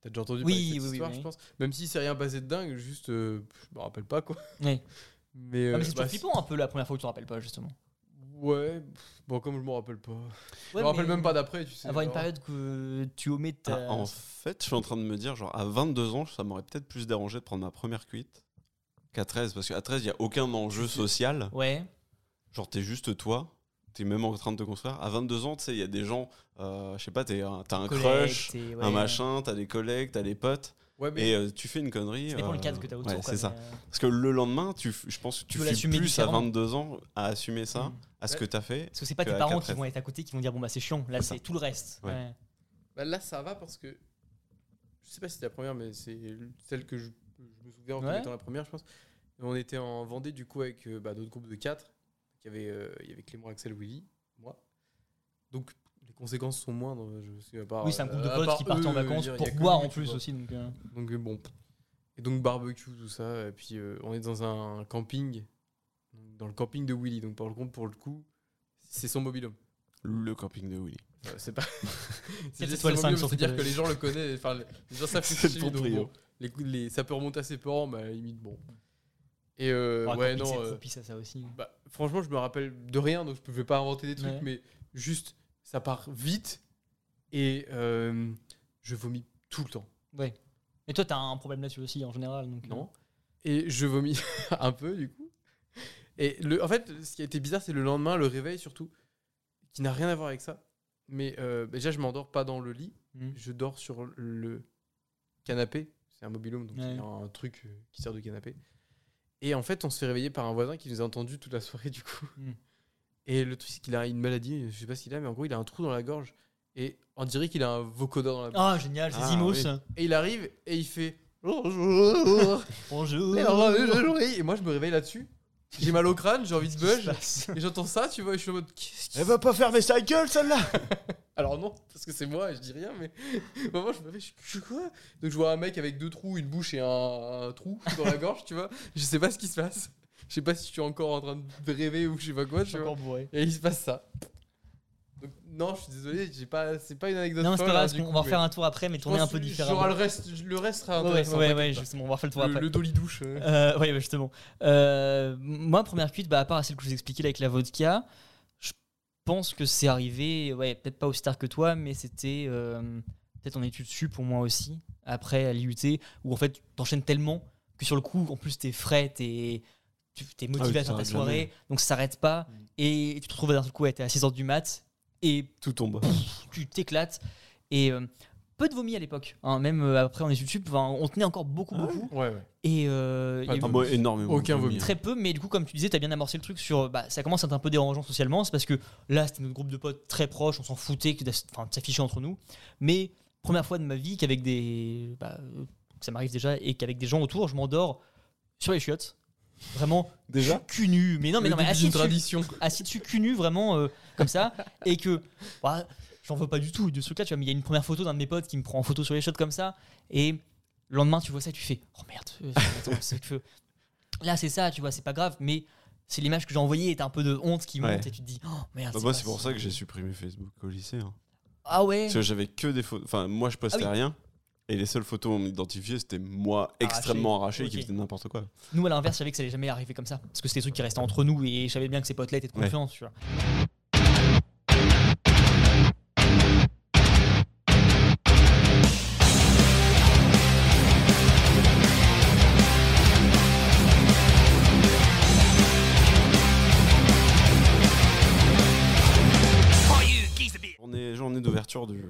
D: T'as déjà entendu
B: Oui,
D: parler de
B: oui,
D: cette
B: oui,
D: histoire,
B: oui.
D: je pense. Même s'il s'est rien passé de dingue, juste euh, je me rappelle pas quoi.
B: Ouais.
D: Mais, euh,
B: Ah, mais c'est
D: bah,
B: toujours flippant un peu la première fois que tu te rappelles pas, justement.
D: Ouais, pff, bon, comme je me rappelle pas. je
B: Ouais,
D: me rappelle
B: mais
D: même pas d'après, tu sais.
B: Avoir une
D: genre.
B: période que tu omets
C: Ah,
B: ta.
C: en fait, je suis en train de me dire, genre, à 22 ans, ça m'aurait peut-être plus dérangé de prendre ma première cuite qu'à 13, parce qu'à 13, il n'y a aucun enjeu social.
B: Ouais.
C: Genre, t'es juste toi, t'es même en train de te construire. À 22 ans, tu sais, il y a des gens, euh, je sais pas, t'es un- t'as un
B: Collègue,
C: crush,
B: t'es- ouais.
C: un machin, t'as des collègues, t'as des potes,
D: Ouais, mais
C: et euh, tu fais une connerie.
B: Ça dépend le
C: euh,
B: cadre que t'as autour.
C: ouais,
B: quoi,
C: c'est ça.
B: mais, euh,
C: Parce que le lendemain, tu, f- je pense que tu
B: peux
C: fais
B: l'assumer
C: plus à
B: différemment.
C: 22 ans à assumer ça,
B: Mm.
C: à ce
D: Ouais.
C: que t'as fait.
B: Parce que c'est pas
C: que
B: tes
C: à
B: parents
C: quatre
B: qui vont
C: restes.
B: être à côté qui vont dire bon bah c'est chiant, là
C: C'est
B: c'est tout le reste.
C: Ouais.
B: Ouais.
D: bah, là, ça va parce que. Je sais pas si c'était la première, mais c'est celle que je, je me souviens en
B: Ouais.
D: étant la première, je pense. Et on était en Vendée, du coup, avec euh, bah, d'autres groupes de 4. Il y avait, euh, il y avait Clément, Axel, Willy, moi. Donc, les conséquences sont moindres. Je sais, à part,
B: Oui, c'est un groupe de
D: euh, à
B: potes
D: part
B: qui partent en
D: eux, je veux
B: vacances
D: dire, il y
B: pour
D: a que
B: boire
D: nous,
B: en
D: tu
B: plus
D: vois.
B: aussi. Donc, euh,
D: Donc euh, bon. Et donc barbecue, tout ça. Et puis euh, on est dans un camping. Donc, Dans le camping de Willy. Donc par le contre, pour le coup, c'est son mobilhome.
C: Le camping de Willy.
D: Euh, c'est pas. c'est
B: Quatre
D: juste
B: étoiles
D: son
B: cinq
D: mobilhome,
B: sur
D: C'est-à-dire
B: Twitter.
D: que les gens le connaissent. Enfin, les les gens savent que
C: C'est
D: c'est
C: le
D: chez lui, donc
C: proprio.
D: bon, les, coups- les, ça peut remonter à ses parents, mais à la limite, bon. Et euh,
B: bon,
D: ouais,
B: attends,
D: non.
B: c'est
D: euh,
B: propice à ça aussi.
D: bah, franchement, je me rappelle de rien, donc je peux- je vais pas inventer des trucs,
B: Ouais.
D: mais juste, ça part vite et euh, je vomis tout le temps.
B: Ouais. Et toi t'as un problème là-dessus aussi en général. Donc, euh.
D: Non. Et je vomis un peu, du coup. Et le, en fait, ce qui a été bizarre, c'est le lendemain, le réveil surtout, qui n'a rien à voir avec ça. Mais euh, déjà, je m'endors pas dans le lit,
B: Mm.
D: je dors sur le canapé. C'est un mobilhome, donc
B: Ouais.
D: c'est un truc euh, qui sert de canapé. Et en fait, on se fait réveiller par un voisin qui nous a entendu toute la soirée, du coup.
B: Mm.
D: Et le truc, c'est qu'il a une maladie, je sais pas s'il a, mais en gros, il a un trou dans la gorge. Et on dirait qu'il a un vocoda dans la bouche.
B: Ah, génial, c'est
C: Ah,
B: Zimos.
C: oui.
D: Et il arrive et il fait
B: Oh.
D: Oh.
B: Bonjour.
D: Bonjour euh, Et moi, je me réveille là-dessus. J'ai mal au crâne, j'ai envie de
B: Qu'est-ce qui se
D: bug.
B: passe
D: Et j'entends ça, tu vois, et je suis en mode. Qu'est-ce
B: Eh
D: qui
B: ben.
C: Elle va pas faire des sa gueule, celle-là
D: Alors non, parce que c'est moi et je dis rien, mais maman, je me fais, je suis quoi Donc je vois un mec avec deux trous, une bouche et un, un trou dans la gorge, tu vois. Je sais pas ce qui se passe. Je sais pas si je suis encore en train de rêver ou je sais pas quoi,
B: Je
D: tu
B: suis
D: vois.
B: encore bourré.
D: Et il se passe ça. Donc non, je suis désolé, j'ai pas, c'est pas une anecdote.
B: Non, c'est pas
D: folle, hein,
B: grave,
D: du
B: on
D: coup,
B: va
D: mais
B: refaire un tour après, mais
D: je
B: tourner un
D: pense
B: peu
D: que
B: différemment.
D: j'aurai le reste, le reste sera
B: Ouais, ouais,
D: intéressant.
B: ouais,
D: t'inquiète
B: ouais,
D: pas.
B: justement, on va refaire le tour
D: hein, le,
B: après.
D: le dolly douche. euh.
B: Euh, ouais, ouais, justement. Euh, moi, première cuite, bah, à part celle que je vous expliquais là avec la vodka, je pense que c'est arrivé, ouais, peut-être pas aussi tard que toi, mais c'était euh, peut-être en études sup pour moi aussi, après à l'IUT, où en fait, t'enchaînes tellement que sur le coup, en plus, t'es frais, t'es tu- t'es
C: Ah oui,
B: motivé à
C: ça Mm.
B: faire ta
C: s'arrête
B: soirée, donc ça s'arrête pas, et tu te retrouves d'un seul coup, ouais, t'es à 6h du mat, et
C: Tout tombe. Ah,
B: tu t'éclates, et euh, peu de vomi à l'époque, hein, même euh, après en études sup, enfin, on tenait encore beaucoup, beaucoup,
D: Ouais, ouais.
B: et euh, il y a
D: Pas
B: eu-
D: de
C: Ah, moi, énormément. Bah,
D: Aucun vomi.
B: Très peu, mais du coup, comme tu disais, t'as bien amorcé le truc sur. Bah, ça commence à être un peu dérangeant socialement, c'est parce que là, c'était notre groupe de potes très proches, on s'en foutait que d'as- enfin, de s'afficher entre nous. Mais première fois de ma vie qu'avec des. Bah, euh, ça m'arrive déjà, et qu'avec des gens autour, je m'endors sur les chiottes. Vraiment,
C: Déjà
B: cul nu. Mais non, mais
D: Le
B: non, mais
D: début d'une
B: assis dessus,
D: tradition.
B: assis dessus, cul nu, vraiment, euh, comme ça. et que. bah, J'en veux pas du tout de ce truc-là, tu vois. Mais il y a une première photo d'un de mes potes qui me prend en photo sur les chiottes comme ça. Et le lendemain, tu vois ça, tu fais Oh merde, euh, attends, c'est que. Là, c'est ça, tu vois, c'est pas grave, mais c'est l'image que j'ai envoyée et t'as un peu de honte qui monte
C: Ouais.
B: et tu te dis Oh merde.
C: Bah, moi,
B: pas
C: c'est pour ça que j'ai supprimé Facebook au lycée. hein.
B: Ah ouais
C: Parce que j'avais que des photos. Enfin, moi, je postais
B: Ah
C: rien. Et les seules photos on m'identifiait, c'était moi extrêmement arraché qui
B: Ok.
C: faisait n'importe quoi.
B: Nous, à l'inverse, je savais que ça allait jamais arriver comme ça. Parce que c'était des trucs qui restaient entre nous et je savais bien que ces potes-là étaient de
C: Ouais.
B: confiance, tu vois.
C: Journée, journée d'ouverture du,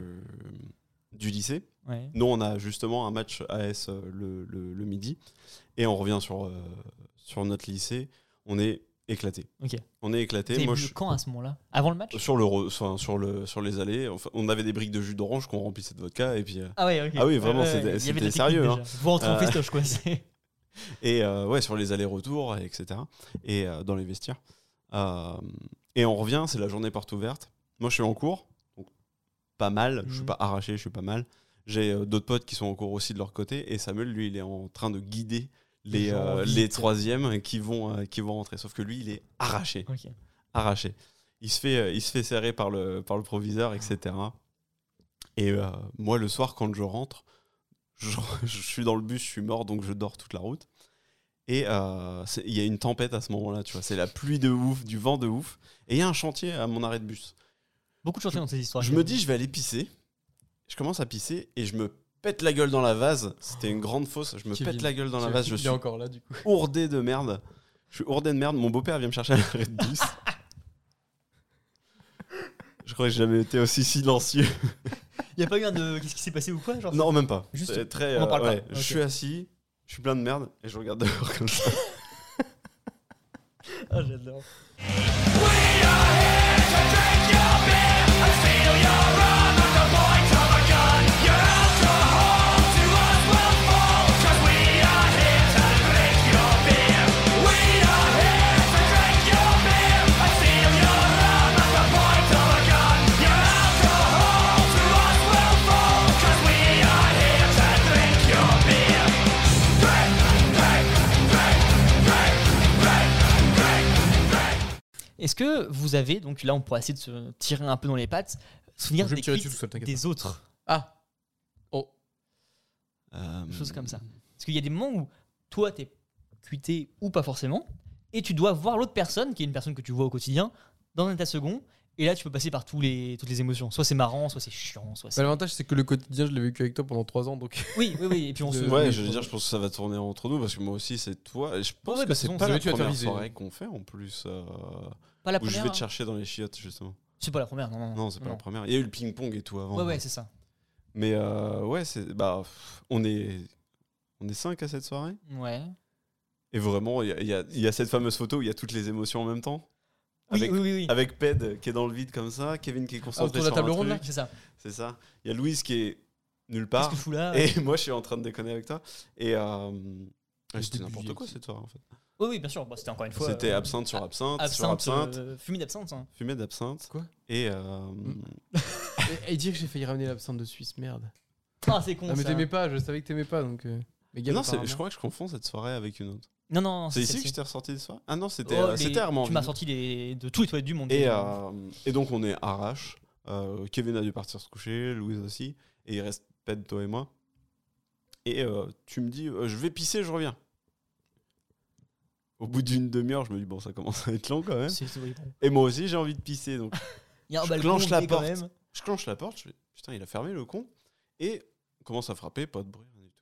C: du lycée.
B: Ouais.
C: Nous, on a justement un match AS euh, le, le- le midi. Et on revient sur, euh, sur notre lycée. On est éclaté.
B: Ok.
C: On est éclaté.
B: T'avais
C: Moi,
B: bu
C: je-
B: quand à ce moment-là Avant le match
C: sur, le, re- enfin, sur, le, sur les allées, enfin, on avait des briques de jus d'orange qu'on remplissait de vodka. Et puis, euh,
B: Ah ouais, ok.
C: Ah oui, vraiment,
B: Ouais, ouais,
C: c'était-
B: ouais. Il y avait de la
C: c'était sérieux,
B: technique déjà. Vous rentrez en
C: Euh,
B: festoche, quoi. c'est-
C: et euh, ouais, sur les allers-retours, et etc. Et euh, dans les vestiaires. Euh, et on revient, c'est la journée porte ouverte. Moi, je suis en cours, donc pas mal. Je suis
B: Mhm.
C: pas arraché, je suis pas mal. J'ai euh, d'autres potes qui sont en cours aussi de leur côté. Et Samuel, lui, il est en train de guider
B: Les
C: les,
B: gens
C: euh,
B: en visite.
C: les troisièmes qui vont, euh, qui vont rentrer. Sauf que lui, il est arraché
B: Ok.
C: arraché. Il se fait, euh, il se fait serrer par le, par le proviseur, etc. Et euh, moi, le soir, quand je rentre, je, je suis dans le bus, je suis mort, donc je dors toute la route. Et euh, c'est- il y a une tempête à ce moment-là, tu vois. C'est la pluie de ouf, du vent de ouf. Et il y a un chantier à mon arrêt de bus.
B: Beaucoup de chantiers dans ces histoires.
C: Je me dis, je vais aller pisser. Je commence à pisser et je me pète la gueule dans la vase. C'était une grande fosse. Je me
D: Kevin,
C: pète la gueule dans la vase. Je
D: Il est
C: suis
D: encore là, du coup.
C: ourdé de merde. Je suis ourdé de merde. Mon beau-père vient me chercher à l'arrêt de bus. Je crois que j'ai jamais été aussi silencieux.
B: Il y a pas eu un de. Qu'est-ce qui s'est passé ou quoi genre
C: Non, même pas.
B: Juste,
C: C'est très, euh,
B: on en parle pas.
C: ouais. Je
B: Ok.
C: suis assis, je suis plein de merde et je regarde dehors comme ça.
B: Ah, j'adore. Est-ce que vous avez, donc là on pourrait essayer de se tirer un peu dans les pattes, souvenir
D: Je vais me
B: des,
D: tirer
B: cuites
D: dessus tout seul, t'inquiète
B: des autres,
D: Ah Oh,
C: Euh,
B: choses comme ça Parce qu'il y a des moments où toi t'es cuité ou pas forcément, et tu dois voir l'autre personne, qui est une personne que tu vois au quotidien, dans un état second, et là tu peux passer par tous les, toutes les émotions. Soit c'est marrant, soit c'est chiant, soit
D: Bah,
B: c'est.
D: L'avantage, c'est que le quotidien, je l'ai vécu avec toi pendant 3 ans, donc.
B: Oui, oui, oui, et puis on se.
C: Euh, Ouais, je veux dire, je pense que ça va tourner entre nous parce que moi aussi, c'est toi. Et Je pense
B: Ouais, ouais,
C: que
B: bah,
C: c'est
B: sinon,
C: pas
D: ça
C: la
D: va, tu vas te
C: première
D: faire viser.
C: soirée qu'on fait en plus. euh,
B: Pas la
C: où je
B: première.
C: vais te
B: hein.
C: chercher dans les chiottes, justement.
B: C'est pas la première, non, non.
C: Non, c'est pas la première. Il y a eu le ping-pong et tout avant.
B: Ouais, ouais, c'est ça.
C: Mais euh, ouais, c'est bah pff, on est on est cinq à cette soirée
B: Ouais.
C: et vraiment il y a- il y, a- il y a cette fameuse photo où il y a toutes les émotions en même temps.
B: Oui,
C: avec,
B: oui, oui. oui.
C: avec Ped qui est dans le vide comme ça, Kevin qui est concentré
D: autour de la
C: sur un
D: table ronde,
C: truc,
D: là
B: C'est ça.
C: c'est ça. Il y a Louise qui est nulle
B: Qu'est-ce
C: part
B: que euh, je fous là
C: et moi je suis en train de déconner avec toi et euh,
D: Le
C: c'était
D: début
C: n'importe
D: du-
C: quoi cette soirée en fait.
B: Oui, oui, bien sûr. Bah, c'était encore une fois.
C: C'était
B: euh,
C: absinthe sur absinthe, sur
B: absinthe.
C: absinthe,
B: euh, fumée d'absinthe. hein.
C: fumée d'absinthe.
D: Quoi
C: Et euh,
D: Et, et dire que j'ai failli ramener l'absinthe de Suisse, merde.
B: Ah, c'est con.
D: Ah, mais
B: ça.
D: t'aimais pas, je savais que t'aimais pas donc. euh, mais gars,
C: non, c'est- je
D: apparemment.
C: crois que je confonds cette soirée avec une autre.
B: Non, non, non,
C: C'est ici
B: celle-ci.
C: que je t'ai ressorti de soirée Ah non,
B: Oh,
C: c'était euh,
B: mais
C: c'était Armand.
B: Tu m'as sorti les- de tous les toilettes du monde.
C: Et,
B: quasiment.
C: euh, et donc on est arrache. Euh, Kevin a dû partir se coucher, Louise aussi. Et il reste Ped, toi et moi. Et euh, tu me dis, euh, je vais pisser, je reviens. Au bout d'une demi-heure, je me dis, bon, ça commence à être long quand même.
B: C'est- c'est- oui, bon.
C: Et moi aussi, j'ai envie de pisser. Donc
B: Il y a un
C: Je
B: balcon
C: clenche la
B: mais quand
C: porte.
B: même.
C: je clenche la porte, je fais, putain, il a fermé le con. Et on commence à frapper, pas de bruit, rien du tout.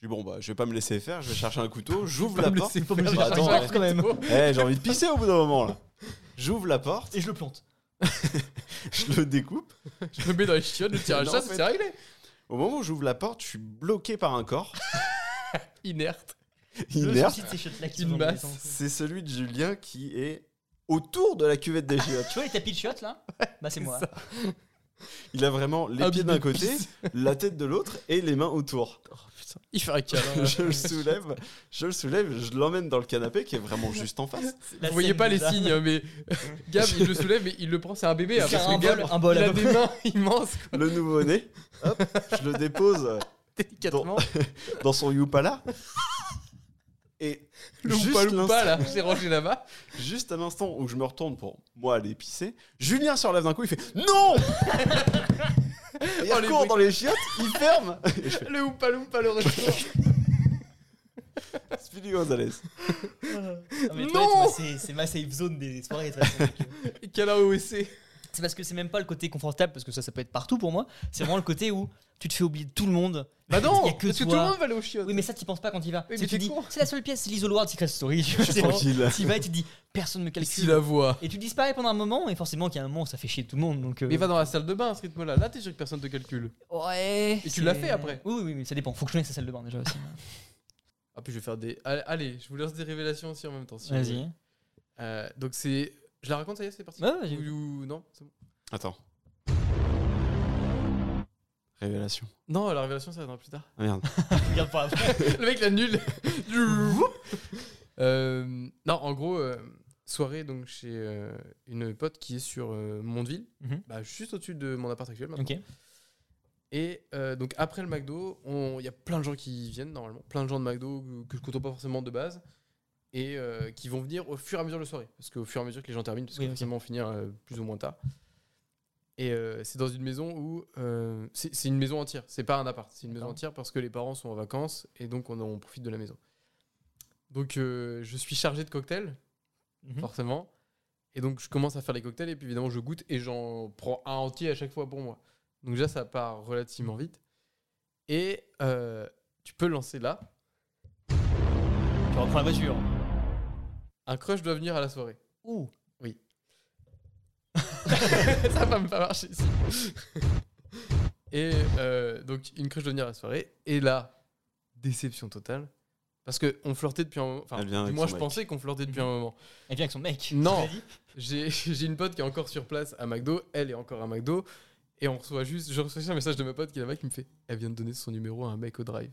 C: Je dis, bon, bah, je vais pas me laisser faire, je vais chercher un couteau, j'ouvre la
D: me
C: porte.
D: laisser
C: Bah,
D: faire.
C: attends,
B: Attends, quand même.
C: Eh, j'ai envie de pisser au bout d'un moment là. J'ouvre la porte,
B: Et je le plante.
C: je le découpe.
D: Je le mets dans les chiottes, le tirage
C: Non,
D: ça,
C: en fait.
D: c'est réglé.
C: Au moment où j'ouvre la porte, je suis bloqué par un corps
D: Inerte.
B: Le
C: inerte.
B: souci de ces chiottes-là qui
D: Une
B: sont dans le
D: masse.
B: désordre.
C: C'est celui de Julien qui est autour de la cuvette des chiottes.
B: Tu vois les tapis de chiottes là Bah, c'est moi.
C: Il a vraiment les
D: Habillé
C: pieds d'un
D: de
C: côté,
D: pisse.
C: la tête de l'autre et les mains autour.
D: Il fait un câlin.
C: Je le soulève, je le soulève, je l'emmène dans le canapé qui est vraiment juste en face.
B: La
D: Vous voyez
B: scène
D: pas les
B: déjà.
D: signes, hein, mais Gab, il le soulève, mais il le prend, c'est un bébé. hein,
B: C'est
D: parce
B: un
D: que Gab,
B: bol- un bol
D: il
B: à
D: a
B: peu
D: des mains immenses, quoi,
C: Le nouveau-né, hop, je le dépose
D: délicatement.
C: dans son Yupala. Et
D: Le
C: juste
D: loupa
C: l'instant-
D: loupa, là, j'ai rangé là-bas.
C: Juste à l'instant où je me retourne pour moi aller pisser, Julien se relève d'un coup, il fait Non Il
D: Oh, les
C: court
D: bruits.
C: dans les chiottes, il ferme Et je fais
D: Le oupa loupa, le retour.
C: Speedy Gonzalez.
B: Ah, mais les toilettes,
D: Non
B: moi, c'est- C'est ma safe zone des des soirées. de toute façon.
D: Câlin OEC.
B: C'est parce que c'est même pas le côté confortable, parce que ça, ça peut être partout pour moi. C'est vraiment le côté où tu te fais oublier de tout le monde.
D: Bah non,
B: Il y a
D: parce
B: que
D: que tout
B: toi.
D: le monde va aller au chiottes.
B: Oui, mais ça, t'y penses pas quand il va.
D: Oui,
B: C'est
D: mais
B: que tu
D: t'es
B: dis,
D: con.
B: c'est la seule pièce, c'est l'isoloir de Secret Story. Je suis
C: Tranquille.
B: T'y vas et tu te dis, personne me
D: Si
B: calcule.
D: la voix.
B: Et tu disparais pendant un moment, et forcément qu'il y a un moment où ça fait chier tout le monde. Donc, euh,
D: Mais va dans la salle de bain à ce rythme-là. Là, t'es sûr que personne te calcule.
B: ouais.
D: Et tu
B: c'est-
D: l'as fait après
B: Oui, oui, oui, mais ça dépend. Faut que je connaisse sa salle de bain déjà aussi.
D: Ah, puis je vais faire des. Allez, allez, je vous lance des révélations aussi en même temps. si vous voulez.
B: Vas-y.
D: Euh, donc c'est. Je la raconte, ça y est, c'est parti.
B: Ouais, vas-y.
D: Ou- ou- Non, c'est bon.
C: Attends. Révélation.
D: Non, la révélation, ça viendra plus tard.
C: Ah merde.
B: Regarde pas après.
D: Le mec, la nulle. Euh, non, en gros, euh, soirée donc chez euh, une pote qui est sur euh, Mondeville,
B: Mhm.
D: bah, juste au-dessus de mon appart actuel maintenant.
B: Ok.
D: Et euh, donc après le McDo, on- il y a plein de gens qui viennent normalement, plein de gens de McDo que- que je compte pas forcément de base, et euh, qui vont venir au fur et à mesure de la soirée, parce qu'au fur et à mesure que les gens terminent, parce
B: Oui,
D: que
B: ok.
D: forcément on finit euh, plus ou moins tard. Et euh, c'est dans une maison où euh, c'est c'est une maison entière, c'est pas un appart, c'est une maison
B: D'accord.
D: entière parce que les parents sont en vacances et donc on, on profite de la maison. Donc euh, je suis chargé de cocktails,
B: Mhm.
D: forcément. Et donc je commence à faire les cocktails et puis évidemment je goûte et j'en prends un entier à chaque fois pour moi. Donc déjà ça part relativement vite. Et euh, tu peux lancer là.
B: Tu reprends la voiture.
D: Un crush doit venir à la soirée.
B: Ouh.
D: ça va me pas marcher ici. et euh, donc une crush doit venir à la soirée. Et là, déception totale. Parce qu'on flirtait depuis un moment. Enfin,
C: Elle vient avec
D: moi
C: son
D: je
C: mec.
D: pensais qu'on flirtait depuis un moment.
B: Elle vient avec son mec.
D: Non.
B: Tu l'as dit
D: J'ai j'ai une pote qui est encore sur place à McDo, elle est encore à McDo, et on reçoit juste, je reçois juste un message de ma pote qui est là-bas qui me fait Elle vient de donner son numéro à un mec au drive.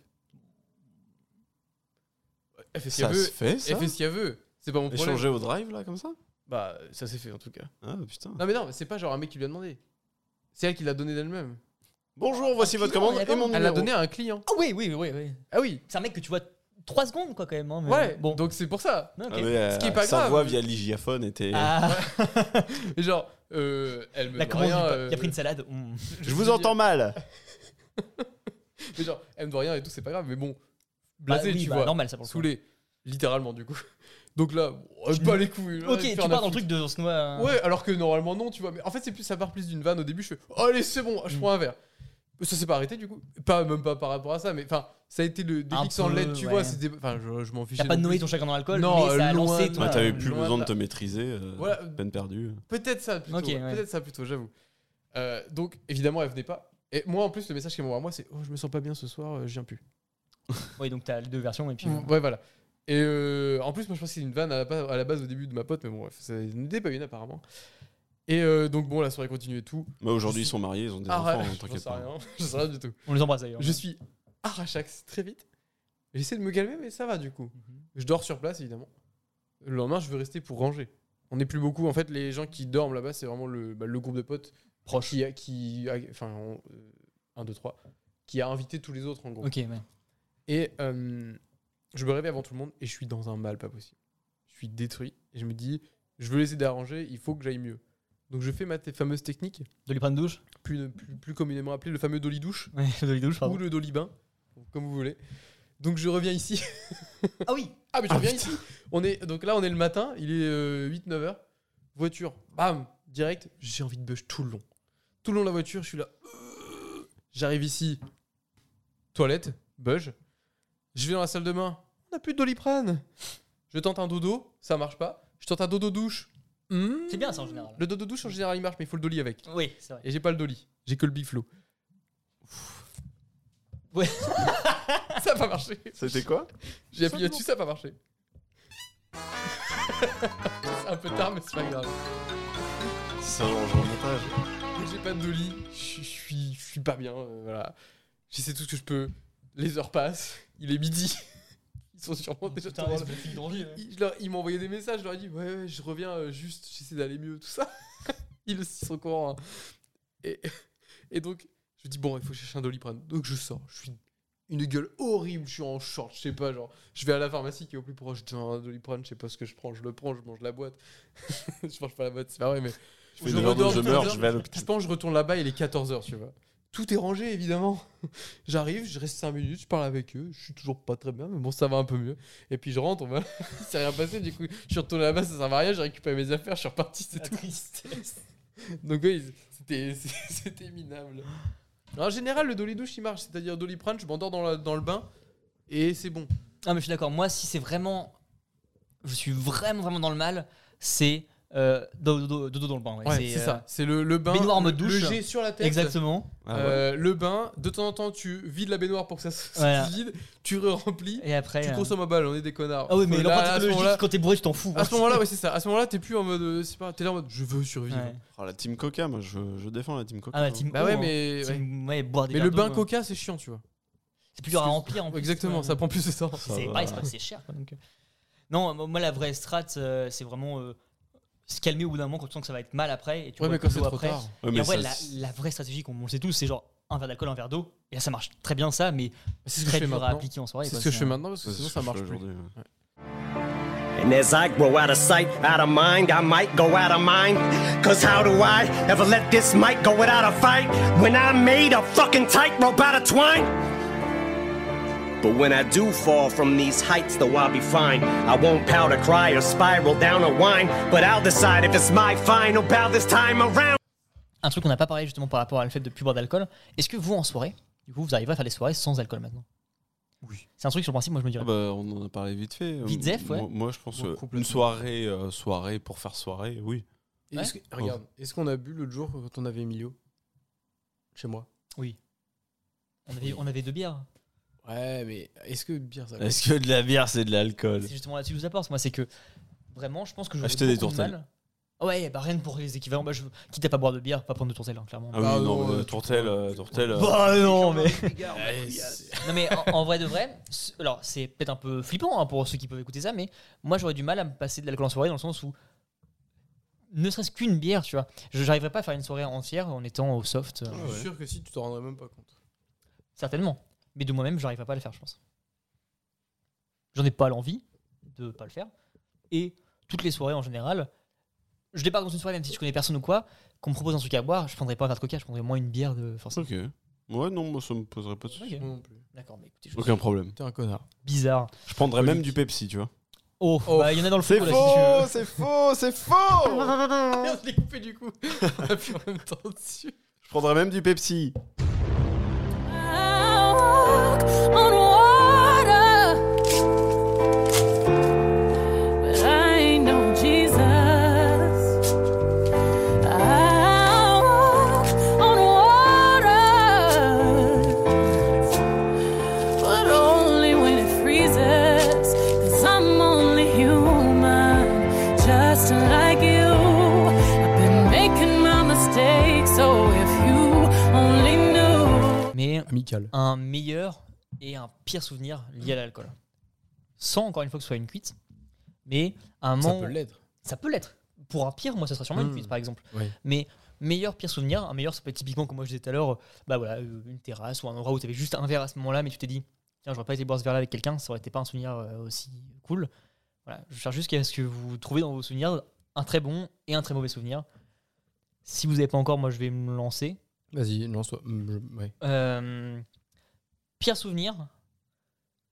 D: Elle fait ce
C: Ça
D: qu'elle
C: se
D: veut,
C: fait ça
D: elle fait ce qu'elle veut, c'est pas mon problème.
C: Échanger au drive là comme ça
D: Bah, ça s'est fait en tout cas.
C: Ah putain.
D: Non, mais non, c'est pas genre un mec qui lui a demandé. C'est elle qui l'a donné d'elle-même.
C: Bonjour, voici votre
B: putain,
C: commande
B: il y a
C: et mon
B: quand
C: numéro.
D: Elle l'a donné à un client.
B: Ah oui, oui, oui, oui.
D: Ah oui,
B: C'est un mec que tu vois 3 secondes, quoi, quand même. hein, mais
D: ouais,
B: Bon.
D: donc c'est pour ça.
B: Non, ok.
C: Ah, mais, euh,
D: Ce qui est pas
C: sa
D: grave.
C: voix via l'hygiaphone était.
B: Ah,
D: Et genre, euh, elle me
B: la
D: doit
B: commande. du
D: rien.
B: pa-
D: euh,
B: Il a pris une salade. Mm.
C: Je vous entends mal.
D: Mais genre, elle me doit rien et tout, c'est pas grave, mais bon, blasé,
B: Bah oui,
D: tu
B: bah,
D: vois.
B: Normal, ça pour le coup.
D: Saoulé, littéralement du coup. Donc là, oh, je bats les couilles. là,
B: Ok,
D: je vais
B: tu pars
D: faire
B: dans
D: la
B: le truc de Snow.
D: foutue. Ouais, alors que normalement non, tu vois. Mais en fait, c'est plus ça part plus d'une vanne au début. Je fais, oh, allez, c'est bon, je
B: Mm.
D: prends un verre. Ça s'est pas arrêté du coup. Pas même pas par rapport à ça, mais enfin, ça a été le déclic sans
B: peu,
D: l'aide, tu
B: ouais.
D: vois. C'était, enfin, je, je m'en fichais.
B: T'as pas
D: non
B: noyé
D: plus.
B: ton chagrin dans l'alcool,
D: Non,
B: mais ça a
D: euh, loin
B: lancé Ah,
D: de-
B: toi.
D: Ouais,
C: Ouais, Ah, Bah, T'avais plus
D: loin
C: besoin de
D: de
C: te maîtriser. euh,
D: Voilà.
C: Peine perdue.
D: Peut-être ça plutôt.
B: Ok, ouais.
D: Peut-être ça plutôt, j'avoue. Euh, donc évidemment, elle venait pas. Et moi, en plus, le message qu'elle m'envoie à moi, c'est, oh, je me sens pas bien ce soir, euh, je viens plus.
B: Oui, donc t'as les deux versions et puis.
D: Ouais, voilà. Et euh, en plus, moi, je pense que c'est une vanne à la, ba- à la base au début de ma pote, mais bon, bref, c'est une idée, pas une apparemment. Et euh, donc, bon, la soirée continue et tout.
C: Bah, Aujourd'hui, ils sont mariés, ils ont des
D: Ah,
C: enfants, hein,
D: ouais, j'en
C: t'inquiète
D: sais
C: pas.
D: rien, je sais rien du tout.
B: On les embrasse d'ailleurs.
D: Je suis arrachax très vite. J'essaie de me calmer, mais ça va du coup.
B: Mhm.
D: Je dors sur place, évidemment. Le lendemain, je veux rester pour ranger. On n'est plus beaucoup. En fait, les gens qui dorment là-bas, c'est vraiment le, bah, le groupe de potes proches qui, a- qui a- enfin, euh, 1, 2, 3, qui a invité tous les autres en gros.
B: Ok, ouais.
D: Et euh, je me réveille avant tout le monde et je suis dans un mal pas possible. Je suis détruit et je me dis, je veux laisser déranger, il faut que j'aille mieux. Donc je fais ma t- fameuse technique,
B: De lui prendre une douche
D: plus, plus, plus communément appelée le fameux dolly douche
B: Ouais, de lui douche,
D: ou
B: pardon.
D: le dolly bain, comme vous voulez. Donc je reviens ici.
B: Ah oui
D: Ah mais je reviens ici. On est, donc là on est le matin, il est 8-9 heures. Voiture, bam, direct, j'ai envie de buzz tout le long. Tout le long de la voiture, je suis là. J'arrive ici, toilette, buzz. Je vais dans la salle de bain, on n'a plus de doliprane. Je tente un dodo, ça marche pas. Je tente un dodo douche. Hmm.
B: C'est bien ça en général.
D: Le dodo douche en général il marche, mais il faut le dolly avec.
B: Oui, c'est vrai.
D: Et j'ai pas le dolly, j'ai que le big flow.
B: Ouais.
D: ça a pas marché.
C: C'était quoi
D: J'ai appuyé dessus, ça n'a pas marché. c'est un peu tard, mais c'est pas grave.
C: C'est un genre de montage.
D: Donc, J'ai pas de dolly, je je suis je suis pas bien, euh, voilà. J'essaie tout ce que je peux. Les heures passent, il est midi. Ils sont sûrement déjà
B: Putain,
D: trop
B: espèce de fille de Angers, ouais.
D: ils, je leur- ils m'ont envoyé des messages, je leur ai dit ouais, ouais je reviens euh, juste, j'essaie d'aller mieux, tout ça. ils aussi sont au courant. hein. Et, et donc, je dis bon, il faut chercher un doliprane. Donc je sors, je suis une gueule horrible, je suis en short, je sais pas, genre, je vais à la pharmacie qui est au plus proche, je dis un doliprane, je sais pas ce que je prends, je le prends, je mange la boîte. je mange pas la boîte, c'est pas vrai, mais
C: Je fais
D: Je
C: une heure dont
D: redors
C: je
D: tout à
C: meurs,
D: l'heure.
C: je vais à
D: je
C: l'hôpital.
D: pense que je retourne là-bas, il est 14h, tu vois. Tout est rangé, évidemment. J'arrive, je reste 5 minutes, je parle avec eux. Je suis toujours pas très bien, mais bon, ça va un peu mieux. Et puis je rentre, on va... il s'est rien passé. Du coup, je suis retourné là-bas, ça sert à rien. J'ai récupéré mes affaires, je suis reparti, c'est
B: La
D: tout.
B: tristesse.
D: Donc, oui, c'était- c'était minable. En général, le dolly douche, il marche. C'est-à-dire, doliprane, je m'endors dans, la- dans le bain et c'est bon.
B: Ah, mais je suis d'accord. Moi, si c'est vraiment. Je suis vraiment, vraiment dans le mal, c'est euh, dodo, dodo dans le bain. ouais.
D: Ouais, c'est
B: euh,
D: ça. C'est le, le bain.
B: baignoire en
D: le-
B: mode douche.
D: Le jet sur la tête.
B: Exactement.
C: Ah, ouais.
D: Euh, Le bain, de temps en temps, tu vides la baignoire pour que ça se ça se
B: Voilà.
D: vide, tu re-remplis,
B: Et après.
D: Tu
B: euh,
D: consommes à balle, on est des connards.
B: Ah oui, mais
D: Là,
B: l'empreinte
D: à ce
B: écologique,
D: moment-là,
B: quand t'es bourré, tu t'en fous.
D: à ce moment-là, ouais, c'est ça. À ce moment-là, t'es plus en mode, euh, c'est pas, t'es là en mode, je veux survivre.
B: Ouais.
C: Oh, la team Coca, moi je, je défends la team Coca.
B: Ah, la team
D: Bah
B: O,
D: ouais,
B: hein.
D: mais, ouais.
B: Team- ouais, boire des
D: mais le
B: verres d'eau,
D: bain
B: ouais.
D: coca, c'est chiant, tu vois.
B: C'est plus dur à remplir en plus.
D: Exactement,
B: ouais.
D: ça prend plus de temps.
C: Ça
B: C'est
C: va.
B: pareil, c'est pas- c'est cher. quoi, donc, euh. Non, moi, moi, la vraie strat, euh, c'est vraiment euh, se calmer au bout d'un moment quand tu sens que ça va être mal après. Et tu
D: Ouais,
B: bois
D: mais
B: de
D: quand
B: l'eau
D: c'est trop
B: après.
D: tard.
C: Ouais,
B: Et
C: mais
B: en vrai,
C: ça,
B: la,
C: c'est-
B: la vraie stratégie qu'on on le sait tous, c'est genre un verre d'alcool, un verre d'eau. Et là, ça marche très bien ça, mais
D: C'est ce
B: c'est
D: que je
B: très
D: fais
B: dur à
D: maintenant.
B: appliquer en soirée.
D: C'est
B: quoi,
D: ce que je
B: c'est
D: fais
B: un-
D: maintenant parce que
C: ça, c'est
D: sinon
C: ce que
D: ça
C: je
D: marche
C: fais
D: plus.
C: aujourd'hui, ouais.
I: And as I grow out of sight, out of mind, I might go out of mind. Cause how do I ever let this mic go without a fight? When I made a fucking tightrope out of twine. But when I do fall from these heights, though I'll be fine. I won't pout or cry or spiral down or whine. But I'll decide if it's my final bow this time around.
B: Un truc qu'on n'a pas parlé justement par rapport à le fait de plus boire d'alcool. Est-ce que vous, en soirée, du coup, vous arrivez à faire des soirées sans alcool maintenant Oui. C'est un truc sur le principe, moi je me dirais.
C: Ah bah, on en a parlé vite fait.
B: Vite
C: Euh,
B: zef, ouais.
C: Moi, moi, je pense
B: Ouais,
C: euh,
B: complètement.
C: une soirée, euh, soirée pour faire soirée, oui.
D: Et est-ce que- Regarde, est-ce qu'on a bu l'autre jour quand on avait Emilio Chez moi.
B: On, avait, on avait deux bières.
D: Ouais, mais est-ce que bien ça
C: Est-ce que de la bière c'est de l'alcool
B: C'est justement là-dessus que je vous apporte. Moi, c'est que vraiment, je pense que je.
C: Acheter des tourtelles.
B: Ouais, bah rien que pour les équivalents. Bah, je... Quitte à pas boire de bière, pas prendre de tourtelles, hein, clairement.
C: Ah oui,
D: Ah
C: non,
D: non,
C: mais
D: euh,
C: tourtelle, euh, tourtelle. euh,
B: Bah non, mais.
D: Ouais, Ah, c'est-
B: non, mais en, en vrai de vrai, c- alors c'est peut-être un peu flippant hein, pour ceux qui peuvent écouter ça, mais moi j'aurais du mal à me passer de l'alcool en soirée dans le sens où. Ne serait-ce qu'une bière, tu vois. Je n'arriverais pas à faire une soirée entière en étant au soft,
C: Ah
B: euh,
D: Je suis sûr que si tu t'en rendrais même pas compte.
B: certainement. Mais de moi-même, j'arriverais pas à le faire, je pense. J'en ai pas l'envie de pas le faire. Et toutes les soirées en général, je débarque dans une soirée, même si je connais personne ou quoi, qu'on me propose un truc à boire, je prendrais pas un verre de coca, je prendrais moins une bière de forcément.
C: Ok. Ouais, non, moi ça me poserait pas de soucis.
B: Ok.
D: Moi non plus.
B: D'accord, mais écoutez, je
C: Aucun problème.
D: T'es un connard.
B: bizarre.
C: Je prendrais même
D: Politique.
C: du Pepsi, tu vois.
B: Oh,
D: Oh.
B: bah, il y en a dans le fond, là, si
C: c'est faux, c'est faux
D: Merde, je l'ai coupé du coup. On a pu en même temps dessus.
C: Je prendrais même du Pepsi.
A: I walk on water, but I ain't no Jesus. I walk on water, but only when it freezes. 'Cause I'm
D: musical.
B: un meilleur et un pire souvenir lié à l'alcool. Sans encore une fois que ce soit une cuite, mais à un
D: Ça
B: moment.
D: peut l'être.
B: ça peut l'être. Pour un pire, moi, ça sera sûrement une
D: Mm.
B: cuite, par exemple.
D: Oui.
B: Mais meilleur pire souvenir, un meilleur, ça peut être typiquement, comme moi je disais tout à l'heure, bah voilà, euh, une terrasse ou un endroit où tu avais juste un verre à ce moment-là, mais tu t'es dit, tiens, j'aurais pas été boire ce verre-là avec quelqu'un, ça aurait été pas un souvenir euh, aussi cool. Voilà, je cherche juste à ce que vous trouvez dans vos souvenirs un très bon et un très mauvais souvenir. Si vous n'avez pas encore, moi, je vais me lancer.
D: Vas-y, lance-toi. Mm, je- ouais.
B: Euh, pire souvenir,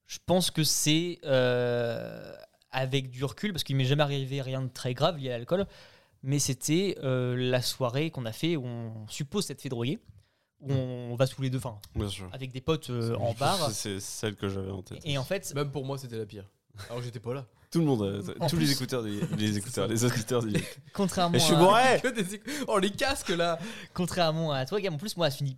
B: je pense que c'est euh, avec du recul, parce qu'il m'est jamais arrivé rien de très grave lié à l'alcool, mais c'était euh, la soirée qu'on a fait où on suppose s'être fait droguer, où on va sous les deux, enfin,
C: Bien sûr.
B: avec des potes euh, en bar.
C: Hmm. C'est Bah, c'est celle que j'avais en tête.
B: Et en fait,
D: Même pour moi, c'était la pire. Alors que j'étais pas là.
C: Tout le monde, a-
B: En
C: tous
B: plus-
C: les écouteurs, des- les écouteurs, les auditeurs. disent,
B: contrairement
C: Et je suis
B: à-
C: bourré
D: Que des éc- Oh, les casques là
B: contrairement à toi, Gab, en plus, moi, ça finit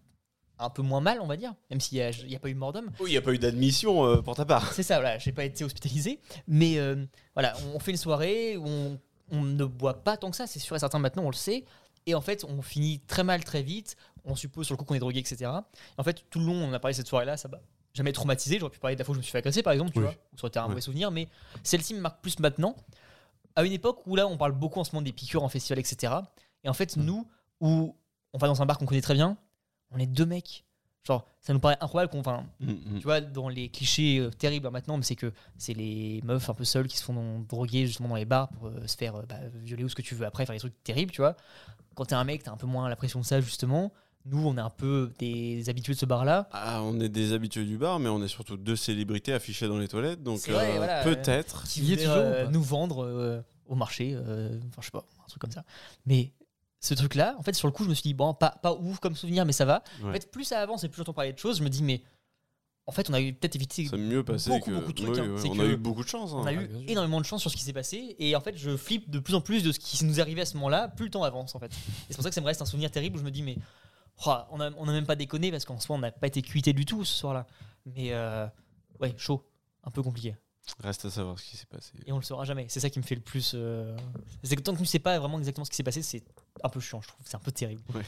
B: un peu moins mal, on va dire, même s'il n'y a, pas eu mort d'homme.
C: Oui, il n'y a pas eu d'admission euh, pour ta part.
B: C'est ça, voilà, j'ai pas été hospitalisé. Mais euh, voilà, on fait une soirée où on, on ne boit pas tant que ça, c'est sûr et certain, maintenant on le sait. Et en fait, on finit très mal très vite. On suppose sur le coup qu'on est drogué, etc. Et en fait, tout le long, on a parlé de cette soirée-là, ça m'a jamais traumatisé. J'aurais pu parler de la fois où je me suis fait agresser, par exemple, tu
D: Oui.
B: vois. Ça aurait été un
C: Ouais.
B: mauvais souvenir, mais celle-ci me marque plus maintenant. À une époque où là, on parle beaucoup en ce moment des piqûres en festival, etc. Et en
D: Mm.
B: fait, nous, où on va dans un bar qu'on connaît très bien, on est deux mecs. Genre, ça nous paraît incroyable qu'on. Enfin,
C: Mm,
D: Mm.
B: tu vois, dans les clichés euh, terribles hein, maintenant, mais c'est que c'est les meufs un peu seules qui se font droguer justement dans les bars pour euh, se faire euh, bah, violer ou ce que tu veux après, faire des trucs terribles, tu vois. Quand t'es un mec, t'as un peu moins la pression de ça, justement. Nous, on est un peu des habitués de ce bar-là.
C: Ah, on est des habitués du bar, mais on est surtout deux célébrités affichées dans les toilettes, donc
B: C'est vrai,
C: euh,
B: voilà,
C: peut-être.
B: qui
D: Il y est
B: voulaient,
D: toujours ou
B: euh,
D: pas
B: nous vendre euh, au marché, euh, enfin je sais pas, un truc comme ça. Mais ce truc-là, en fait, sur le coup, je me suis dit, bon, pas, pas ouf comme souvenir, mais ça va. En
C: Ouais.
B: fait, plus ça avance et plus j'entends parler de choses, je me dis, mais en fait, on a eu peut-être évité
C: Ça a mieux passé
B: beaucoup,
C: que.
B: beaucoup de trucs,
C: Oui,
B: hein.
C: oui,
B: C'est
C: on
B: que-
C: a eu beaucoup de chance. hein.
B: On a eu
D: bien sûr.
B: énormément de chance sur ce qui s'est passé et en fait je flippe de plus en plus de ce qui nous arrivait à ce moment-là, plus le temps avance en fait. Et c'est pour ça que ça me reste un souvenir terrible où je me dis mais oh, on n'a on a même pas déconné parce qu'en soi on n'a pas été cuité du tout ce soir-là. Mais euh, ouais, chaud, un peu compliqué.
C: Reste à savoir ce qui s'est passé.
B: Et on le saura jamais. C'est ça qui me fait le plus... euh, C'est que tant que tu ne sais pas vraiment exactement ce qui s'est passé, c'est un peu chiant je trouve, c'est un peu terrible.
C: Ouais.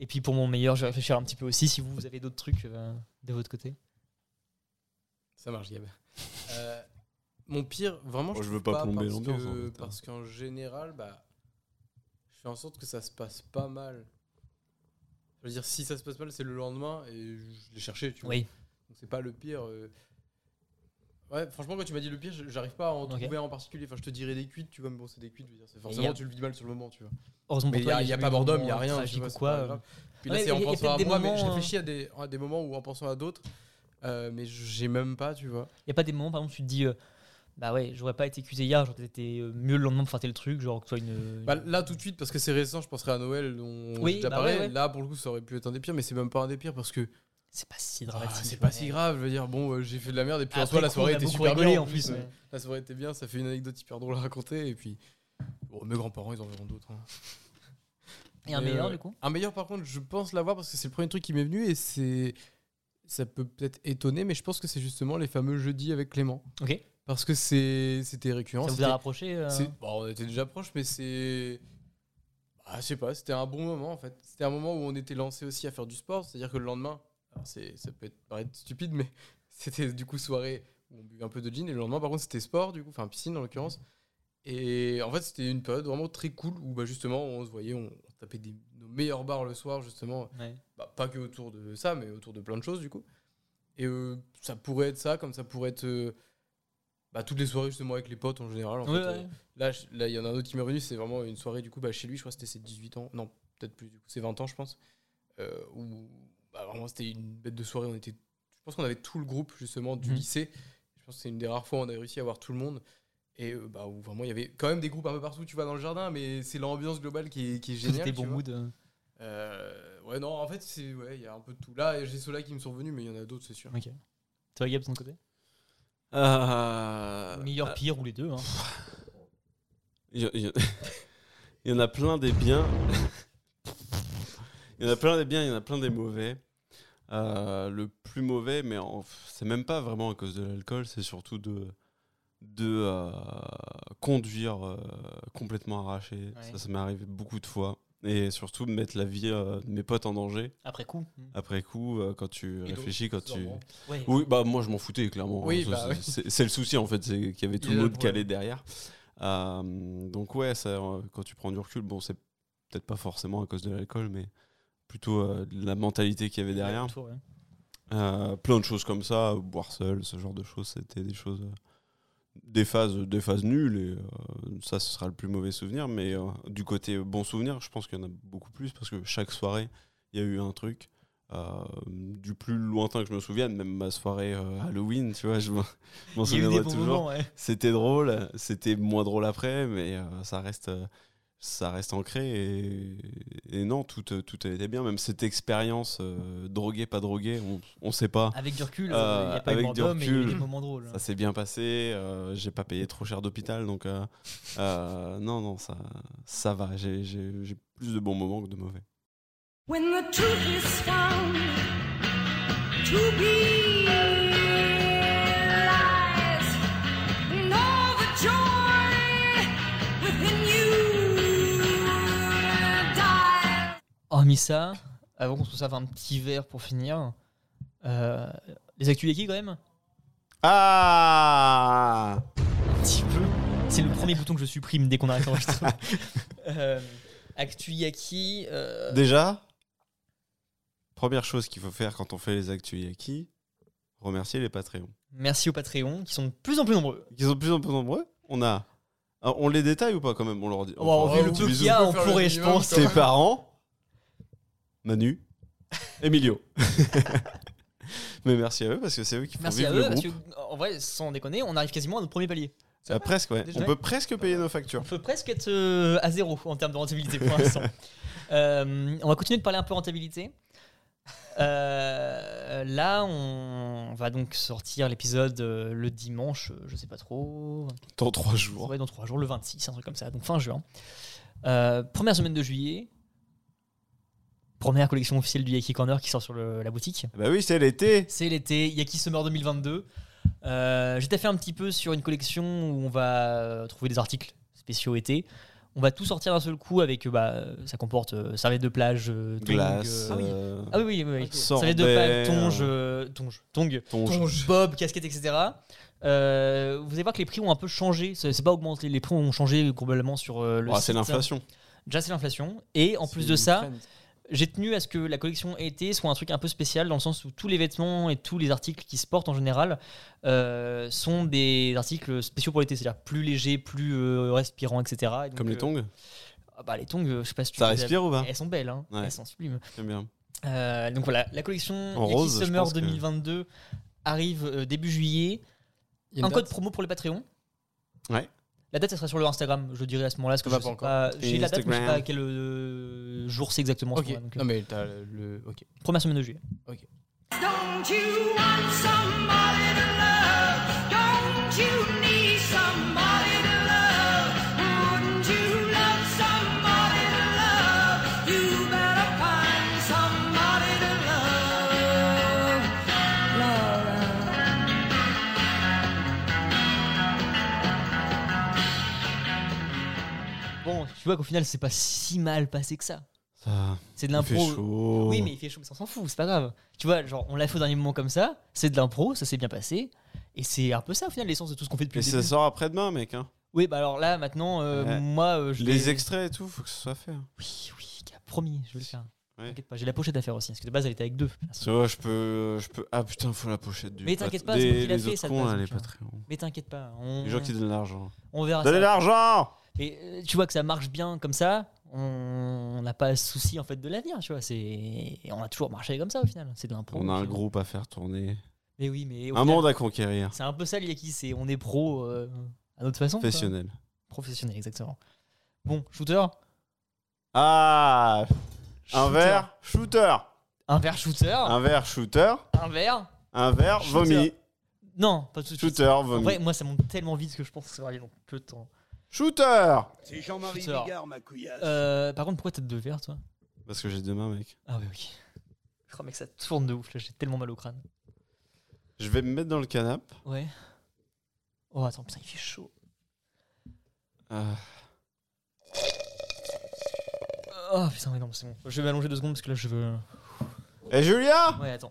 B: Et puis pour mon meilleur, je vais réfléchir un petit peu aussi si vous, vous avez d'autres trucs euh, de votre côté.
D: Ça marche, Gab. Euh, mon pire, vraiment,
C: Oh,
D: je,
C: je
D: trouve
C: veux pas plomber
D: parce
C: l'ambiance,
D: que-
C: en fait, hein.
D: parce qu'en général, bah, je fais en sorte que ça se passe pas mal. Je veux dire, si ça se passe mal, c'est le lendemain et je l'ai cherché, tu vois.
B: Oui,
D: Donc c'est pas le pire. euh. Ouais, franchement, quand tu m'as dit le pire, je- j'arrive pas à en
B: Ok.
D: trouver un en particulier. Enfin, je te dirais des cuites, tu vois, mais bon, c'est des cuites. je veux dire, c'est forcément,
B: y a-
D: tu le vis mal sur le moment, tu vois.
B: heureusement
D: Mais
B: pour
D: il
B: toi.
D: n'y a, y a
B: jamais
D: pas
B: eu de
D: Bordom, il
B: moment
D: n'y a rien. tu
B: Tragique
D: vois,
B: ou
D: c'est
B: quoi.
D: pas
B: euh,
D: grave. Puis là,
B: Ouais,
D: c'est
B: y a-
D: en
B: y a
D: pensant
B: peut-être
D: à
B: des
D: moi, mais je
B: moments, euh,
D: réfléchis à des, à des moments où en pensant à d'autres, euh, mais j'ai même pas, tu vois.
B: Il n'y a pas des moments, par exemple, tu te dis, euh, bah ouais, j'aurais pas été accusé hier, j'aurais peut-être été euh, mieux le lendemain pour faire tel truc, genre que ce soit une.
D: Bah, là, tout de suite, parce que c'est récent, je penserais à Noël, dont
B: Oui,
D: j'ai déjà
B: bah
D: parlé.
B: ouais, ouais.
D: Là, pour le coup, ça aurait pu être un des pires, mais c'est même pas un des pires parce que
B: c'est pas si
D: ah,
B: dramatique.
D: c'est
B: ouais. Ah,
D: pas si grave. Je veux dire, bon, euh, j'ai fait de la merde, et puis en
B: Après
D: soi, la
B: coup,
D: soirée
B: on a
D: était
B: beaucoup
D: super
B: rigolé,
D: bien.
B: en plus, ouais.
D: La soirée était bien, ça fait une anecdote hyper drôle à raconter, et puis. Bon, mes grands-parents, ils en verront d'autres. hein.
B: Et un
D: Mais,
B: meilleur,
D: euh,
B: du coup
D: Un meilleur, par contre, je pense l'avoir parce que c'est le premier truc qui m'est venu et c'est. Ça peut peut-être étonner, mais je pense que c'est justement les fameux jeudis avec Clément.
B: Ok.
D: Parce que c'est- c'était récurrent.
B: Ça vous
D: c'était-
B: a rapproché euh,
D: c'est- bon, on était déjà proche, mais c'est. Ah, je sais pas, c'était un bon moment en fait. C'était un moment où on était lancé aussi à faire du sport, c'est-à-dire que le lendemain, alors c'est, ça peut être, paraître stupide, mais c'était du coup soirée où on buvait un peu de gin, et le lendemain par contre c'était sport, du coup, enfin piscine en l'occurrence. Et en fait c'était une période vraiment très cool où bah, justement on se voyait, on, on tapait des, nos meilleurs bars le soir justement,
B: Ouais.
D: bah, pas que autour de ça, mais autour de plein de choses du coup. Et euh, ça pourrait être ça, comme ça pourrait être euh, bah, toutes les soirées justement avec les potes en général. En
B: Ouais,
D: fait,
B: ouais.
D: euh, Là, je- là, il y en a un autre qui m'est revenu, c'est vraiment une soirée du coup bah, chez lui, je crois que c'était ses 18 ans, non, peut-être plus, du coup, c'est 20 ans, je pense. euh, où bah, vraiment c'était une bête de soirée, on était, je pense qu'on avait tout le groupe justement du
B: Mhm.
D: lycée. Je pense que c'est une des rares fois où on a réussi à avoir tout le monde. Et euh, bah, où vraiment il y avait quand même des groupes un peu partout, tu vois, dans le jardin, mais c'est l'ambiance globale qui est, qui est géniale.
B: C'était
D: tu
B: bon
D: vois.
B: mood. euh.
D: Euh, ouais, non, en fait, c'est ouais, il y a un peu de tout. Là, j'ai ceux-là qui me sont venus, mais il y en a d'autres, c'est sûr.
B: Ok. Toi, Gab, de ton côté
C: Euh,
B: Meilleur, pire ou les deux hein.
C: Il y, a- il y a- il y en a plein des biens. il y en a plein des biens, il y en a plein des mauvais. Euh, le plus mauvais, mais en- c'est même pas vraiment à cause de l'alcool, c'est surtout de, de euh, conduire euh, complètement arraché.
B: Ouais.
C: Ça, ça m'est arrivé beaucoup de fois. Et surtout de mettre la vie euh, de mes potes en danger
B: Après coup.
C: après coup, euh, quand tu
D: donc,
C: réfléchis, quand tu.
D: Laurent.
B: Ouais.
C: Oui, bah moi je m'en foutais clairement.
D: Oui,
C: Ça,
D: bah
C: c'est- c'est c'est le souci en fait, c'est qu'il y avait tout
D: Il est
C: le
D: là
C: monde
D: pour-
C: calé derrière. Euh, donc ouais, ça, euh, quand tu prends du recul, bon c'est peut-être pas forcément à cause de l'alcool, mais plutôt euh, de la mentalité qu'il y avait derrière.
B: Autour, ouais.
C: Euh, plein de choses comme ça, boire seul, ce genre de choses, c'était des choses, euh, des phases, des phases nulles. Et euh, ça, ce sera le plus mauvais souvenir. Mais euh, du côté bon souvenir, je pense qu'il y en a beaucoup plus parce que chaque soirée, il y a eu un truc. euh, du plus lointain que je me souvienne, même ma soirée euh, Halloween, tu vois, je m'en je m'en
B: Il y a eu des
C: souviendrai
B: bons
C: toujours
B: moments, ouais.
C: c'était drôle, c'était moins drôle après, mais euh, ça reste euh, ça reste ancré et, et non tout euh, tout était bien même cette expérience euh, droguée pas droguée on on sait pas
B: Avec du recul, il
C: Euh,
B: n'y a pas eu
C: avec
B: moins
C: du
B: d'hommes, mais il y a eu des
C: recul,
B: moments drôles. hein.
C: ça s'est bien passé euh, j'ai pas payé trop cher d'hôpital donc euh, euh, non non ça ça va j'ai j'ai- j'ai plus de bons moments que de mauvais
A: When the truth is found to be lies, and all the joy within you dies.
B: Hormis ça, avant qu'on se serve un petit verre pour finir, euh, les actus Yaki quand même
C: ah
B: Un petit peu. C'est le premier bouton que je supprime dès qu'on arrête l'enregistrement. euh, actu Yaki. euh,
C: déjà première chose qu'il faut faire quand on fait les actus yaki remercier les patreons
B: Merci aux Patreons qui sont de plus en plus nombreux.
C: qui sont de plus en plus nombreux. On a, ah, on les détaille ou pas quand même On leur dit. on
B: Bon, vu le
C: leur dit un
B: peu
C: petit
B: qu'il
C: bisou.
B: y a,
D: peut
B: on
D: faire le
B: pourrait, je
D: minimum,
B: pense.
D: quand même.
C: Tes parents, Manu, Emilio. Mais merci à eux parce que c'est eux qui font
B: Merci
C: vivre
B: à
C: le
B: eux, parce
C: groupe.
B: que, en vrai, sans déconner, on arrive quasiment à notre premier palier.
C: Ah, presque, ouais.
B: Déjà.
C: on peut presque payer nos
B: On
C: factures.
B: peut presque être euh, à zéro en termes de rentabilité pour l'instant. Euh, on va continuer de parler un peu rentabilité. Euh, là, on va donc sortir l'épisode euh, le dimanche, euh, je sais pas trop.
C: Dans trois
B: Ouais,
C: jours.
B: dans trois jours, le 26, un truc comme ça, donc fin juin. Euh, première semaine de juillet. Première collection officielle du Yaki Corner qui sort sur le- la boutique.
C: Bah oui, c'est l'été.
B: C'est l'été, Yaki Summer 2022. Euh, J'étais fait un petit peu sur une collection où on va euh, trouver des articles spéciaux été. On va tout sortir d'un seul coup avec, euh, bah, ça comporte euh, serviettes de plage, euh, tongs,
C: Glace,
B: euh,
C: euh,
B: ah oui, oui, oui, oui.
C: Sorbet,
B: serviettes de plage, tonge,
C: euh,
B: euh, tonge, tongue,
C: tonge.
B: bob, casquette, etc. Euh, vous allez voir que les prix ont un peu changé. C'est c'est pas augmenté, les prix ont changé globalement sur euh, le.
C: Ah, c'est
B: site.
C: l'inflation.
B: Déjà, c'est l'inflation. Et en plus de ça, j'ai tenu à ce que la collection été soit un truc un peu spécial dans le sens où tous les vêtements et tous les articles qui se portent en général euh, sont des articles spéciaux pour l'été, c'est-à-dire plus légers, plus euh, respirants, etc. Et donc,
C: Comme les
B: euh,
C: tongs.
B: ah bah, Les tongs, euh, je sais pas si tu
C: Ça
B: les as-
C: respire ou pas
B: Elles sont belles, hein.
C: Ouais.
B: elles sont sublimes.
C: Très bien.
B: Euh, donc voilà, la collection
C: En
B: Yaki
C: rose, je
B: Summer
C: pense que-
B: 2022 arrive euh, début juillet. Un code promo pour les Patreons.
C: Ouais.
B: La date, ça sera sur le Instagram, je dirais à ce moment-là. Parce que
D: Bah,
B: je
D: pas
B: sais
D: encore.
B: pas- J'ai la date, mais je sais
C: Instagram.
B: pas à quel euh, jour c'est exactement. ce
D: Ok.
B: moment-là, donc, euh,
D: Non mais t'as le. Ok.
B: Première semaine de juillet.
A: Don't you want somebody to love? Don't you need somebody to love? Wouldn't you love somebody to love? You better find somebody to love. Laura.
B: Bon, tu vois qu'au final, c'est pas si mal passé que ça.
C: Ça,
B: C'est de
C: il fait
B: l'impro.
C: chaud.
B: Oui, mais il fait chaud, mais ça, on s'en fout, c'est pas grave. Tu vois, genre, on l'a fait au dernier moment comme ça, c'est de l'impro, ça s'est bien passé. Et c'est un peu ça, au final, l'essence de tout ce qu'on fait depuis
C: Et
B: le
C: ça
B: début.
C: sort après-demain, mec. hein.
B: Oui, bah alors là, maintenant, euh,
C: Ouais.
B: moi, euh, je
C: Les
B: vais-
C: extraits et tout, faut que ce soit fait. hein.
B: Oui, oui, gars, promis, je vais le faire.
C: Ouais.
B: T'inquiète pas, j'ai la pochette à faire aussi, parce que de base, elle était avec deux.
C: Tu vois, je peux, je peux. Ah putain, faut la pochette du.
B: Mais t'inquiète pas,
C: des-
B: c'est moi qui l'ai
C: les
B: fait,
C: autres
B: ça te
C: cons,
B: passe,
C: là, les Mmh.
B: machin.
C: patrons.
B: Mais t'inquiète pas, on,
C: Les gens qui donnent l'argent.
B: on verra
C: Donnez
B: Bah, ça.
C: l'argent
B: Et euh, tu vois que ça marche bien comme ça, on on n'a pas souci en fait de l'avenir, tu vois. c'est- et On a toujours marché comme ça au final, c'est de l'impro.
C: On a un
B: c'est-
C: groupe à faire tourner,
B: Mais oui, mais au
C: un
B: final,
C: monde à conquérir,
B: C'est un peu ça, le Yaki, c'est on est pro euh, à notre façon. quoi.
C: professionnel.
B: Professionnel, exactement. Bon, shooter
C: Ah, un
B: Shooter.
C: verre shooter,
B: Un verre shooter
C: un verre shooter,
B: Un verre
C: un verre
B: Ah. Shooter.
C: vomi,
B: Non, pas tout de suite.
C: shooter
B: En vrai,
C: vomi,
B: moi ça monte tellement vite que je pense que ça va aller dans peu de temps.
C: shooter.
G: C'est Jean-Marie
B: Shooter.
G: Bigard, ma couillasse.
B: Euh, par contre, pourquoi t'as deux verres toi
C: Parce que j'ai deux mains, mec.
B: Ah oui, oui. Oh mec, ça tourne de ouf là, j'ai tellement mal au crâne.
C: Je vais me mettre dans le canap.
B: Ouais. Oh attends, putain, il fait chaud.
C: Ah,
B: Oh putain, mais non, c'est bon. Je vais m'allonger deux secondes parce que là, je veux.
C: Et Eh, Julia
B: Ouais, attends.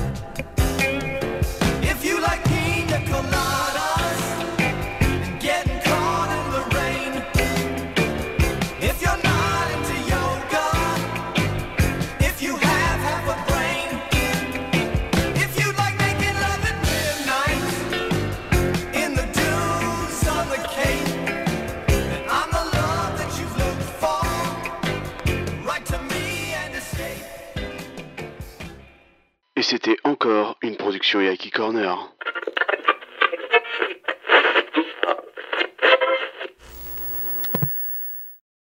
I: If you like pina coladas, Getting caught in the rain. If you're not into yoga, if you have half a brain, if you like making love at midnight in the dunes of the Cape, then I'm the love that you've looked for. Write to me and escape.
F: Et c'était encore une production Yaki Corner.